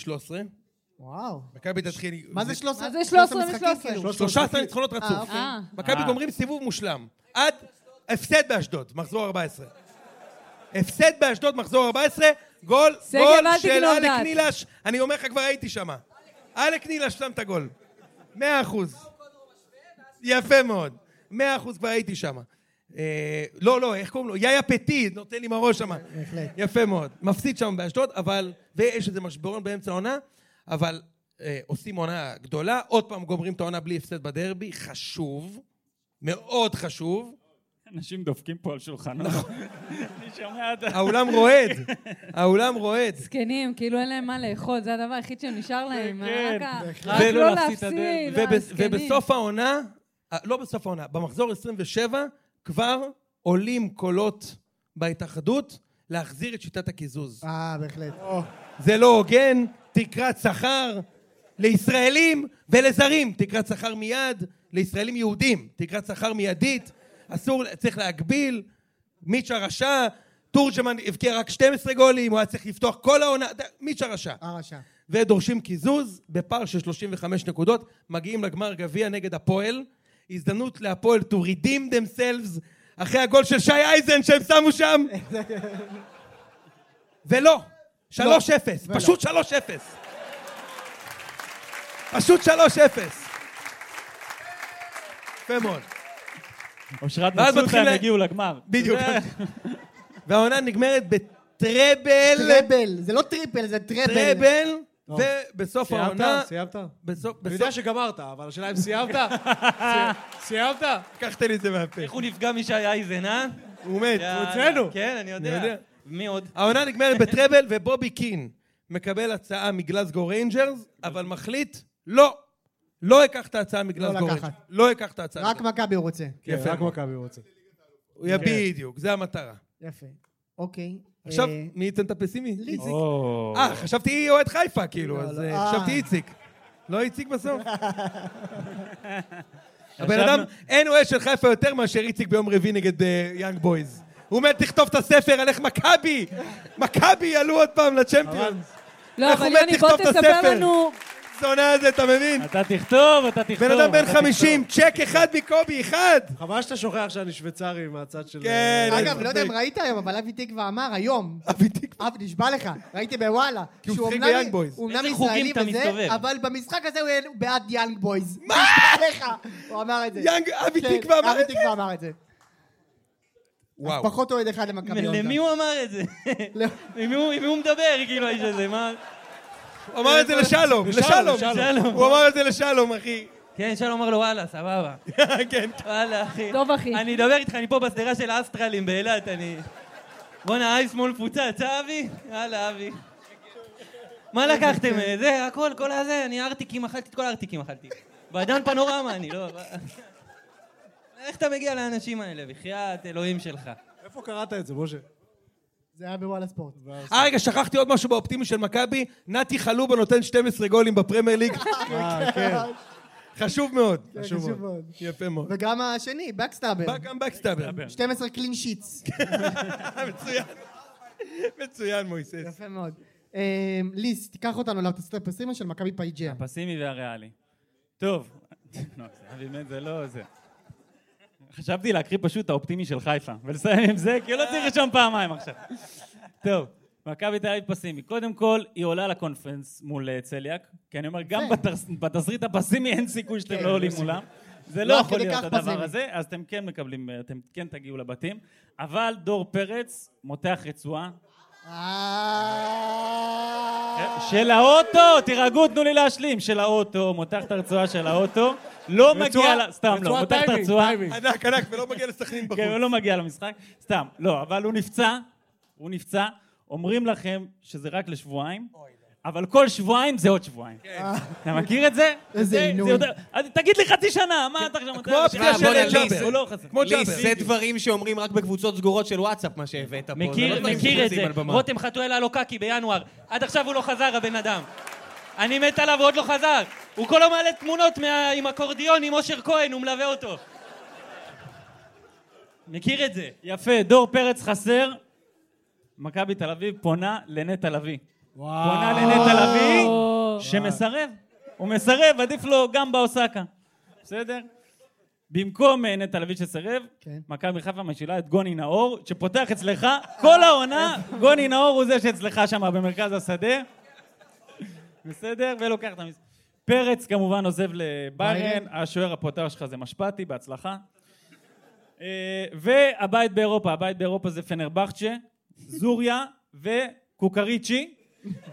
[SPEAKER 3] וואו.
[SPEAKER 1] מכבי תתחיל...
[SPEAKER 3] מה זה 13?
[SPEAKER 4] מה זה 13
[SPEAKER 3] משחקים,
[SPEAKER 4] מ- 13?
[SPEAKER 3] כאילו?
[SPEAKER 1] 13 ניצחונות
[SPEAKER 3] אה,
[SPEAKER 1] רצוף.
[SPEAKER 3] אוקיי.
[SPEAKER 4] אה,
[SPEAKER 1] מכבי
[SPEAKER 7] אה.
[SPEAKER 1] גומרים סיבוב מושלם. עד הפסד באשדוד, מחזור 14. הפסד באשדוד, מחזור 14, גול,
[SPEAKER 4] סגל,
[SPEAKER 1] גול
[SPEAKER 4] אל
[SPEAKER 1] של
[SPEAKER 4] תגנוב
[SPEAKER 1] אלק
[SPEAKER 4] דעת.
[SPEAKER 1] נילש. אני אומר לך, כבר הייתי שם. אלק נילש שם את הגול. 100 אחוז. יפה מאוד. 100 אחוז כבר הייתי שם. אה, לא, לא, איך קוראים לו? יאיה פטי, נותן לי עם הראש שם.
[SPEAKER 3] בהחלט.
[SPEAKER 1] יפה מאוד. מפסיד שם באשדוד, אבל... ויש איזה משברון באמצע העונה, אבל אה, עושים עונה גדולה. עוד פעם גומרים את העונה בלי הפסד בדרבי. חשוב. מאוד חשוב.
[SPEAKER 7] אנשים דופקים פה על שולחנות. אני שומע את ה...
[SPEAKER 1] האולם רועד. האולם רועד.
[SPEAKER 4] זקנים, כאילו אין להם מה לאכול, זה הדבר היחיד שנשאר להם.
[SPEAKER 7] כן,
[SPEAKER 4] רק ה-
[SPEAKER 7] בהחלט.
[SPEAKER 4] רק
[SPEAKER 7] ולא
[SPEAKER 4] לא
[SPEAKER 7] להפסיד את הדרך.
[SPEAKER 4] להפסיד,
[SPEAKER 1] וב-
[SPEAKER 4] הזקנים.
[SPEAKER 1] ובסוף העונה, אה, לא בסוף העונה, במחזור 27 כבר עולים קולות בהתאחדות להחזיר את שיטת הקיזוז.
[SPEAKER 3] אה, בהחלט.
[SPEAKER 1] זה לא הוגן, תקרת שכר לישראלים ולזרים, תקרת שכר מיד, לישראלים יהודים, תקרת שכר מיידית, אסור, צריך להגביל, מיץ' הרשע, תורג'מן הבקיע רק 12 גולים, הוא היה צריך לפתוח כל העונה, ד- מיץ' הרשע.
[SPEAKER 3] הרשע.
[SPEAKER 1] ודורשים קיזוז בפער של 35 נקודות, מגיעים לגמר גביע נגד הפועל, הזדמנות להפועל to redeem themselves אחרי הגול של שי אייזן שהם שמו שם,
[SPEAKER 6] לא.
[SPEAKER 1] ולא, 3-0,
[SPEAKER 3] ולא.
[SPEAKER 1] פשוט 3-0. פשוט 3-0. יפה מאוד.
[SPEAKER 7] אושרת
[SPEAKER 1] ואז
[SPEAKER 7] מצאו אותה,
[SPEAKER 1] מתחיל
[SPEAKER 7] הם
[SPEAKER 1] ל-
[SPEAKER 7] הגיעו לגמר.
[SPEAKER 1] בדיוק. והעונה נגמרת בטראבל,
[SPEAKER 3] טראבל, זה לא טריפל, זה טראבל.
[SPEAKER 1] טראבל, ובסוף העונה,
[SPEAKER 6] סיימת? סיימת?
[SPEAKER 1] בסוף,
[SPEAKER 6] אני יודע
[SPEAKER 1] בסוף,
[SPEAKER 6] שגמרת, אבל השאלה אם סיימת? סי- סיימת?
[SPEAKER 1] לקחת לי את זה מהפה.
[SPEAKER 2] איך הוא נפגע משי אייזן, אה?
[SPEAKER 6] הוא מת, הוא
[SPEAKER 2] יאללה.
[SPEAKER 6] אצלנו.
[SPEAKER 2] כן, אני
[SPEAKER 1] אני
[SPEAKER 2] יודע.
[SPEAKER 1] יודע.
[SPEAKER 2] מי עוד?
[SPEAKER 1] העונה נגמרת בטראבל, ובובי קין מקבל הצעה מגלזגו ריינג'רס, אבל מחליט, לא, לא אקח את ההצעה מגלזגו
[SPEAKER 3] לקחת.
[SPEAKER 1] ריינג'רס. לא אקח את ההצעה.
[SPEAKER 3] רק מכבי הוא רוצה.
[SPEAKER 6] כן,
[SPEAKER 1] יפה
[SPEAKER 6] רק
[SPEAKER 1] מאוד. כן.
[SPEAKER 6] מכבי הוא רוצה.
[SPEAKER 1] הוא יהיה בדיוק, זה המטרה.
[SPEAKER 3] יפה. אוקיי.
[SPEAKER 1] עכשיו,
[SPEAKER 3] אה, אוקיי.
[SPEAKER 1] מי ייתן את הפסימי?
[SPEAKER 3] איציק.
[SPEAKER 1] אה, חשבתי אוהד חיפה, כאילו,
[SPEAKER 3] לא,
[SPEAKER 1] אז
[SPEAKER 3] לא.
[SPEAKER 1] אה,
[SPEAKER 3] אה.
[SPEAKER 1] חשבתי איציק. לא איציק בסוף? הבן אדם, אין אוהד של חיפה יותר מאשר איציק ביום רביעי נגד אה, יאנג בויז. הוא מת לכתוב את הספר על איך מכבי, מכבי יעלו עוד פעם לצ'מפיונס.
[SPEAKER 4] לא,
[SPEAKER 1] איך
[SPEAKER 4] אבל
[SPEAKER 1] הוא מת
[SPEAKER 4] יוני, בוא
[SPEAKER 1] לכתוב את
[SPEAKER 4] תספר
[SPEAKER 1] הספר?
[SPEAKER 4] לנו...
[SPEAKER 1] זונה הזה, אתה מבין?
[SPEAKER 7] אתה תכתוב, אתה תכתוב.
[SPEAKER 1] בן אדם בן
[SPEAKER 7] אתה
[SPEAKER 1] 50, צ'ק אחד מקובי, אחד!
[SPEAKER 6] חבל שאתה שוכח שאני שוויצרי מהצד של... אה,
[SPEAKER 1] כן.
[SPEAKER 3] אגב, לא יודע אם ראית היום, אבל אבי תקווה אמר היום,
[SPEAKER 1] אבי תקווה.
[SPEAKER 3] אב, נשבע לך, ראיתי בוואלה.
[SPEAKER 1] כי הוא
[SPEAKER 3] שהוא
[SPEAKER 1] שיחק
[SPEAKER 3] אומנם-
[SPEAKER 1] ביאנג בויז.
[SPEAKER 3] הוא אומנם
[SPEAKER 2] איזה
[SPEAKER 3] ישראלי
[SPEAKER 2] חוגים אתה
[SPEAKER 3] וזה,
[SPEAKER 2] מסתובב?
[SPEAKER 3] אבל במשחק הזה הוא יהיה בעד יאנג בויז. מה? נשבע לך. הוא אמר את זה.
[SPEAKER 1] יאנג, אבי
[SPEAKER 3] כן,
[SPEAKER 1] תקווה אמר
[SPEAKER 3] אבי
[SPEAKER 1] את זה?
[SPEAKER 3] תקווה אמר את זה.
[SPEAKER 1] וואו.
[SPEAKER 3] פחות אוהד אחד למכבי. יונתן.
[SPEAKER 2] למי הוא אמר את זה?
[SPEAKER 3] לא.
[SPEAKER 2] עם מי הוא- עם מי הוא מדבר, כאילו, האיש הזה, מה?
[SPEAKER 1] הוא אמר את זה לשלום,
[SPEAKER 6] לשלום,
[SPEAKER 1] לשלום.
[SPEAKER 2] לשלום.
[SPEAKER 1] הוא אמר את זה לשלום, אחי.
[SPEAKER 2] כן, שלום אמר לו, וואלה, סבבה.
[SPEAKER 1] כן.
[SPEAKER 2] וואלה, אחי.
[SPEAKER 4] טוב, אחי.
[SPEAKER 2] אני אדבר איתך, אני פה בשדרה של האסטרלים באילת, אני... בואנה, עין שמאל מפוצץ, אה, אבי? יאללה, אבי. מה לקחתם? אה, זה, הכל, כל הזה, אני ארטיקים אכלתי, את כל הארטיקים אכלתי. בעידן פנורמה, אני לא... איך אתה מגיע לאנשים האלה, בחייאת אלוהים שלך?
[SPEAKER 6] איפה קראת את זה, משה?
[SPEAKER 3] זה היה בוואלה ספורט.
[SPEAKER 1] אה, רגע, שכחתי עוד משהו באופטימי של מכבי. נתי חלובה נותן 12 גולים בפרמייר ליג.
[SPEAKER 6] אה, כן.
[SPEAKER 1] חשוב מאוד.
[SPEAKER 3] כן,
[SPEAKER 6] חשוב
[SPEAKER 3] חשוב
[SPEAKER 6] מאוד.
[SPEAKER 3] מאוד.
[SPEAKER 1] יפה מאוד.
[SPEAKER 3] וגם השני, בקסטאבר.
[SPEAKER 1] בא גם בקסטאבר.
[SPEAKER 7] כן.
[SPEAKER 3] 12 קלין שיטס.
[SPEAKER 1] מצוין. מצוין, מויסס.
[SPEAKER 3] יפה מאוד. אה, ליס, תיקח אותנו לתסטרפ 20 של מכבי פייג'יה.
[SPEAKER 7] הפסימי והריאלי. טוב. לא, זה באמת, זה לא זה. חשבתי להקריא פשוט את האופטימי של חיפה, ולסיים עם זה, כי לא צריך לשם פעמיים עכשיו. טוב, מכבי תל אביב פסימי. קודם כל, היא עולה לקונפרנס מול אה, צליאק, כי אני אומר, גם
[SPEAKER 3] יפה.
[SPEAKER 7] בתרס- בתסריט הפסימי אין סיכוי שאתם
[SPEAKER 3] כן,
[SPEAKER 7] לא עולים
[SPEAKER 3] אין
[SPEAKER 7] מולם. זה
[SPEAKER 3] לא,
[SPEAKER 7] לא
[SPEAKER 3] עד
[SPEAKER 7] יכול
[SPEAKER 3] כדי
[SPEAKER 7] להיות
[SPEAKER 3] כך
[SPEAKER 7] הדבר
[SPEAKER 3] פסימי.
[SPEAKER 7] הזה, אז אתם כן מקבלים, אה, אתם כן תגיעו לבתים. אבל דור פרץ מותח רצועה,
[SPEAKER 3] אה,
[SPEAKER 7] של האוטו, תירגעו, תנו לי להשלים. של האוטו, מותח את הרצועה של האוטו, לא מגיע, ל- סתם לא,
[SPEAKER 6] רצועה
[SPEAKER 7] מותח את
[SPEAKER 6] טיימינג,
[SPEAKER 7] הרצועה,
[SPEAKER 6] טיימינג.
[SPEAKER 1] ענק, ענק, ולא מגיע לסכנין בחוץ.
[SPEAKER 7] כן, הוא לא מגיע למשחק, סתם, לא, אבל הוא נפצע, הוא נפצע, אומרים לכם שזה רק לשבועיים, אבל כל שבועיים זה עוד שבועיים.
[SPEAKER 1] כן.
[SPEAKER 7] אתה מכיר את זה?
[SPEAKER 3] איזה
[SPEAKER 7] זה- זה
[SPEAKER 3] עינוי.
[SPEAKER 7] יותר- אז תגיד לי חצי שנה, מה אתה עכשיו...
[SPEAKER 1] כן. כמו
[SPEAKER 7] אתה-
[SPEAKER 1] הפציעה
[SPEAKER 7] שנה,
[SPEAKER 1] של
[SPEAKER 7] בוא נגיד,
[SPEAKER 1] ג'אבר.
[SPEAKER 7] הוא לא חצי.
[SPEAKER 1] כמו
[SPEAKER 5] לי,
[SPEAKER 1] ג'אבר.
[SPEAKER 5] זה דברים שאומרים רק בקבוצות סגורות של וואטסאפ, מה שהבאת פה. זה לא
[SPEAKER 2] מכיר,
[SPEAKER 5] דברים
[SPEAKER 2] מכיר את
[SPEAKER 5] שרצים
[SPEAKER 2] זה.
[SPEAKER 5] על במה.
[SPEAKER 2] רותם חתואל היה לו קקי בינואר. עד עכשיו הוא לא חזר, הבן אדם. אני מת עליו, הוא עוד לא חזר. הוא כל היום מעלה תמונות מה... עם אקורדיון, עם אושר כהן, הוא מלווה אותו. מכיר את זה.
[SPEAKER 7] יפה, דור פרץ חסר, מכבי תל אביב פונה לנטע לביא. פונה לנטע לביא, שמסרב. הוא מסרב, עדיף לו גם באוסקה. בסדר? במקום אה, נטע לביא שסרב,
[SPEAKER 3] כן.
[SPEAKER 7] מכבי חיפה משילה את גוני נאור, שפותח אצלך כל העונה, גוני נאור הוא זה שאצלך שם במרכז השדה. בסדר? ולוקח את המשחק. פרץ כמובן עוזב לביירן,
[SPEAKER 3] ביירן.
[SPEAKER 7] השוער הפותח שלך זה משפטי, בהצלחה. אה, והבית באירופה, הבית באירופה זה פנרבחצ'ה, זוריה וקוקריצ'י,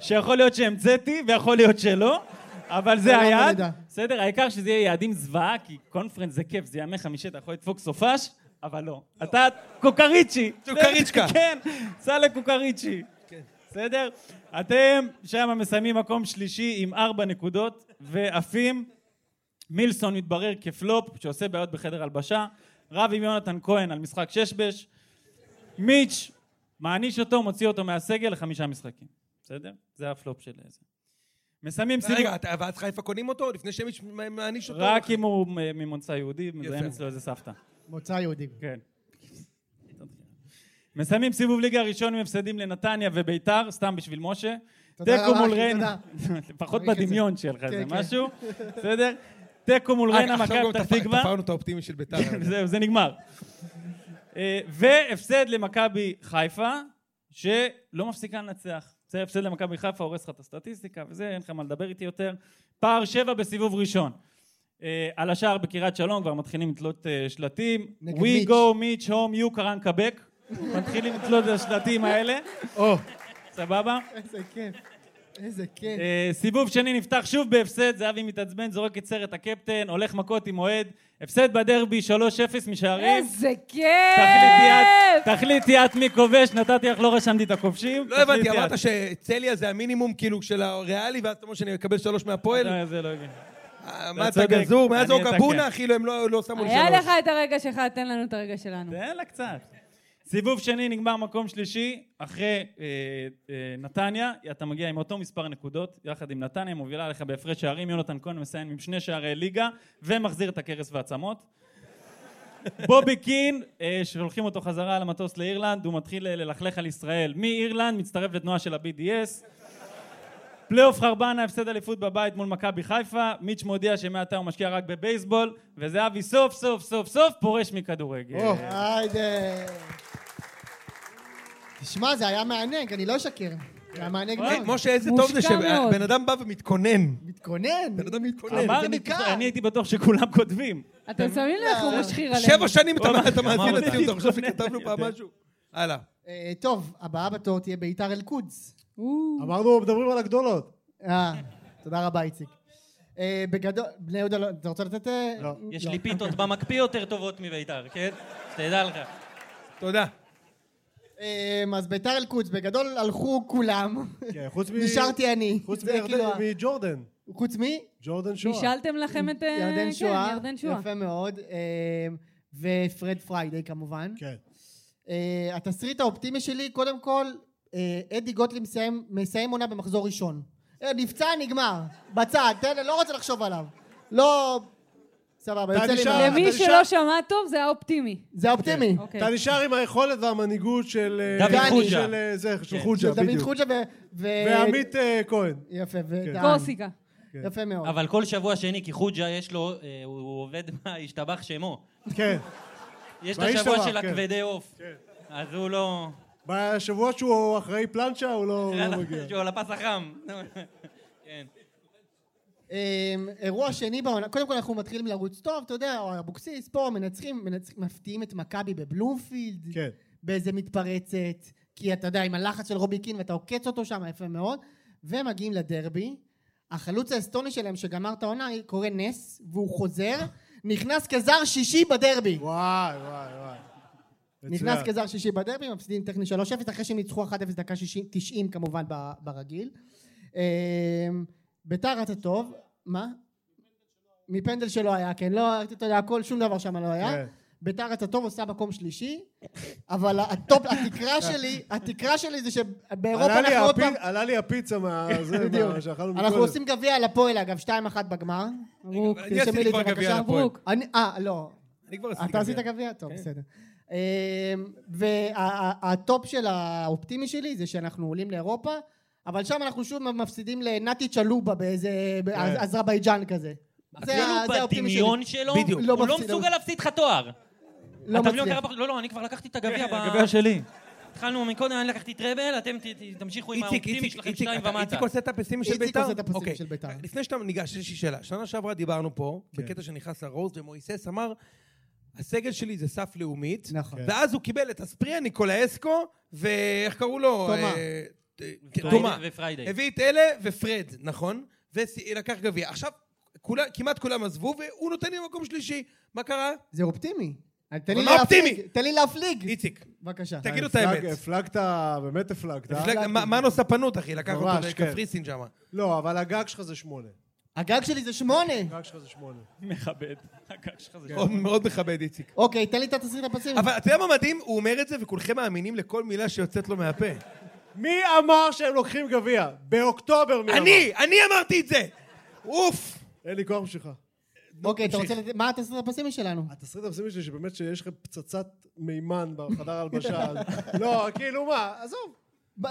[SPEAKER 7] שיכול להיות שהמצאתי ויכול להיות שלא, אבל זה
[SPEAKER 3] לעולם לא
[SPEAKER 7] היעד.
[SPEAKER 3] נדע.
[SPEAKER 7] בסדר, העיקר שזה יהיה יעדים זוועה, כי קונפרנס זה כיף, זה ימי חמישי, אתה יכול לדפוק סופש, אבל לא. אתה קוקריצ'י.
[SPEAKER 1] קוקריצ'קה.
[SPEAKER 7] כן, סע לקוקריצ'י. בסדר? אתם שם מסיימים מקום שלישי עם ארבע נקודות ועפים. מילסון מתברר כפלופ שעושה בעיות בחדר הלבשה. רב עם יונתן כהן על משחק ששבש. מיץ' מעניש אותו, מוציא אותו מהסגל לחמישה משחקים. בסדר? זה הפלופ של זה. מסיימים סיבוב.
[SPEAKER 1] רגע, לא אתה- ואז חיפה קונים אותו לפני שהם יש- מעניש אותו? אה,
[SPEAKER 7] רק אם הוא מ- ממוצא יהודי, מזהם אצלו איזה סבתא.
[SPEAKER 3] מוצא יהודי.
[SPEAKER 7] כן. מסיימים סיבוב ליגה ראשון עם הפסדים לנתניה וביתר, סתם בשביל משה.
[SPEAKER 3] תודה
[SPEAKER 7] תיקו
[SPEAKER 3] רבה,
[SPEAKER 7] מול
[SPEAKER 3] אחי,
[SPEAKER 7] ריינה. לפחות
[SPEAKER 3] מעריך את זה.
[SPEAKER 7] בדמיון שלך
[SPEAKER 3] כן,
[SPEAKER 7] זה
[SPEAKER 3] כן.
[SPEAKER 7] משהו, בסדר? תיקו מול ריינה,
[SPEAKER 1] עכשיו
[SPEAKER 7] מכבי
[SPEAKER 1] גם
[SPEAKER 7] פתח
[SPEAKER 1] תפ-
[SPEAKER 7] תקווה.
[SPEAKER 1] תפרנו את האופטימי של ביתר.
[SPEAKER 7] זהו, זה נגמר. אה, והפסד למכבי חיפה, שלא מפסיקה לנצח. זה הפסד למכבי חיפה, הורס לך את הסטטיסטיקה וזה, אין לך מה לדבר איתי יותר. פער שבע בסיבוב ראשון. אה, על השער בקריית שלום כבר מתחילים לתלות אה, שלטים.
[SPEAKER 3] נגד
[SPEAKER 7] We
[SPEAKER 3] מיץ'.
[SPEAKER 7] go, מיץ', home, you, קרנקה בק. מתחילים לתלות את השלטים האלה,
[SPEAKER 6] או,
[SPEAKER 7] סבבה?
[SPEAKER 3] איזה כיף. איזה כיף.
[SPEAKER 7] אה, סיבוב שני נפתח שוב בהפסד, זהבי מתעצבן, זורק את סרט הקפטן, הולך מכות עם אוהד, הפסד בדרבי 3-0 משערים.
[SPEAKER 4] איזה
[SPEAKER 7] תחליטי את-
[SPEAKER 4] כיף!
[SPEAKER 7] תחליטי את מי כובש, נתתי לך, לא רשמתי את הכובשים.
[SPEAKER 1] לא הבנתי,
[SPEAKER 7] תחליטי את.
[SPEAKER 1] אמרת שצליה זה המינימום כאילו של הריאלי, ואז אתה אומר שאני מקבל שלוש מהפועל?
[SPEAKER 7] לא, זה לא הגיע.
[SPEAKER 1] אה,
[SPEAKER 7] אתה
[SPEAKER 1] מה אתה
[SPEAKER 7] צודק,
[SPEAKER 1] גזור? מאז
[SPEAKER 7] אני אתקן.
[SPEAKER 1] אוקבונה, כאילו הם לא לא שמו לי
[SPEAKER 4] היה
[SPEAKER 1] שלוש.
[SPEAKER 4] לך את הרגע שלך, תן לנו את הרגע שלנו.
[SPEAKER 7] תן לה קצת. סיבוב שני נגמר מקום שלישי, אחרי אה, אה, נתניה, אתה מגיע עם אותו מספר נקודות, יחד עם נתניה, מובילה לך בהפרש שערים, יונתן כהן מסיים עם שני שערי ליגה, ומחזיר את הכרס והעצמות. בובי קין, אה, שולחים אותו חזרה על המטוס לאירלנד, הוא מתחיל אה, ללכלך על ישראל מאירלנד, מצטרף לתנועה של ה-BDS. פלייאוף חרבנה, הפסד אליפות בבית מול מכבי חיפה, מיץ' מודיע שמעתה הוא משקיע רק בבייסבול, וזהבי סוף סוף סוף סוף פורש מכדורגל.
[SPEAKER 3] או, היידה. תשמע, זה היה מענג, אני לא אשקר. זה היה מענג מאוד.
[SPEAKER 1] משה, איזה
[SPEAKER 4] מושקע
[SPEAKER 1] טוב זה
[SPEAKER 4] מאוד.
[SPEAKER 1] שבן אדם בא ומתכונן.
[SPEAKER 3] מתכונן.
[SPEAKER 1] בן אדם מתכונן.
[SPEAKER 3] זה
[SPEAKER 7] אמרתי,
[SPEAKER 3] ניכר.
[SPEAKER 7] אני הייתי בטוח שכולם כותבים.
[SPEAKER 4] אתם שמים לב
[SPEAKER 3] לא,
[SPEAKER 4] איך הוא משחיר עלינו.
[SPEAKER 1] שבע שנים אתה- אתה מאזין
[SPEAKER 7] אמרתי,
[SPEAKER 1] לציון, אתה חושב
[SPEAKER 7] מתכונן,
[SPEAKER 1] שכתבנו
[SPEAKER 7] אני
[SPEAKER 1] פעם
[SPEAKER 7] יודע.
[SPEAKER 1] משהו? הלאה.
[SPEAKER 3] אה, טוב, הבאה בתור תהיה ביתר אל-קודס.
[SPEAKER 4] או,
[SPEAKER 6] אמרנו, מדברים על הגדולות.
[SPEAKER 3] אה, תודה רבה, איציק. אה, בגדול, בני יהודה, לא- אתה רוצה לתת? אה,
[SPEAKER 6] לא.
[SPEAKER 2] יש לי פיתות במקפיא יותר טובות מביתר, כן? שתדע לך.
[SPEAKER 1] תודה.
[SPEAKER 3] אה, אז ביתר אל-קודס, בגדול הלכו כולם.
[SPEAKER 6] כן, חוץ מ...
[SPEAKER 3] נשארתי אני.
[SPEAKER 6] חוץ
[SPEAKER 3] זה כאילו ה-
[SPEAKER 6] מירדן- מג'ורדן.
[SPEAKER 3] חוץ מי?
[SPEAKER 6] ג'ורדן שואה.
[SPEAKER 4] בישלתם לכם את... אה,
[SPEAKER 3] ירדן שואה.
[SPEAKER 4] כן, ירדן שואה.
[SPEAKER 3] יפה מאוד. אה, ופרד פריידי כמובן.
[SPEAKER 6] כן.
[SPEAKER 3] אה, התסריט האופטימי שלי, קודם כל, אה, אדי גוטליב מסיים, מסיים עונה במחזור ראשון. אה, נפצע, נגמר. בצד, תן, לא רוצה לחשוב עליו. לא... סבבה,
[SPEAKER 6] אתה
[SPEAKER 3] יוצא לי
[SPEAKER 6] נשאר- כן.
[SPEAKER 3] מה...
[SPEAKER 4] למי
[SPEAKER 6] אתה נשאר-
[SPEAKER 4] שלא שמע טוב, זה היה אופטימי.
[SPEAKER 3] זה האופטימי.
[SPEAKER 4] אוקיי.
[SPEAKER 6] אתה נשאר עם היכולת והמנהיגות של... אה,
[SPEAKER 2] דוד
[SPEAKER 6] של,
[SPEAKER 2] חוג'ה.
[SPEAKER 6] אה, זה, של
[SPEAKER 2] כן.
[SPEAKER 6] חוג'ה,
[SPEAKER 3] של דוד
[SPEAKER 6] בדיוק.
[SPEAKER 3] חוג'ה ו... ו...
[SPEAKER 6] ועמית אה, כהן.
[SPEAKER 3] יפה, ודן.
[SPEAKER 4] קורסיקה.
[SPEAKER 3] יפה
[SPEAKER 6] כן.
[SPEAKER 3] מאוד.
[SPEAKER 2] אבל כל שבוע שני, כי חוג'ה יש לו, אה, הוא הוא עובד, מה, השתבח שמו.
[SPEAKER 6] כן.
[SPEAKER 2] יש את
[SPEAKER 6] מה
[SPEAKER 2] השבוע
[SPEAKER 6] השתבח?
[SPEAKER 2] של
[SPEAKER 6] כן.
[SPEAKER 2] הכבדי עוף. אז הוא לא...
[SPEAKER 6] בשבוע שהוא אחראי פלנצ'ה הוא לא לא מגיע.
[SPEAKER 2] שהוא על הפס החם. כן.
[SPEAKER 3] אמ, אירוע שני בעונה, קודם כל אנחנו מתחילים לרוץ טוב, אתה יודע, או אבוקסיס, פה מנצחים, מנצחים, מפתיעים את מכבי בבלומפילד,
[SPEAKER 6] כן.
[SPEAKER 3] באיזה מתפרצת, כי אתה יודע, עם הלחץ של רובי קין ואתה עוקץ אותו שם, יפה מאוד, ומגיעים לדרבי, החלוץ האסטוני שלהם שגמר את העונה קורא נס, והוא חוזר, נכנס כזר שישי בדרבי.
[SPEAKER 6] וואי, וואי, וואי.
[SPEAKER 3] נכנס
[SPEAKER 6] מצוין.
[SPEAKER 3] כזר שישי בדרבי, מפסידים טכני 3-0, אחרי שהם ניצחו 1-0 דקה 60, 90 כמובן ב- ברגיל. אמ, ביתר רצה טוב, מה? מפנדל שלא היה, כן, לא, אתה יודע, הכל, שום דבר שם לא היה.
[SPEAKER 6] כן.
[SPEAKER 3] ביתר רצה טוב, עושה מקום שלישי, אבל הטופ, התקרה שלי, התקרה שלי זה שבאירופה
[SPEAKER 6] עלה לי
[SPEAKER 3] אנחנו עוד
[SPEAKER 6] הפי-
[SPEAKER 3] פעם...
[SPEAKER 6] עלה לי הפיצה מה... זה,
[SPEAKER 3] בדיוק.
[SPEAKER 6] מה שאכלנו מקודם.
[SPEAKER 3] אנחנו עושים גביע על הפועל, אגב, 2-1 בגמר.
[SPEAKER 4] מברוק.
[SPEAKER 1] אני
[SPEAKER 3] תרשמי
[SPEAKER 1] עשיתי
[SPEAKER 3] לי את
[SPEAKER 1] כבר
[SPEAKER 3] זה
[SPEAKER 1] גביע
[SPEAKER 3] בבקשה.
[SPEAKER 1] לפועל.
[SPEAKER 4] מברוק.
[SPEAKER 3] אני- אה, לא.
[SPEAKER 1] אני כבר עשיתי
[SPEAKER 3] אתה עשית
[SPEAKER 1] גביע.
[SPEAKER 3] גביע? טוב, בסדר. והטופ של האופטימי שלי זה שאנחנו עולים לאירופה, אבל שם אנחנו שוב מפסידים לנתי צ'לובה באיזה
[SPEAKER 6] כן.
[SPEAKER 3] אזרבייג'אן כזה. זה ה-
[SPEAKER 2] אפילו
[SPEAKER 3] זה האופטימי שלי.
[SPEAKER 2] בדמיון לא שלו,
[SPEAKER 3] בדיוק. לא
[SPEAKER 2] הוא לא
[SPEAKER 3] מפסיד,
[SPEAKER 2] מסוגל להפסיד לך תואר.
[SPEAKER 3] לא
[SPEAKER 2] אתה מבין מה
[SPEAKER 3] מצליח.
[SPEAKER 2] קרה פה? לא, לא, אני כבר לקחתי את הגביע. ב-
[SPEAKER 7] כן, הגביע שלי.
[SPEAKER 2] התחלנו מקודם, אני לקחתי טראבל, אתם ת- ת- תמשיכו עם
[SPEAKER 1] איציק,
[SPEAKER 2] האופטימי
[SPEAKER 1] איציק,
[SPEAKER 2] שלכם
[SPEAKER 1] איציק,
[SPEAKER 2] שניים
[SPEAKER 1] אתה-
[SPEAKER 2] ומטה.
[SPEAKER 1] איציק עושה את הפסימי של
[SPEAKER 3] איציק
[SPEAKER 1] ביתר?
[SPEAKER 3] עושה את הפסימי
[SPEAKER 1] אוקיי.
[SPEAKER 3] של ביתר. כן.
[SPEAKER 1] לפני שאתה ניגש, יש לי שאלה. שנה שעברה דיברנו פה, בקטע שנכנס לרוז, ומויסס אמר, הסגל שלי זה סף לאומית.
[SPEAKER 3] נכון. כן.
[SPEAKER 1] ואז הוא קיבל את אספריה, ניקולאסקו, ואיך קראו לו?
[SPEAKER 3] תומה.
[SPEAKER 1] אה, אה,
[SPEAKER 2] פריידי
[SPEAKER 1] תומה.
[SPEAKER 2] ופריידי.
[SPEAKER 1] הביא את אלה ופרד, נכון? ולקח גביע. עכשיו, כולה- כמעט כולם עזבו, והוא נותן לי מקום שלישי. מה קרה?
[SPEAKER 3] זה אופטימי. אז תן לי
[SPEAKER 1] אבל מה
[SPEAKER 3] להפליג.
[SPEAKER 1] אופטימי?
[SPEAKER 3] תן לי להפליג.
[SPEAKER 1] איציק,
[SPEAKER 3] בבקשה.
[SPEAKER 1] תגידו כאילו את האמת.
[SPEAKER 6] הפלג- הפלגת, באמת הפלגת. אה?
[SPEAKER 1] הפלג- מה מה נוסע פנות, אחי? לקח אותו
[SPEAKER 6] ממש, כן.
[SPEAKER 1] לקפריסין שם.
[SPEAKER 6] לא, אבל הגג שלך זה שמונה.
[SPEAKER 3] הגג שלי זה שמונה.
[SPEAKER 6] הגג שלך זה שמונה.
[SPEAKER 7] מכבד. הגג שלך זה
[SPEAKER 3] כן.
[SPEAKER 1] מאוד- מאוד מכבד, איציק.
[SPEAKER 3] אוקיי, תן לי את התסריט הפסימי.
[SPEAKER 1] אבל אתה יודע מה מדהים? הוא אומר את זה וכולכם מאמינים לכל מילה שיוצאת לו מהפה.
[SPEAKER 6] מי אמר שהם לוקחים גביע? באוקטובר מי אמר?
[SPEAKER 1] אני! אני אמרתי את זה! אוף!
[SPEAKER 6] אין לי כוח בשבילך.
[SPEAKER 3] אוקיי, אתה רוצה... לתת- מה התסריט הפסימי שלנו?
[SPEAKER 6] התסריט המשימי שלי שבאמת שיש לכם פצצת מימן בחדר ההלבשה. לא, כאילו מה, עזוב.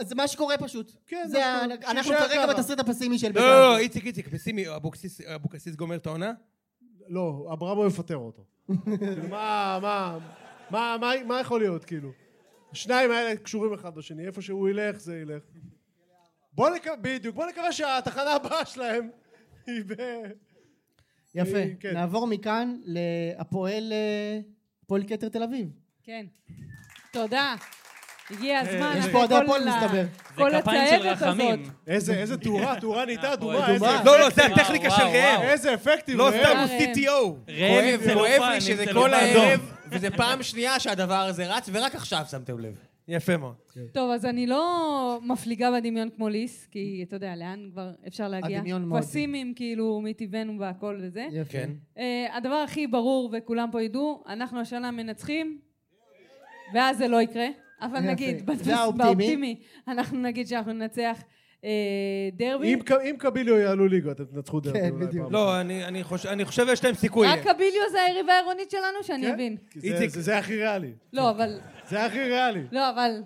[SPEAKER 3] זה מה שקורה פשוט.
[SPEAKER 6] כן,
[SPEAKER 3] זה
[SPEAKER 6] מה
[SPEAKER 3] ה-
[SPEAKER 6] שקורה.
[SPEAKER 3] אנחנו
[SPEAKER 6] שישה
[SPEAKER 3] כרגע
[SPEAKER 6] ככה.
[SPEAKER 3] בתסריט הפסימי של
[SPEAKER 1] לא,
[SPEAKER 3] ביתר.
[SPEAKER 1] לא, לא, איציק, איציק, פסימי, אבוקסיס- אבוקסיס גומר את העונה?
[SPEAKER 6] לא, אברמוב יפטר אותו. כאילו, מה, מה, מה, מה, מה יכול להיות, כאילו? השניים האלה קשורים אחד בשני, איפה שהוא ילך, זה ילך. בוא נקווה, בדיוק, בוא נקווה שהתחנה הבאה שלהם היא ב... אה,
[SPEAKER 3] יפה.
[SPEAKER 6] כן.
[SPEAKER 3] נעבור מכאן להפועל אה, הפועל כתר תל אביב.
[SPEAKER 4] כן. תודה. הגיע הזמן.
[SPEAKER 3] יש
[SPEAKER 4] אחרי
[SPEAKER 3] פה אוהדי
[SPEAKER 4] כל
[SPEAKER 3] הפועל,
[SPEAKER 4] ה-
[SPEAKER 3] מסתבר.
[SPEAKER 2] זה
[SPEAKER 4] כל
[SPEAKER 2] כפיים של
[SPEAKER 4] הצהבת הזאת.
[SPEAKER 2] רחמים.
[SPEAKER 6] איזה איזה תאורה, תאורה נהייתה אדומה,
[SPEAKER 7] אדומה.
[SPEAKER 6] איזה-
[SPEAKER 2] וואו,
[SPEAKER 8] לא, לא, זה
[SPEAKER 2] וואו,
[SPEAKER 8] הטכניקה של
[SPEAKER 2] וואו,
[SPEAKER 8] ראם.
[SPEAKER 2] וואו.
[SPEAKER 6] איזה אפקטים.
[SPEAKER 8] לא
[SPEAKER 6] זה.
[SPEAKER 8] סתם הוא
[SPEAKER 4] ראם.
[SPEAKER 8] CTO.
[SPEAKER 2] ראם עם
[SPEAKER 8] כואב
[SPEAKER 2] צלופן,
[SPEAKER 8] לי שזה
[SPEAKER 2] עם
[SPEAKER 8] כל
[SPEAKER 2] צלופן
[SPEAKER 8] הערב,
[SPEAKER 2] אדום.
[SPEAKER 8] וזה פעם שנייה שהדבר הזה רץ, ורק עכשיו שמתם לב.
[SPEAKER 1] יפה מאוד.
[SPEAKER 3] כן.
[SPEAKER 4] טוב, אז אני לא מפליגה בדמיון כמו ליס, כי אתה יודע, לאן כבר אפשר להגיע?
[SPEAKER 3] הדמיון מאוד.
[SPEAKER 4] פסימיים, כאילו, מטבענו והכל וזה.
[SPEAKER 3] יפה.
[SPEAKER 1] כן.
[SPEAKER 4] אה, הדבר הכי ברור, וכולם פה ידעו, אנחנו השנה מנצחים, ואז זה לא יקרה. אבל
[SPEAKER 3] יפה.
[SPEAKER 4] נגיד,
[SPEAKER 3] זה
[SPEAKER 4] בדפוס-
[SPEAKER 3] האופטימי.
[SPEAKER 4] באופטימי, אנחנו נגיד שאנחנו ננצח אה, דרבי.
[SPEAKER 6] אם ק- אם קביליו יעלו ליגה, אתם תנצחו דרך.
[SPEAKER 3] כן,
[SPEAKER 6] אולי
[SPEAKER 3] בדיוק.
[SPEAKER 6] פעם.
[SPEAKER 1] לא, אני- אני חושב- אני חושב יש להם סיכוי.
[SPEAKER 4] רק הביליו זה היריבה העירונית שלנו, שאני
[SPEAKER 6] כן?
[SPEAKER 4] אבין.
[SPEAKER 6] כי זה-
[SPEAKER 1] איציק.
[SPEAKER 6] זה- זה הכי ריאלי.
[SPEAKER 4] לא, אבל...
[SPEAKER 6] זה הכי ריאלי.
[SPEAKER 4] לא, אבל...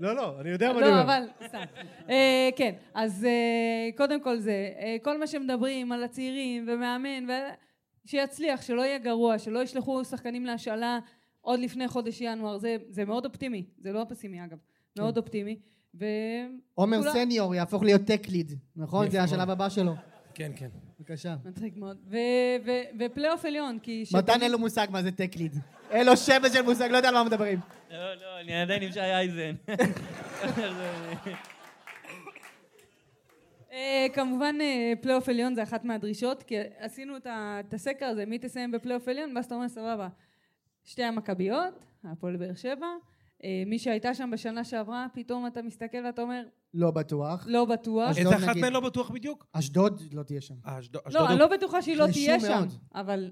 [SPEAKER 6] לא, לא, אני יודע מה אני
[SPEAKER 4] לא,
[SPEAKER 6] אומר.
[SPEAKER 4] אבל... סתם. אה, כן, אז אה, קודם כל זה. אה, כל מה שמדברים על הצעירים ומאמן, ו- שיצליח, שלא יהיה גרוע, שלא ישלחו שחקנים להשאלה עוד לפני חודש ינואר. זה- זה מאוד אופטימי. זה לא פסימי, אגב. מאוד
[SPEAKER 6] כן.
[SPEAKER 4] אופטימי. ו...
[SPEAKER 3] עומר
[SPEAKER 4] כולם-
[SPEAKER 3] סניור יהפוך להיות טק ליד, נכון? זה השלב הבא שלו.
[SPEAKER 1] כן, כן.
[SPEAKER 3] בבקשה.
[SPEAKER 4] מצחיק מאוד. ו- ו- ופלייאוף עליון, כי... ש-
[SPEAKER 3] מתן אין לו מושג מה זה טק ליד. אין לו שמץ של מושג, לא יודע על מה מדברים.
[SPEAKER 2] לא, לא, אני עדיין עם שי אייזן.
[SPEAKER 4] אה, כמובן אה, פלייאוף עליון זה אחת מהדרישות, כי עשינו את ה- את הסקר הזה, מי תסיים בפלייאוף עליון, ואז אתה אומר סבבה. שתי המכביות, הפועל באר שבע, אה, מי שהייתה שם בשנה שעברה, פתאום אתה מסתכל ואתה אומר,
[SPEAKER 3] לא בטוח.
[SPEAKER 4] לא בטוח.
[SPEAKER 3] אשדוד
[SPEAKER 1] איזה אחת
[SPEAKER 3] נגיד.
[SPEAKER 1] מהן לא בטוח בדיוק?
[SPEAKER 3] אשדוד לא תהיה שם.
[SPEAKER 1] אה, אשדוד.
[SPEAKER 4] לא,
[SPEAKER 1] אשדוד.
[SPEAKER 4] אני לא בטוחה שהיא לא
[SPEAKER 3] נחלשו
[SPEAKER 4] תהיה שם,
[SPEAKER 3] מאוד.
[SPEAKER 4] אבל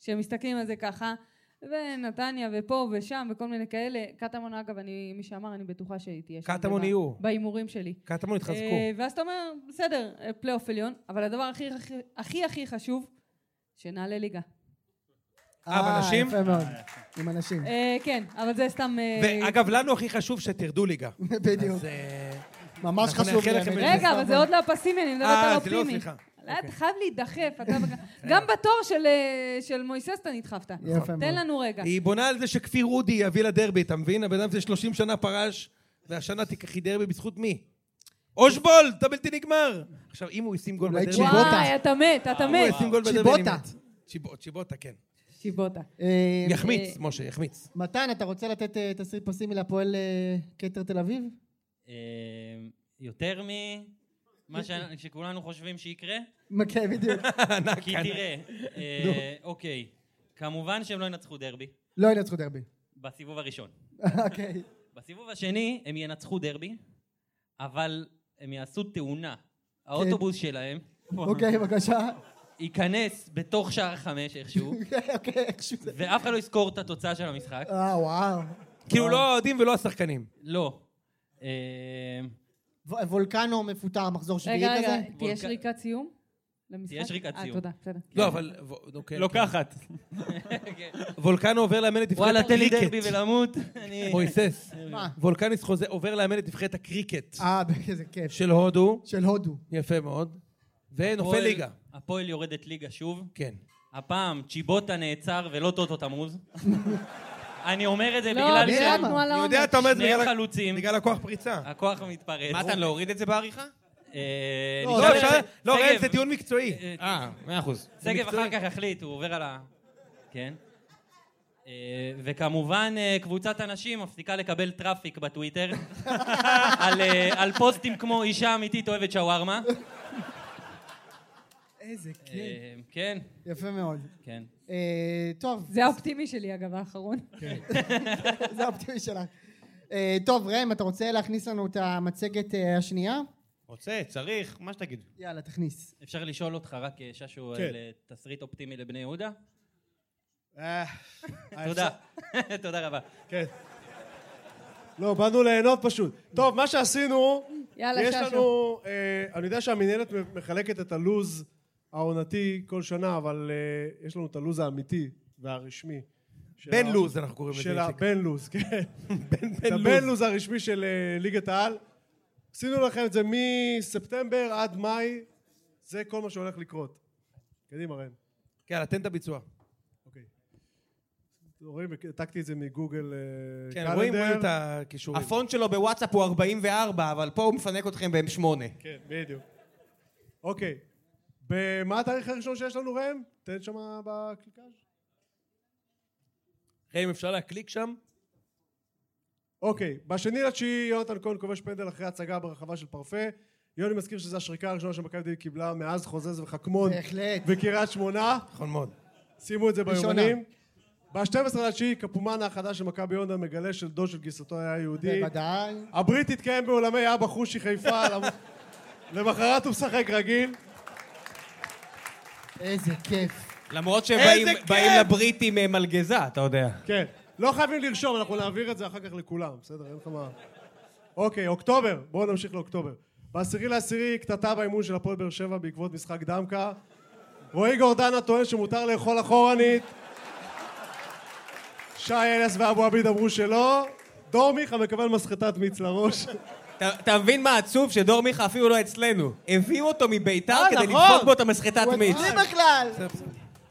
[SPEAKER 4] כשמסתכלים על זה ככה, ונתניה ופה ושם וכל מיני כאלה, קטמון אגב, אני, מי שאמר, אני בטוחה שהיא תהיה שם.
[SPEAKER 1] קטמון
[SPEAKER 4] ובא-
[SPEAKER 1] יהיו.
[SPEAKER 4] בהימורים שלי.
[SPEAKER 1] קטמון התחזקו.
[SPEAKER 4] אה, ואז אתה אומר, בסדר, אה, פלייאוף עליון, אבל הדבר הכי הכי- הכי הכי חשוב, שנעלה ליגה.
[SPEAKER 1] אה, באנשים?
[SPEAKER 3] יפה מאוד. עם אנשים.
[SPEAKER 4] אה, כן, אבל זה סתם... אה,
[SPEAKER 1] ואגב, לנו הכי חשוב שתרדו ליגה.
[SPEAKER 3] בדיוק.
[SPEAKER 1] אז, אה,
[SPEAKER 3] ממש
[SPEAKER 1] אנחנו
[SPEAKER 3] חשוב.
[SPEAKER 1] נאחל
[SPEAKER 3] לי, אה,
[SPEAKER 1] לכם
[SPEAKER 3] האמת.
[SPEAKER 4] רגע, אבל זה עוד לא הפסימי, אני מדברת
[SPEAKER 1] אה,
[SPEAKER 4] על
[SPEAKER 1] זה לא,
[SPEAKER 4] אופטימי.
[SPEAKER 1] סליחה.
[SPEAKER 4] לא, אתה חייב להידחף, אתה... גם בתור של, אה, של מויסס אתה נדחפת.
[SPEAKER 3] יפה
[SPEAKER 4] תן
[SPEAKER 3] מאוד.
[SPEAKER 4] לנו רגע.
[SPEAKER 1] היא בונה על זה שכפיר אודי יביא לדרבי, אתה מבין? הבן אדם זה 30 שנה פרש, והשנה תיקחי דרבי בזכות מי? אושבולד, אתה בלתי נגמר! עכשיו, אם הוא ישים גול
[SPEAKER 3] אולי
[SPEAKER 1] בדרבי...
[SPEAKER 3] צ'יבוטה.
[SPEAKER 4] וואי, אתה מת, אתה
[SPEAKER 1] אם הוא
[SPEAKER 4] מת.
[SPEAKER 1] ישים גול בדרבי, אני
[SPEAKER 3] צ'יבוטה.
[SPEAKER 1] מת. צ'יבוטה. צ'יבוטה, כן.
[SPEAKER 4] שיבוטה.
[SPEAKER 3] אה,
[SPEAKER 1] יחמיץ, משה, יחמיץ.
[SPEAKER 3] מתן, אתה רוצה לתת אה, תסריט פסימי להפועל אה, כתר תל אביב?
[SPEAKER 2] אמ, יותר ממה שאנ- שכולנו חושבים שיקרה,
[SPEAKER 3] כן, בדיוק.
[SPEAKER 2] כי תראה, אה, אוקיי, כמובן שהם לא ינצחו דרבי
[SPEAKER 3] לא ינצחו דרבי.
[SPEAKER 2] בסיבוב הראשון.
[SPEAKER 3] אוקיי.
[SPEAKER 2] בסיבוב השני הם ינצחו דרבי, אבל הם יעשו תאונה. האוטובוס שלהם
[SPEAKER 3] אוקיי, בבקשה.
[SPEAKER 2] ייכנס בתוך שער חמש איכשהו,
[SPEAKER 8] כן,
[SPEAKER 3] אוקיי, איכשהו זה...
[SPEAKER 2] ואף אחד לא יזכור את התוצאה של המשחק.
[SPEAKER 3] אה, וואו.
[SPEAKER 1] כאילו, לא האוהדים ולא השחקנים.
[SPEAKER 2] לא. אמ,
[SPEAKER 3] ו- וולקנו מפוטר, מחזור שביעי
[SPEAKER 4] רגע,
[SPEAKER 3] כזה?
[SPEAKER 4] רגע, תהיה
[SPEAKER 2] וולקן-
[SPEAKER 4] שריקת סיום? למשחק?
[SPEAKER 2] תהיה שריקת
[SPEAKER 4] אה,
[SPEAKER 2] סיום.
[SPEAKER 4] תודה, בסדר.
[SPEAKER 3] כן.
[SPEAKER 1] לא, אבל... ו- אוקיי,
[SPEAKER 7] לוקחת.
[SPEAKER 1] כן. וולקנו עובר לאמן את נבחרת
[SPEAKER 2] וואלה, תן לי
[SPEAKER 1] הקריקט.
[SPEAKER 2] דרבי אה. ולמות. אני...
[SPEAKER 1] מויסס.
[SPEAKER 3] מה?
[SPEAKER 1] וולקניס חוזה- עובר לאמן את נבחרת הקריקט
[SPEAKER 3] אה, איזה כיף.
[SPEAKER 1] של הודו.
[SPEAKER 3] של הודו.
[SPEAKER 1] יפה מאוד. ונופל
[SPEAKER 2] הפועל-
[SPEAKER 1] ליגה.
[SPEAKER 2] הפועל יורדת ליגה שוב.
[SPEAKER 1] כן.
[SPEAKER 2] הפעם צ'יבוטה נעצר ולא טוטו תמוז. אני אומר את זה
[SPEAKER 4] לא,
[SPEAKER 2] אה, בגלל
[SPEAKER 3] למה?
[SPEAKER 4] דיברנו על
[SPEAKER 1] אני
[SPEAKER 4] העומק.
[SPEAKER 1] יודע, אתה אומר את זה
[SPEAKER 2] שניהם
[SPEAKER 1] בגלל ה-
[SPEAKER 2] חלוצים,
[SPEAKER 1] בגלל הכוח פריצה.
[SPEAKER 2] הכוח מתפרץ.
[SPEAKER 8] מתן, להוריד את זה בעריכה?
[SPEAKER 2] אה,
[SPEAKER 3] לא,
[SPEAKER 1] לא,
[SPEAKER 2] נשאר-
[SPEAKER 1] אפשר... לא,
[SPEAKER 2] שגב-
[SPEAKER 1] ראם, זה דיון מקצועי.
[SPEAKER 2] אה,
[SPEAKER 8] אה, מאה אחוז.
[SPEAKER 2] שגב אחר כך יחליט, הוא עובר על ה... כן. אה, וכמובן, אה, קבוצת הנשים מפסיקה לקבל טראפיק בטוויטר על, אה, על פוסטים כמו אישה אמיתית אוהבת שווארמה.
[SPEAKER 3] איזה כיף.
[SPEAKER 2] אה, כן,
[SPEAKER 3] יפה מאוד.
[SPEAKER 2] כן.
[SPEAKER 3] אה, טוב,
[SPEAKER 4] זה האופטימי שלי, אגב, האחרון.
[SPEAKER 3] זה האופטימי שלך. אה, טוב, ראם, אתה רוצה להכניס לנו את המצגת אה, השנייה?
[SPEAKER 8] רוצה, צריך, מה שתגיד.
[SPEAKER 3] יאללה, תכניס.
[SPEAKER 2] אפשר לשאול אותך רק אה, ששו
[SPEAKER 6] כן.
[SPEAKER 2] על אה, תסריט אופטימי לבני יהודה?
[SPEAKER 6] אה,
[SPEAKER 2] תודה. תודה רבה.
[SPEAKER 6] כן. לא, באנו ליהנות פשוט. טוב, מה שעשינו,
[SPEAKER 4] יאללה,
[SPEAKER 6] יש
[SPEAKER 4] ששו.
[SPEAKER 6] לנו... אה, אני יודע שהמינהלת מחלקת את הלוז העונתי כל שנה, אבל אה, יש לנו את הלוז האמיתי והרשמי. של
[SPEAKER 1] בן
[SPEAKER 2] לא.
[SPEAKER 6] ה-
[SPEAKER 1] לוז, אנחנו קוראים לזה.
[SPEAKER 6] של
[SPEAKER 1] איציק.
[SPEAKER 6] הבן לוז, כן. את
[SPEAKER 1] בן
[SPEAKER 6] הבן
[SPEAKER 1] לוז.
[SPEAKER 6] לוז הרשמי של אה, ליגת העל. עשינו לכם את זה מספטמבר עד מאי, זה כל מה שהולך לקרות. קדימה, ראם.
[SPEAKER 1] יאללה, תן כן, את הביצוע.
[SPEAKER 6] אוקיי. רואים, העתקתי את זה מגוגל אה,
[SPEAKER 1] כן, רואים רואים את
[SPEAKER 6] קלנדר.
[SPEAKER 1] הכישורים.
[SPEAKER 8] הפונט שלו בוואטסאפ הוא 44, אבל פה הוא מפנק אתכם ב-8.
[SPEAKER 6] כן, בדיוק. אוקיי. במה התאריך הראשון שיש לנו, ראם? תן שם בקליקאז'.
[SPEAKER 1] ראם, אפשר להקליק שם?
[SPEAKER 6] אוקיי, בשני לתשיעי יונתן כהן כובש פנדל אחרי הצגה ברחבה של פרפה. יוני מזכיר שזו השריקה הראשונה שמכבי תל אביב קיבלה מאז חוזז וחכמון
[SPEAKER 3] בהחלט.
[SPEAKER 6] וקריית שמונה.
[SPEAKER 1] נכון מאוד.
[SPEAKER 6] שימו את זה
[SPEAKER 3] ראשונה.
[SPEAKER 6] ביומנים. ב-12 לתשיעי קפומאנה החדש של מכבי הונדה מגלה שלדו של גיסתו היה יהודי.
[SPEAKER 3] בוודאי.
[SPEAKER 6] הברית התקיים באולמי אבא חושי חיפה. למ- למחרת הוא משחק רגיל.
[SPEAKER 3] איזה כיף.
[SPEAKER 5] למרות
[SPEAKER 6] איזה כיף!
[SPEAKER 5] שבאים לברית עם אה, מלגזה, אתה יודע.
[SPEAKER 6] כן. לא חייבים לרשום, אנחנו נעביר את זה אחר כך לכולם, בסדר? אין לך מה... אוקיי, אוקטובר. בואו נמשיך לאוקטובר. בעשירי לעשירי, קטטה באימון של הפועל באר שבע בעקבות משחק דמקה. רועי גורדנה טוען שמותר לאכול אחורנית. שי אליאס ואבו עביד אמרו שלא. דור מיכה מקבל מסחטת מיץ לראש.
[SPEAKER 1] אה.
[SPEAKER 5] אתה- אתה מבין מה עצוב? שדור מיכה אפילו לא אצלנו. הביאו אותו מביתר
[SPEAKER 3] אה,
[SPEAKER 5] כדי
[SPEAKER 3] נכון.
[SPEAKER 5] לדפוק בו את המסחטת מיץ.
[SPEAKER 3] זה אה, בכלל!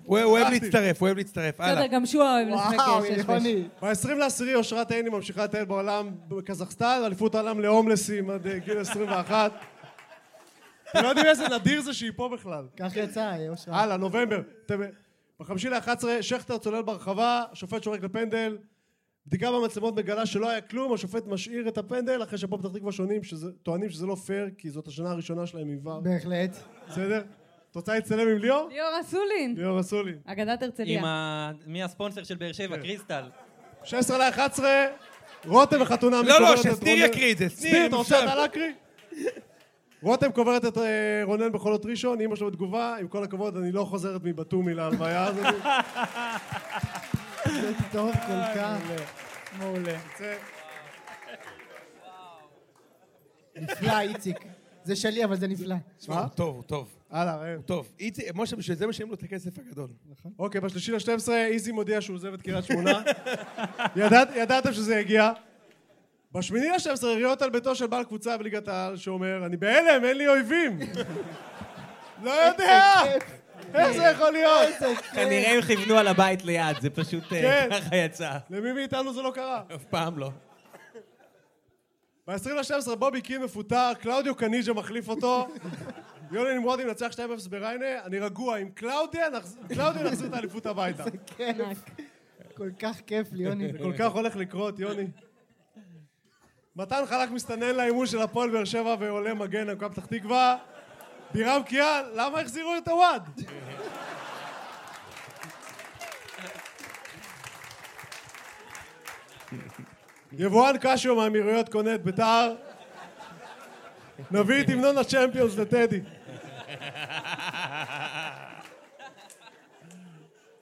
[SPEAKER 1] הוא הוא אוהב להצטרף, הוא אוהב להצטרף, הלאה.
[SPEAKER 4] בסדר, גם שועה אוהב
[SPEAKER 3] וואו,
[SPEAKER 4] לשחק שש-בש.
[SPEAKER 3] יוני.
[SPEAKER 6] ב-20 לעשירי אושרת עיני ממשיכה לטייל בעולם בקזחסטן, אליפות העולם להומלסים עד אה, גיל 21. אתם לא יודעים איזה נדיר זה שהיא פה בכלל.
[SPEAKER 3] כך יצא, אה, אושרה.
[SPEAKER 6] הלאה, נובמבר. אתם- בחמישי לאחת עשרה, שכטר צולל ברחבה, השופט שורק לפנדל, בדיקה במצלמות מגלה שלא היה כלום, השופט משאיר את הפנדל, אחרי שפה פתח תקווה שונים, שזה- טוענים שזה לא פייר, כי זאת השנה הראשונה שלהם עם ור.
[SPEAKER 3] בהחלט.
[SPEAKER 6] בסדר? את רוצה להצטלם עם ליאור?
[SPEAKER 4] ליאור אסולין,
[SPEAKER 6] ליאור עשו לי.
[SPEAKER 4] אגדת הרצליה.
[SPEAKER 2] עם ה... מי הספונסר של באר שבע? קריסטל.
[SPEAKER 6] 16 ל-11, רותם וחתונה
[SPEAKER 1] לא,
[SPEAKER 6] מקוברת את
[SPEAKER 1] ששניר
[SPEAKER 6] רונן-
[SPEAKER 1] יקריא את זה, שניר,
[SPEAKER 6] שניר, אתה
[SPEAKER 1] אם
[SPEAKER 6] רוצה
[SPEAKER 1] אפשר.
[SPEAKER 6] אתה להקריא? רותם קוברת את אה, רונן בחולות ראשון, אמא שלו בתגובה, עם כל הכבוד, אני לא חוזרת מבטומי להלוויה הזאת.
[SPEAKER 3] זה טוב כל כך. מעולה.
[SPEAKER 6] זה-
[SPEAKER 3] נפלא, איציק. זה שלי, אבל זה נפלא.
[SPEAKER 1] תשמע, הוא טוב, הוא טוב.
[SPEAKER 6] הלאה, ראם.
[SPEAKER 1] הוא טוב. איציק, משה, בשביל זה משלמים לו את הכסף הגדול.
[SPEAKER 6] אוקיי, בשלישי לשתים עשרה, איזי מודיע שהוא עוזב את קריית שמונה. ידעת, ידעתם שזה יגיע. בשמיני לשתים עשרה, יריות על ביתו של בעל קבוצה בליגת העל, שאומר, אני בהלם, אין לי אויבים. לא יודע! איך זה יכול להיות?
[SPEAKER 5] כנראה הם כיוונו על הבית ליד, זה פשוט אה,
[SPEAKER 6] כן.
[SPEAKER 5] ככה יצא.
[SPEAKER 6] למי מאיתנו זה לא קרה?
[SPEAKER 5] אף פעם לא.
[SPEAKER 6] ב-20 ל-12 בובי קין מפוטר, קלאודיו קניג'ה מחליף אותו, יוני נמרודי מנצח 2-0 בריינה, אני רגוע, עם קלאודיה נחז- עם קלאודיו נחזיר את האליפות הביתה.
[SPEAKER 3] כיף. כל כך כיף לי, יוני.
[SPEAKER 6] זה כל כך הולך לקרות, יוני. מתן חלק מסתנן לאימון של הפועל באר שבע ועולה מגן למכבי פתח תקווה. בירם קיאל, למה החזירו את הוואד? יבואן קשיו מהאמירויות קונה את ביתר. נביא את המנון הצ'מפיונס לטדי.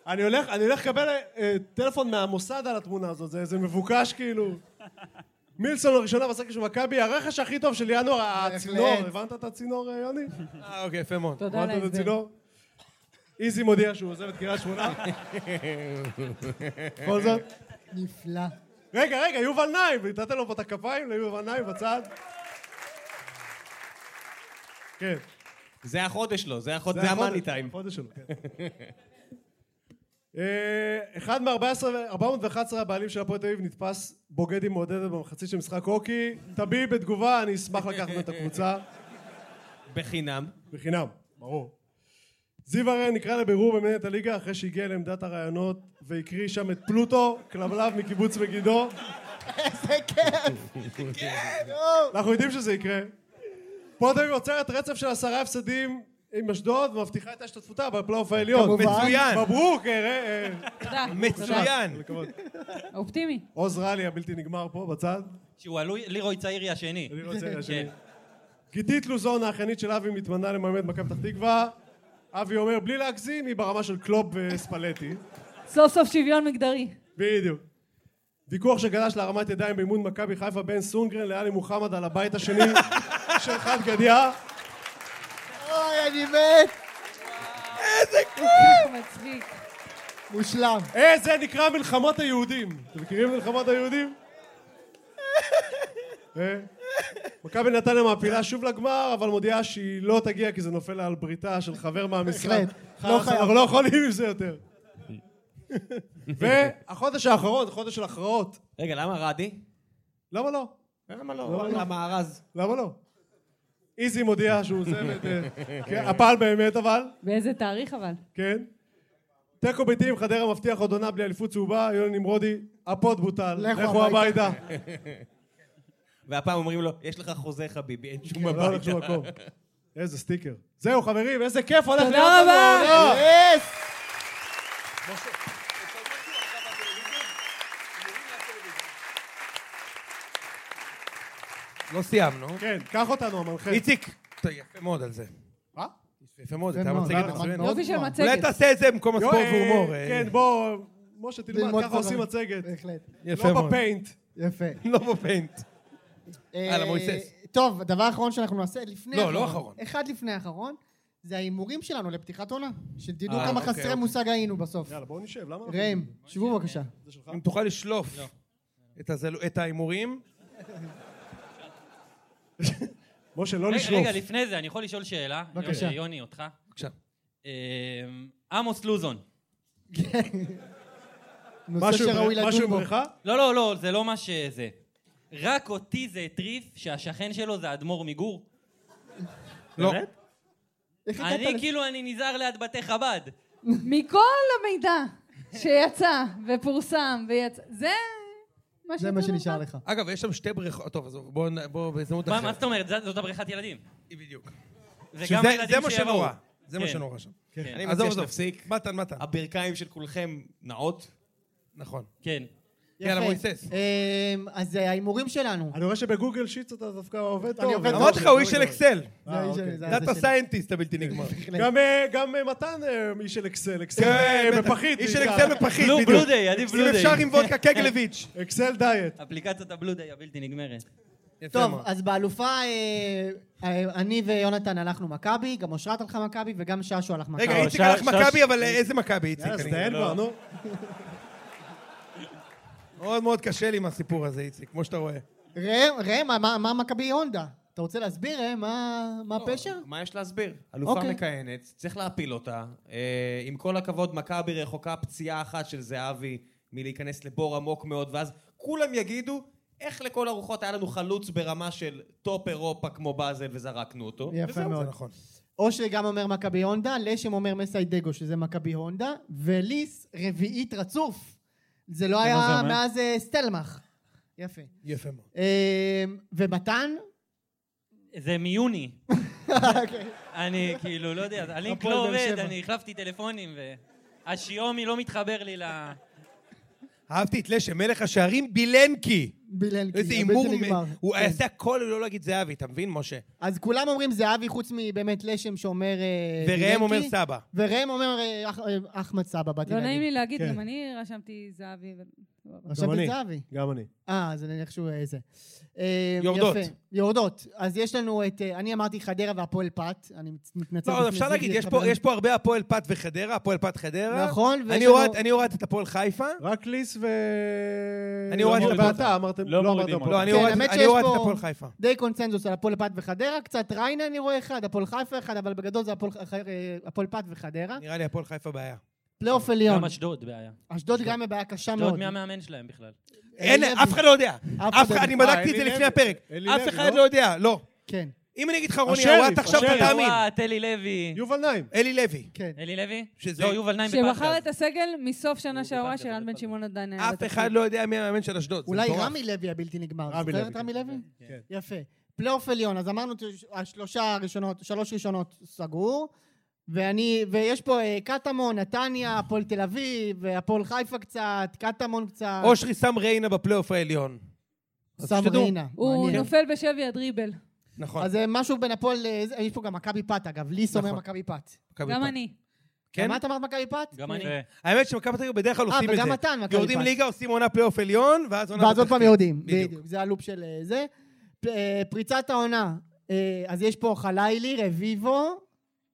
[SPEAKER 6] אני הולך, אני הולך לקבל אה, טלפון מהמוסד על התמונה הזאת, זה איזה מבוקש כאילו. מילסון לראשונה בסקר של מכבי, הרכש הכי טוב של ינואר, הצינור,
[SPEAKER 3] בהחלט.
[SPEAKER 6] הבנת את הצינור, אה, יוני?
[SPEAKER 1] אה, אוקיי, יפה מאוד.
[SPEAKER 4] תודה על
[SPEAKER 6] הבנת את
[SPEAKER 4] ההסבר.
[SPEAKER 6] הצינור? איזי מודיע שהוא עוזב את קריית שמונה. בכל זאת.
[SPEAKER 3] נפלא.
[SPEAKER 6] רגע, רגע, יובל נעים, נתת לו פה את הכפיים ליובל נעים בצד. כן.
[SPEAKER 5] זה החודש לו, זה החודש,
[SPEAKER 6] זה
[SPEAKER 5] זה
[SPEAKER 6] החודש-
[SPEAKER 5] המאני טיים.
[SPEAKER 6] החודש שלו, כן. אה, אחד מ-411 הבעלים של הפועל תל אביב נתפס בוגד עם מעודדת במחצית של משחק הוקי. תביעי בתגובה, אני אשמח לקחת ממנו את הקבוצה.
[SPEAKER 5] בחינם.
[SPEAKER 6] בחינם, ברור. זיו הראל נקרא לבירור במנהלת הליגה אחרי שהגיע לעמדת הרעיונות והקריא שם את פלוטו, כלבלב מקיבוץ מגידו.
[SPEAKER 3] איזה כיף!
[SPEAKER 6] אנחנו יודעים שזה יקרה. פה תל אביב עוצרת רצף של עשרה הפסדים עם אשדוד ומבטיחה את השתתפותה בפלייאוף העליון.
[SPEAKER 3] כמובן.
[SPEAKER 1] מצוין,
[SPEAKER 6] מברוק, אה, אה, אה.
[SPEAKER 4] תודה. תודה.
[SPEAKER 1] מצוין.
[SPEAKER 6] לכבוד.
[SPEAKER 4] אופטימי.
[SPEAKER 6] עוז רלי הבלתי נגמר פה בצד,
[SPEAKER 2] שהוא עלוי, לירוי צעירי השני.
[SPEAKER 6] אני רוצה להשאיר.
[SPEAKER 2] כן.
[SPEAKER 6] גיתית לוזון האחיינית של אבי מתמנה לממן את מכבי פתח תקווה, אבי אומר בלי להגזים היא ברמה של קלופ וספלטי,
[SPEAKER 4] סוף סוף שוויון מגדרי.
[SPEAKER 6] בדיוק. ויכוח שגלש להרמת ידיים באימון מכבי חיפה בין סונגרן לאלי מוחמד על הבית השני של חד גדיה,
[SPEAKER 3] אוי, אני מת!
[SPEAKER 4] הוא מצחיק.
[SPEAKER 3] מושלם.
[SPEAKER 6] אה זה נקרא מלחמות היהודים, אתם מכירים את מלחמות היהודים? אה? מכבי נתניה מעפילה שוב לגמר, אבל מודיעה שהיא לא תגיע כי זה נופל לה על בריתה של חבר מהמשרד.
[SPEAKER 3] בהחלט,
[SPEAKER 6] חלאס,
[SPEAKER 3] לא חייב.
[SPEAKER 6] אנחנו לא יכולים עם זה יותר. והחודש האחרון, חודש של הכרעות.
[SPEAKER 5] רגע, למה רדי?
[SPEAKER 6] למה לא?
[SPEAKER 5] למה לא? למה ארז?
[SPEAKER 6] למה לא? איזי מודיע שהוא עוזב את... אה, כן, הפעל באמת אבל,
[SPEAKER 4] באיזה תאריך אבל?
[SPEAKER 6] כן. תיקו ביתי עם חדרה מבטיח עוד עונה בלי אליפות צהובה, יוני נמרודי, הפוד בוטל.
[SPEAKER 3] לכו
[SPEAKER 6] לכו
[SPEAKER 3] הביתה.
[SPEAKER 6] הביתה.
[SPEAKER 8] והפעם אומרים לו, יש לך חוזה חביבי, אין
[SPEAKER 1] כן.
[SPEAKER 8] שום
[SPEAKER 6] לא הולך
[SPEAKER 8] הביתה.
[SPEAKER 6] לשום מקום. איזה סטיקר. זהו חברים, איזה כיף הולך להיות
[SPEAKER 4] תודה
[SPEAKER 6] לנו
[SPEAKER 4] רבה.
[SPEAKER 3] לא!
[SPEAKER 6] העונה.
[SPEAKER 3] יס!
[SPEAKER 1] לא סיימנו.
[SPEAKER 6] כן, קח אותנו המנחה.
[SPEAKER 1] איציק. אתה יפה מאוד על זה.
[SPEAKER 6] מה?
[SPEAKER 1] יפה מאוד,
[SPEAKER 3] יפה
[SPEAKER 1] הייתה
[SPEAKER 3] מאוד.
[SPEAKER 1] מצגת
[SPEAKER 6] תודה רבה.
[SPEAKER 1] מצוינת.
[SPEAKER 6] מאוד
[SPEAKER 4] יופי של
[SPEAKER 3] גבוהה.
[SPEAKER 4] מצגת.
[SPEAKER 1] אולי תעשה את זה במקום
[SPEAKER 6] יו,
[SPEAKER 1] הספורט
[SPEAKER 6] אה,
[SPEAKER 1] והומור. אה,
[SPEAKER 6] כן, בוא, משה
[SPEAKER 3] ללמוד
[SPEAKER 6] תלמד, ככה
[SPEAKER 3] דברים.
[SPEAKER 6] עושים מצגת.
[SPEAKER 3] בהחלט.
[SPEAKER 1] יפה
[SPEAKER 6] לא
[SPEAKER 1] מאוד.
[SPEAKER 6] בפיינט.
[SPEAKER 3] יפה.
[SPEAKER 1] לא בפיינט. הלאה,
[SPEAKER 3] אה,
[SPEAKER 1] מויסס.
[SPEAKER 3] טוב, הדבר האחרון שאנחנו נעשה, לפני
[SPEAKER 1] לא, לא אחרון.
[SPEAKER 3] אחד לפני האחרון, זה ההימורים שלנו לפתיחת עונה. שתדעו
[SPEAKER 1] אה,
[SPEAKER 3] כמה
[SPEAKER 1] אוקיי,
[SPEAKER 3] חסרי
[SPEAKER 1] אוקיי.
[SPEAKER 3] מושג היינו בסוף.
[SPEAKER 6] יאללה, בואו נשב, למה אנחנו...
[SPEAKER 3] ראם, שבו בבקשה.
[SPEAKER 6] זה שלך?
[SPEAKER 1] אם תוכל לשלוף את הזל- את ההימורים.
[SPEAKER 6] משה, לא
[SPEAKER 2] רגע,
[SPEAKER 6] לשלוף.
[SPEAKER 2] רגע, לפני זה, אני יכול לשאול שאלה?
[SPEAKER 3] בבקשה.
[SPEAKER 2] יוני, יוני, אותך.
[SPEAKER 1] בבקשה.
[SPEAKER 2] אמ, עמוס לוזון.
[SPEAKER 3] נושא
[SPEAKER 6] משהו עם
[SPEAKER 3] שראוי
[SPEAKER 6] ברכה? משהו
[SPEAKER 3] לדון
[SPEAKER 6] עם
[SPEAKER 3] בו.
[SPEAKER 6] בריכה?
[SPEAKER 2] לא, לא, לא, זה לא מה שזה. רק אותי זה הטריף שהשכן שלו זה האדמו"ר מגור.
[SPEAKER 1] לא.
[SPEAKER 3] איך הגעת
[SPEAKER 2] אני
[SPEAKER 3] לזה?
[SPEAKER 2] כאילו, אני נזהר ליד בתי חב"ד.
[SPEAKER 4] מכל המידע שיצא ופורסם ויצא, זה מה
[SPEAKER 3] זה מה
[SPEAKER 4] שיצא
[SPEAKER 3] שנשאר
[SPEAKER 4] לנו.
[SPEAKER 3] לך.
[SPEAKER 1] אגב, יש שם שתי בריכות. טוב, עזוב, בואו נ- בואו בהזדמנות
[SPEAKER 2] מה מה
[SPEAKER 1] אחרת.
[SPEAKER 2] זאת אומרת? זה- זאת הבריכת ילדים.
[SPEAKER 1] בדיוק.
[SPEAKER 2] זה
[SPEAKER 1] שזה-
[SPEAKER 2] גם הילדים
[SPEAKER 1] זה מה
[SPEAKER 2] שיבואו.
[SPEAKER 1] שנורא. זה מה
[SPEAKER 2] כן.
[SPEAKER 1] שנורא שם.
[SPEAKER 8] אני
[SPEAKER 1] עזוב,
[SPEAKER 8] מציע
[SPEAKER 1] עזוב.
[SPEAKER 8] שתפסיק.
[SPEAKER 1] מתן, מתן.
[SPEAKER 8] הברכיים של כולכם נעות.
[SPEAKER 1] נכון.
[SPEAKER 2] כן.
[SPEAKER 1] יאללה,
[SPEAKER 3] יפה.
[SPEAKER 1] מויסס. אה,
[SPEAKER 3] אמ, אז זה ההימורים שלנו.
[SPEAKER 6] אני רואה שבגוגל שיטס אתה דווקא עובד טוב.
[SPEAKER 3] אני עובד
[SPEAKER 1] אמרתי לך, הוא איש של אקסל.
[SPEAKER 3] זה האיש
[SPEAKER 6] אוקיי.
[SPEAKER 3] ש- אה, זה- זה
[SPEAKER 1] דאטה
[SPEAKER 3] שלי.
[SPEAKER 1] סיינטיסט הבלתי נגמר.
[SPEAKER 6] גם, אה, גם אה, מתן אה, איש של אקסל, אקסל
[SPEAKER 1] כן,
[SPEAKER 6] אה,
[SPEAKER 1] בטח.
[SPEAKER 6] בפחית.
[SPEAKER 1] איש של
[SPEAKER 6] בעיקר.
[SPEAKER 1] אקסל בפחית,
[SPEAKER 2] בלו-
[SPEAKER 1] בדיוק.
[SPEAKER 2] בלו-דיי, עדיף
[SPEAKER 1] אם
[SPEAKER 2] בלו-דיי.
[SPEAKER 1] אפשר עם וודקה קגלביץ'.
[SPEAKER 6] אקסל דיאט.
[SPEAKER 2] אפליקציית הבלודיי הבלתי נגמרת.
[SPEAKER 1] יפה
[SPEAKER 3] טוב,
[SPEAKER 1] מאוד.
[SPEAKER 3] אז באלופה אה, אה, אני ויונתן הלכנו מכבי, גם אושרת הלכה מכבי וגם ששו הלך מכבי.
[SPEAKER 1] רגע,
[SPEAKER 7] אה,
[SPEAKER 1] איציק
[SPEAKER 7] שש-
[SPEAKER 1] הלך
[SPEAKER 7] שש-
[SPEAKER 1] מכבי, אבל איזה מכבי, איציק?
[SPEAKER 6] יאללה, אז
[SPEAKER 1] אני- לא,
[SPEAKER 6] דיין כבר, נו.
[SPEAKER 1] מאוד מאוד קשה לי עם הסיפור הזה, איציק, כמו שאתה רואה.
[SPEAKER 3] ראם, ראם, מה- מה מכבי הונדה? אתה רוצה להסביר, ראם, מה-
[SPEAKER 1] לא,
[SPEAKER 3] מה הפשר?
[SPEAKER 8] מה יש להסביר? אלופה
[SPEAKER 3] אוקיי.
[SPEAKER 8] מכהנת, צריך להפיל אותה. אה, עם כל הכבוד, מכבי רחוקה פציעה אחת של זהבי מלהיכנס לבור עמוק מאוד, ואז כולם יגידו איך לכל הרוחות היה לנו חלוץ ברמה של טופ אירופה כמו באזל וזרקנו אותו.
[SPEAKER 3] יפה
[SPEAKER 1] זה
[SPEAKER 3] מאוד.
[SPEAKER 1] נכון.
[SPEAKER 3] אושרי גם אומר מכבי הונדה, לשם אומר מסיידגו שזה מכבי הונדה, וליס רביעית רצוף. זה לא
[SPEAKER 7] זה
[SPEAKER 3] היה
[SPEAKER 7] אומר?
[SPEAKER 3] מאז אה, סטלמך. יפה.
[SPEAKER 1] יפה מאוד.
[SPEAKER 3] אה, ומתן?
[SPEAKER 2] זה מיוני.
[SPEAKER 3] אוקיי.
[SPEAKER 2] אני כאילו, לא יודע, הלינק
[SPEAKER 3] הפועל
[SPEAKER 2] לא
[SPEAKER 3] באר
[SPEAKER 2] עובד,
[SPEAKER 3] שבע.
[SPEAKER 2] אני החלפתי טלפונים ו... השיומי לא מתחבר לי ל...
[SPEAKER 1] אהבתי את לשם, מלך השערים בילנקי.
[SPEAKER 3] בילנקי,
[SPEAKER 1] איזה
[SPEAKER 3] הבלתי
[SPEAKER 1] הימור,
[SPEAKER 3] נגמר.
[SPEAKER 1] מ- הוא
[SPEAKER 3] כן.
[SPEAKER 1] עשה הכל לא להגיד זהבי, אתה מבין, משה?
[SPEAKER 3] אז כולם אומרים זהבי, חוץ מבאמת לשם שאומר... אה,
[SPEAKER 1] וראם
[SPEAKER 3] בילנקי.
[SPEAKER 1] אומר סבא.
[SPEAKER 3] וראם אומר אה, אח- אה, אחמד סבא, באתי
[SPEAKER 4] לא
[SPEAKER 3] להגיד.
[SPEAKER 4] נעים לי להגיד,
[SPEAKER 6] כן.
[SPEAKER 4] גם אני רשמתי זהבי. אבל-
[SPEAKER 6] גם
[SPEAKER 3] רשמתי
[SPEAKER 6] אני.
[SPEAKER 3] זהבי.
[SPEAKER 6] גם אני.
[SPEAKER 3] אה, אז אני איכשהו אה, זה. אה,
[SPEAKER 1] יורדות.
[SPEAKER 3] יפה. יורדות. אז יש לנו את... אה, אני אמרתי חדרה והפועל פת. אני מצ- מתנצל.
[SPEAKER 1] לא,
[SPEAKER 3] בפני
[SPEAKER 1] אפשר להגיד,
[SPEAKER 3] זיגלי,
[SPEAKER 1] יש פה-
[SPEAKER 3] חברים.
[SPEAKER 1] יש פה הרבה הפועל פת וחדרה, הפועל פת חדרה.
[SPEAKER 3] נכון,
[SPEAKER 1] אני
[SPEAKER 3] ויש
[SPEAKER 1] הורד-
[SPEAKER 3] לנו-
[SPEAKER 1] אני הורדתי את הפועל חיפה.
[SPEAKER 6] רק ליס ו...
[SPEAKER 1] אני הורדתי
[SPEAKER 6] לא,
[SPEAKER 1] לפועל
[SPEAKER 6] ואתה אמרתם...
[SPEAKER 7] לא
[SPEAKER 6] אמרת
[SPEAKER 7] מורידים
[SPEAKER 6] הפועל.
[SPEAKER 7] אותו.
[SPEAKER 1] לא, אני
[SPEAKER 3] כן,
[SPEAKER 1] הורדתי
[SPEAKER 3] האמת
[SPEAKER 1] אני
[SPEAKER 3] שיש
[SPEAKER 1] הורדתי
[SPEAKER 3] פה-
[SPEAKER 1] את הפועל חיפה.
[SPEAKER 3] די קונצנזוס על הפועל פת וחדרה. קצת ריינה אני רואה אחד, הפועל חיפה אחד, אבל בגדול זה הפועל ח- אה, הפועל פת וחדרה.
[SPEAKER 1] נראה לי הפועל חיפה בעיה.
[SPEAKER 3] אה, פלייאוף עליון.
[SPEAKER 2] גם אשדוד בעיה.
[SPEAKER 3] אשדוד גם בבעיה קשה מאוד.
[SPEAKER 2] אשדוד מי המאמן שלהם בכלל.
[SPEAKER 1] אין,
[SPEAKER 3] לוי.
[SPEAKER 1] אף אחד לא יודע.
[SPEAKER 3] אף
[SPEAKER 1] אף
[SPEAKER 3] אחד- לא-
[SPEAKER 1] אחד, אני
[SPEAKER 6] אה,
[SPEAKER 1] בדקתי את
[SPEAKER 6] אלי
[SPEAKER 1] זה לפני
[SPEAKER 6] לוי.
[SPEAKER 1] הפרק.
[SPEAKER 6] אלי
[SPEAKER 1] אף
[SPEAKER 6] לוי,
[SPEAKER 1] אחד
[SPEAKER 6] לא?
[SPEAKER 1] לא יודע, לא.
[SPEAKER 3] כן.
[SPEAKER 1] אם אני אגיד לך רוני
[SPEAKER 6] השריף,
[SPEAKER 1] ארוואט, עכשיו אתה
[SPEAKER 6] השריף.
[SPEAKER 1] תאמין.
[SPEAKER 2] וואט, אלי לוי.
[SPEAKER 6] כן. יובל נעים.
[SPEAKER 1] אלי לוי.
[SPEAKER 3] כן.
[SPEAKER 2] אלי לוי?
[SPEAKER 1] שזה-
[SPEAKER 2] לא, יובל נעים
[SPEAKER 4] שבחר
[SPEAKER 2] בפלגז.
[SPEAKER 4] את הסגל מסוף שנה
[SPEAKER 2] הוא
[SPEAKER 4] שעברה
[SPEAKER 2] בפלקל,
[SPEAKER 4] שרן בן
[SPEAKER 2] בפלקל.
[SPEAKER 4] שמעון עדיין היה
[SPEAKER 1] אף
[SPEAKER 4] בתפקיד.
[SPEAKER 1] אחד לא יודע מי המאמן של אשדוד. זה
[SPEAKER 3] אה, אולי
[SPEAKER 1] מטורף.
[SPEAKER 3] רמי לוי הבלתי נגמר.
[SPEAKER 6] רמי
[SPEAKER 3] זוכר
[SPEAKER 6] לוי,
[SPEAKER 3] את רמי
[SPEAKER 6] כן.
[SPEAKER 3] לוי?
[SPEAKER 6] כן.
[SPEAKER 3] יפה. פלייאוף עליון, אז אמרנו ש- השלושה הראשונות, שלוש ראשונות סגור, ואני, ויש פה אה, קטמון, נתניה, הפועל תל אביב, הפועל חיפה קצת, קטמון קצת,
[SPEAKER 1] אושרי שם ריינה בפלייאוף העליון. אז שתדעו.
[SPEAKER 3] סמרינה.
[SPEAKER 4] הוא
[SPEAKER 3] מעניין.
[SPEAKER 4] נופל בשבי הדריבל.
[SPEAKER 1] נכון.
[SPEAKER 3] אז אה, משהו בין הפועל, אה, זה- יש פה גם מכבי פת אגב, ליס אומר
[SPEAKER 1] נכון.
[SPEAKER 3] מכבי פת.
[SPEAKER 1] מכבי
[SPEAKER 4] גם
[SPEAKER 1] פת.
[SPEAKER 4] אני.
[SPEAKER 1] כן?
[SPEAKER 3] מה את אמרת מכבי פת?
[SPEAKER 2] גם אני.
[SPEAKER 1] האמת שמכבי פתח בדרך כלל
[SPEAKER 3] אה,
[SPEAKER 1] עושים את זה.
[SPEAKER 3] וגם מתן, מכבי
[SPEAKER 1] יורדים
[SPEAKER 3] פת.
[SPEAKER 1] ליגה, עושים עונה פלייאוף עליון, ואז עונה...
[SPEAKER 3] ואז עוד פעם
[SPEAKER 1] בתחתית.
[SPEAKER 3] יורדים, בדיוק. זה הלופ של אה, זה. פ- אה, פריצת העונה, אה, אז יש פה חלילי, רביבו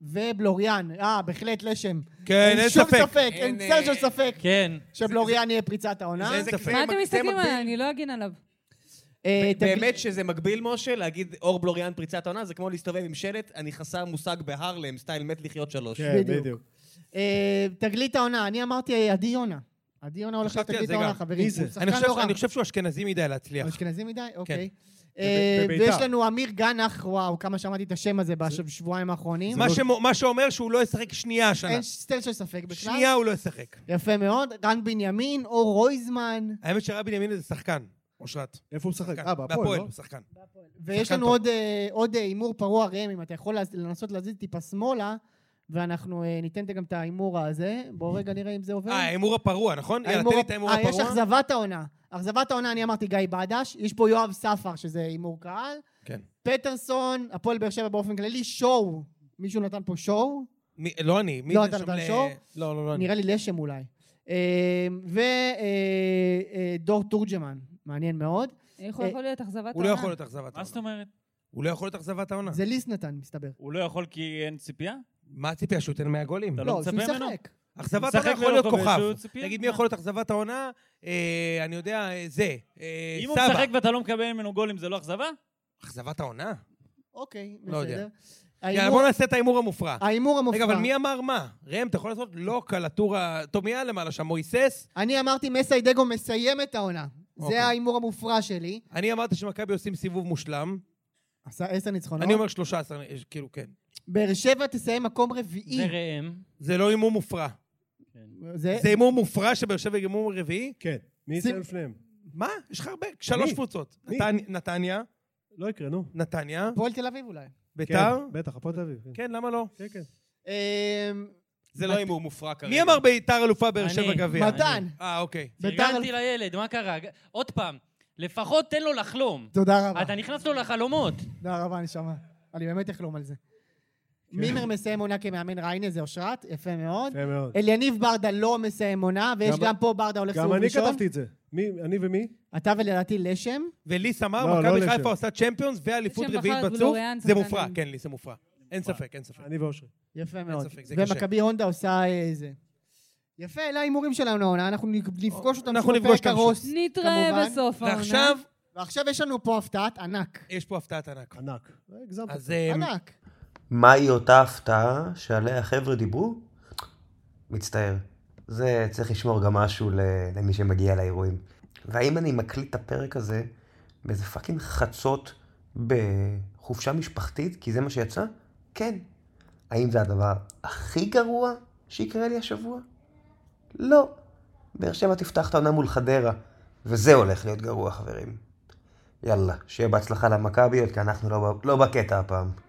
[SPEAKER 3] ובלוריאן. אה, בהחלט לשם.
[SPEAKER 1] כן, אין
[SPEAKER 3] שום
[SPEAKER 1] ספק.
[SPEAKER 3] ספק, אין
[SPEAKER 8] אין,
[SPEAKER 3] צל של ספק
[SPEAKER 2] כן.
[SPEAKER 3] שבלוריאן יהיה פריצת העונה.
[SPEAKER 8] זה- זה-
[SPEAKER 4] מה
[SPEAKER 8] זה
[SPEAKER 4] אתם
[SPEAKER 8] מגביל-
[SPEAKER 4] מסתכלים עליי? אני לא אגין עליו.
[SPEAKER 3] אה,
[SPEAKER 8] ב-
[SPEAKER 3] תגל-
[SPEAKER 8] באמת שזה מגביל, משה, להגיד אור בלוריאן פריצת העונה, זה כמו להסתובב עם שלט, אני חסר מושג בהרלם, סטייל מת לחיות שלוש.
[SPEAKER 6] כן,
[SPEAKER 3] בדיוק.
[SPEAKER 6] בדיוק.
[SPEAKER 3] אה, תגלית העונה, אני אמרתי אה, עדי יונה. עדי יונה הולך להיות
[SPEAKER 1] חשבתי על
[SPEAKER 3] תגלית
[SPEAKER 1] זה
[SPEAKER 3] העונה,
[SPEAKER 1] גם.
[SPEAKER 3] חברים.
[SPEAKER 1] מי זה?
[SPEAKER 3] הוא שחקן
[SPEAKER 1] אני חושב-
[SPEAKER 3] לא רע.
[SPEAKER 1] אני חושב כן. שהוא אשכנזי מדי להצליח.
[SPEAKER 3] הוא אשכנזי מדי? אוקיי.
[SPEAKER 6] בב-
[SPEAKER 3] אה,
[SPEAKER 6] בביתר.
[SPEAKER 3] ויש לנו אמיר גנח, וואו, כמה שמעתי את השם הזה בשבועיים האחרונים.
[SPEAKER 1] מה שמו- מה שאומר שהוא לא ישחק שנייה השנה.
[SPEAKER 3] אין צל של ספק בכלל.
[SPEAKER 1] שנייה הוא לא ישחק.
[SPEAKER 3] יפה מאוד. רן בנימין, אור רויזמן.
[SPEAKER 1] האמת שרב בנימין זה שחקן, אושרת.
[SPEAKER 6] איפה הוא משחק?
[SPEAKER 1] שחקן.
[SPEAKER 6] אה, בהפועל, לא?
[SPEAKER 1] הוא שחקן.
[SPEAKER 3] ויש
[SPEAKER 1] שחקן
[SPEAKER 3] לנו
[SPEAKER 1] טוב.
[SPEAKER 3] עוד, אה, עוד אה, הימור פרוע ראם, אם אתה יכול לז- לנסות להזיז טיפה שמאלה, ואנחנו אה, ניתן גם את ההימור הזה. בואו רגע נראה אם זה עובר.
[SPEAKER 1] אה, ההימור הפרוע, נכון? יאללה,
[SPEAKER 3] ההימור
[SPEAKER 1] תן לי
[SPEAKER 3] הפ-
[SPEAKER 1] את ההימור
[SPEAKER 3] אה, יש
[SPEAKER 1] הפרוע.
[SPEAKER 3] אכזבת העונה. אכזבת העונה, אני אמרתי גיא בדש, יש פה יואב ספר, שזה הימור קהל.
[SPEAKER 1] כן.
[SPEAKER 3] פטרסון, הפועל באר שבע באופן כללי, שואו. מישהו נתן פה שואו?
[SPEAKER 1] מי- לא אני. מי
[SPEAKER 3] לא,
[SPEAKER 1] זה
[SPEAKER 3] אתה
[SPEAKER 1] שם
[SPEAKER 3] נתן
[SPEAKER 1] ל-
[SPEAKER 3] שור?
[SPEAKER 1] לא, לא, לא אני.
[SPEAKER 3] נראה לי לשם אולי. אה, ודור אה, תורג'מן, מעניין מאוד.
[SPEAKER 4] איך הוא
[SPEAKER 3] אה,
[SPEAKER 4] יכול להיות אכזבת
[SPEAKER 1] הוא לא
[SPEAKER 4] העונה?
[SPEAKER 1] יכול להיות אכזבת
[SPEAKER 7] מה
[SPEAKER 1] העונה.
[SPEAKER 7] זאת אומרת?
[SPEAKER 1] הוא לא יכול להיות אכזבת העונה.
[SPEAKER 3] זה ליס נתן, מסתבר.
[SPEAKER 7] הוא לא יכול כי אין ציפייה?
[SPEAKER 1] מה הציפייה? שהוא ייתן 100 גולים?
[SPEAKER 7] אתה לא
[SPEAKER 3] לא,
[SPEAKER 7] מצפה
[SPEAKER 3] שהוא
[SPEAKER 7] ממנו?
[SPEAKER 3] ישחק.
[SPEAKER 1] אכזבת
[SPEAKER 7] משחק
[SPEAKER 1] העונה יכול להיות
[SPEAKER 7] ולא מקבל
[SPEAKER 1] כוכב.
[SPEAKER 7] שהוא ציפייה?
[SPEAKER 1] תגיד מי יכול להיות אכזבת העונה? אה, אני יודע, אה, זה. אה,
[SPEAKER 7] אם הוא
[SPEAKER 1] סבא.
[SPEAKER 7] משחק ואתה לא מקבל ממנו גולים זה לא אכזבה?
[SPEAKER 1] אכזבת העונה?
[SPEAKER 3] אוקיי,
[SPEAKER 1] לא יודע.
[SPEAKER 3] בסדר.
[SPEAKER 1] יאללה,
[SPEAKER 3] ההימור-
[SPEAKER 1] בוא נעשה את ההימור המופרע.
[SPEAKER 3] ההימור המופרע.
[SPEAKER 1] רגע, אבל מי אמר מה? ראם, אתה יכול לעשות לא קלטורה... טוב, מי היה למעלה שם? מויסס?
[SPEAKER 3] אני אמרתי מסיידגו מסיים את העונה.
[SPEAKER 1] אוקיי.
[SPEAKER 3] זה ההימור המופרע שלי.
[SPEAKER 1] אני אמרתי שמכבי עושים סיבוב מושלם.
[SPEAKER 3] עשה עשר
[SPEAKER 6] לא?
[SPEAKER 3] ניצחונות.
[SPEAKER 1] אני אומר 13, אה, כאילו, כן.
[SPEAKER 3] באר שבע תסיים מקום רביעי.
[SPEAKER 7] זה ראם.
[SPEAKER 1] זה לא הימור מופרע.
[SPEAKER 6] אה?
[SPEAKER 3] זה-
[SPEAKER 1] זה הימור מופרע שבאר שבע יגמור רביעי?
[SPEAKER 6] כן. מי יסיים לפניהם?
[SPEAKER 1] מה? יש לך הרבה? שלוש
[SPEAKER 6] מי?
[SPEAKER 1] קבוצות.
[SPEAKER 6] מי?
[SPEAKER 1] נתנ- נתניה,
[SPEAKER 6] לא יקרה, נו.
[SPEAKER 1] נתניה,
[SPEAKER 3] הפועל תל אביב אולי.
[SPEAKER 1] ביתר.
[SPEAKER 6] כן, בטח, הפועל תל אביב. כן.
[SPEAKER 1] כן, למה לא?
[SPEAKER 6] כן, כן.
[SPEAKER 3] אמ,
[SPEAKER 8] זה לא הימור מופרע כרגע.
[SPEAKER 1] מי אמר ביתר אלופה באר
[SPEAKER 7] אני.
[SPEAKER 1] שבע גביע?
[SPEAKER 3] מתן.
[SPEAKER 1] אה, אוקיי.
[SPEAKER 3] ביתר-
[SPEAKER 7] פרגנתי לילד, מה קרה? עוד פעם, לפחות תן לו לחלום.
[SPEAKER 3] תודה רבה.
[SPEAKER 7] אתה נכנס לו לחלומות.
[SPEAKER 3] תודה רבה, נשמה. אני באמת אחלום על זה. מימר מסיים עונה כמאמן ריינה, זה אושרת, יפה מאוד.
[SPEAKER 6] יפה מאוד.
[SPEAKER 3] אליניב ברדה לא מסיים עונה, ויש
[SPEAKER 6] גם-
[SPEAKER 3] גם פה ברדה הולך
[SPEAKER 6] גם
[SPEAKER 3] סיבוב
[SPEAKER 6] אני
[SPEAKER 3] ראשון.
[SPEAKER 6] כתבתי את זה. מי, אני ומי?
[SPEAKER 3] אתה ולדעתי לשם.
[SPEAKER 1] וליס אמר,
[SPEAKER 6] לא, לא
[SPEAKER 1] מכבי
[SPEAKER 6] לשם.
[SPEAKER 1] חיפה עושה צ'מפיונס ואליפות
[SPEAKER 4] לשם
[SPEAKER 1] רביעית
[SPEAKER 4] בחרת
[SPEAKER 1] בצוף.
[SPEAKER 4] ולוריאן,
[SPEAKER 1] זה מופרע,
[SPEAKER 4] סבלני.
[SPEAKER 1] כן, ליס, זה מופרע. אין ספק, אין ספק.
[SPEAKER 6] אני ואושרי.
[SPEAKER 3] יפה מאוד.
[SPEAKER 1] ספק, זה קשה.
[SPEAKER 3] ומכבי הונדה עושה אה, זה. יפה, אלה ההימורים שלנו העונה, אנחנו נפ- נפגוש אותם
[SPEAKER 1] אנחנו
[SPEAKER 3] שוב
[SPEAKER 1] נפגוש
[SPEAKER 3] בפרק
[SPEAKER 1] אותם שוב.
[SPEAKER 3] הרוס.
[SPEAKER 4] נתראה
[SPEAKER 3] כמובן.
[SPEAKER 4] בסוף העונה.
[SPEAKER 1] ועכשיו,
[SPEAKER 3] ועכשיו יש לנו פה הפתעת ענק.
[SPEAKER 1] יש פה הפתעת ענק.
[SPEAKER 6] ענק. לא, הגזמת.
[SPEAKER 1] אז אה,
[SPEAKER 3] ענק.
[SPEAKER 9] מהי אותה הפתעה שעליה החבר'ה דיברו? מצטער. זה צריך לשמור גם משהו ל- למי שמגיע לאירועים. והאם אני מקליט את הפרק הזה באיזה פאקינג חצות בחופשה משפחתית, כי זה מה שיצא? כן. האם זה הדבר הכי גרוע שיקרה לי השבוע? לא. באר שבע תפתח את העונה מול חדרה, וזה הולך להיות גרוע, חברים. יאללה, שיהיה בהצלחה למכביות, כי אנחנו לא, ב- לא בקטע הפעם.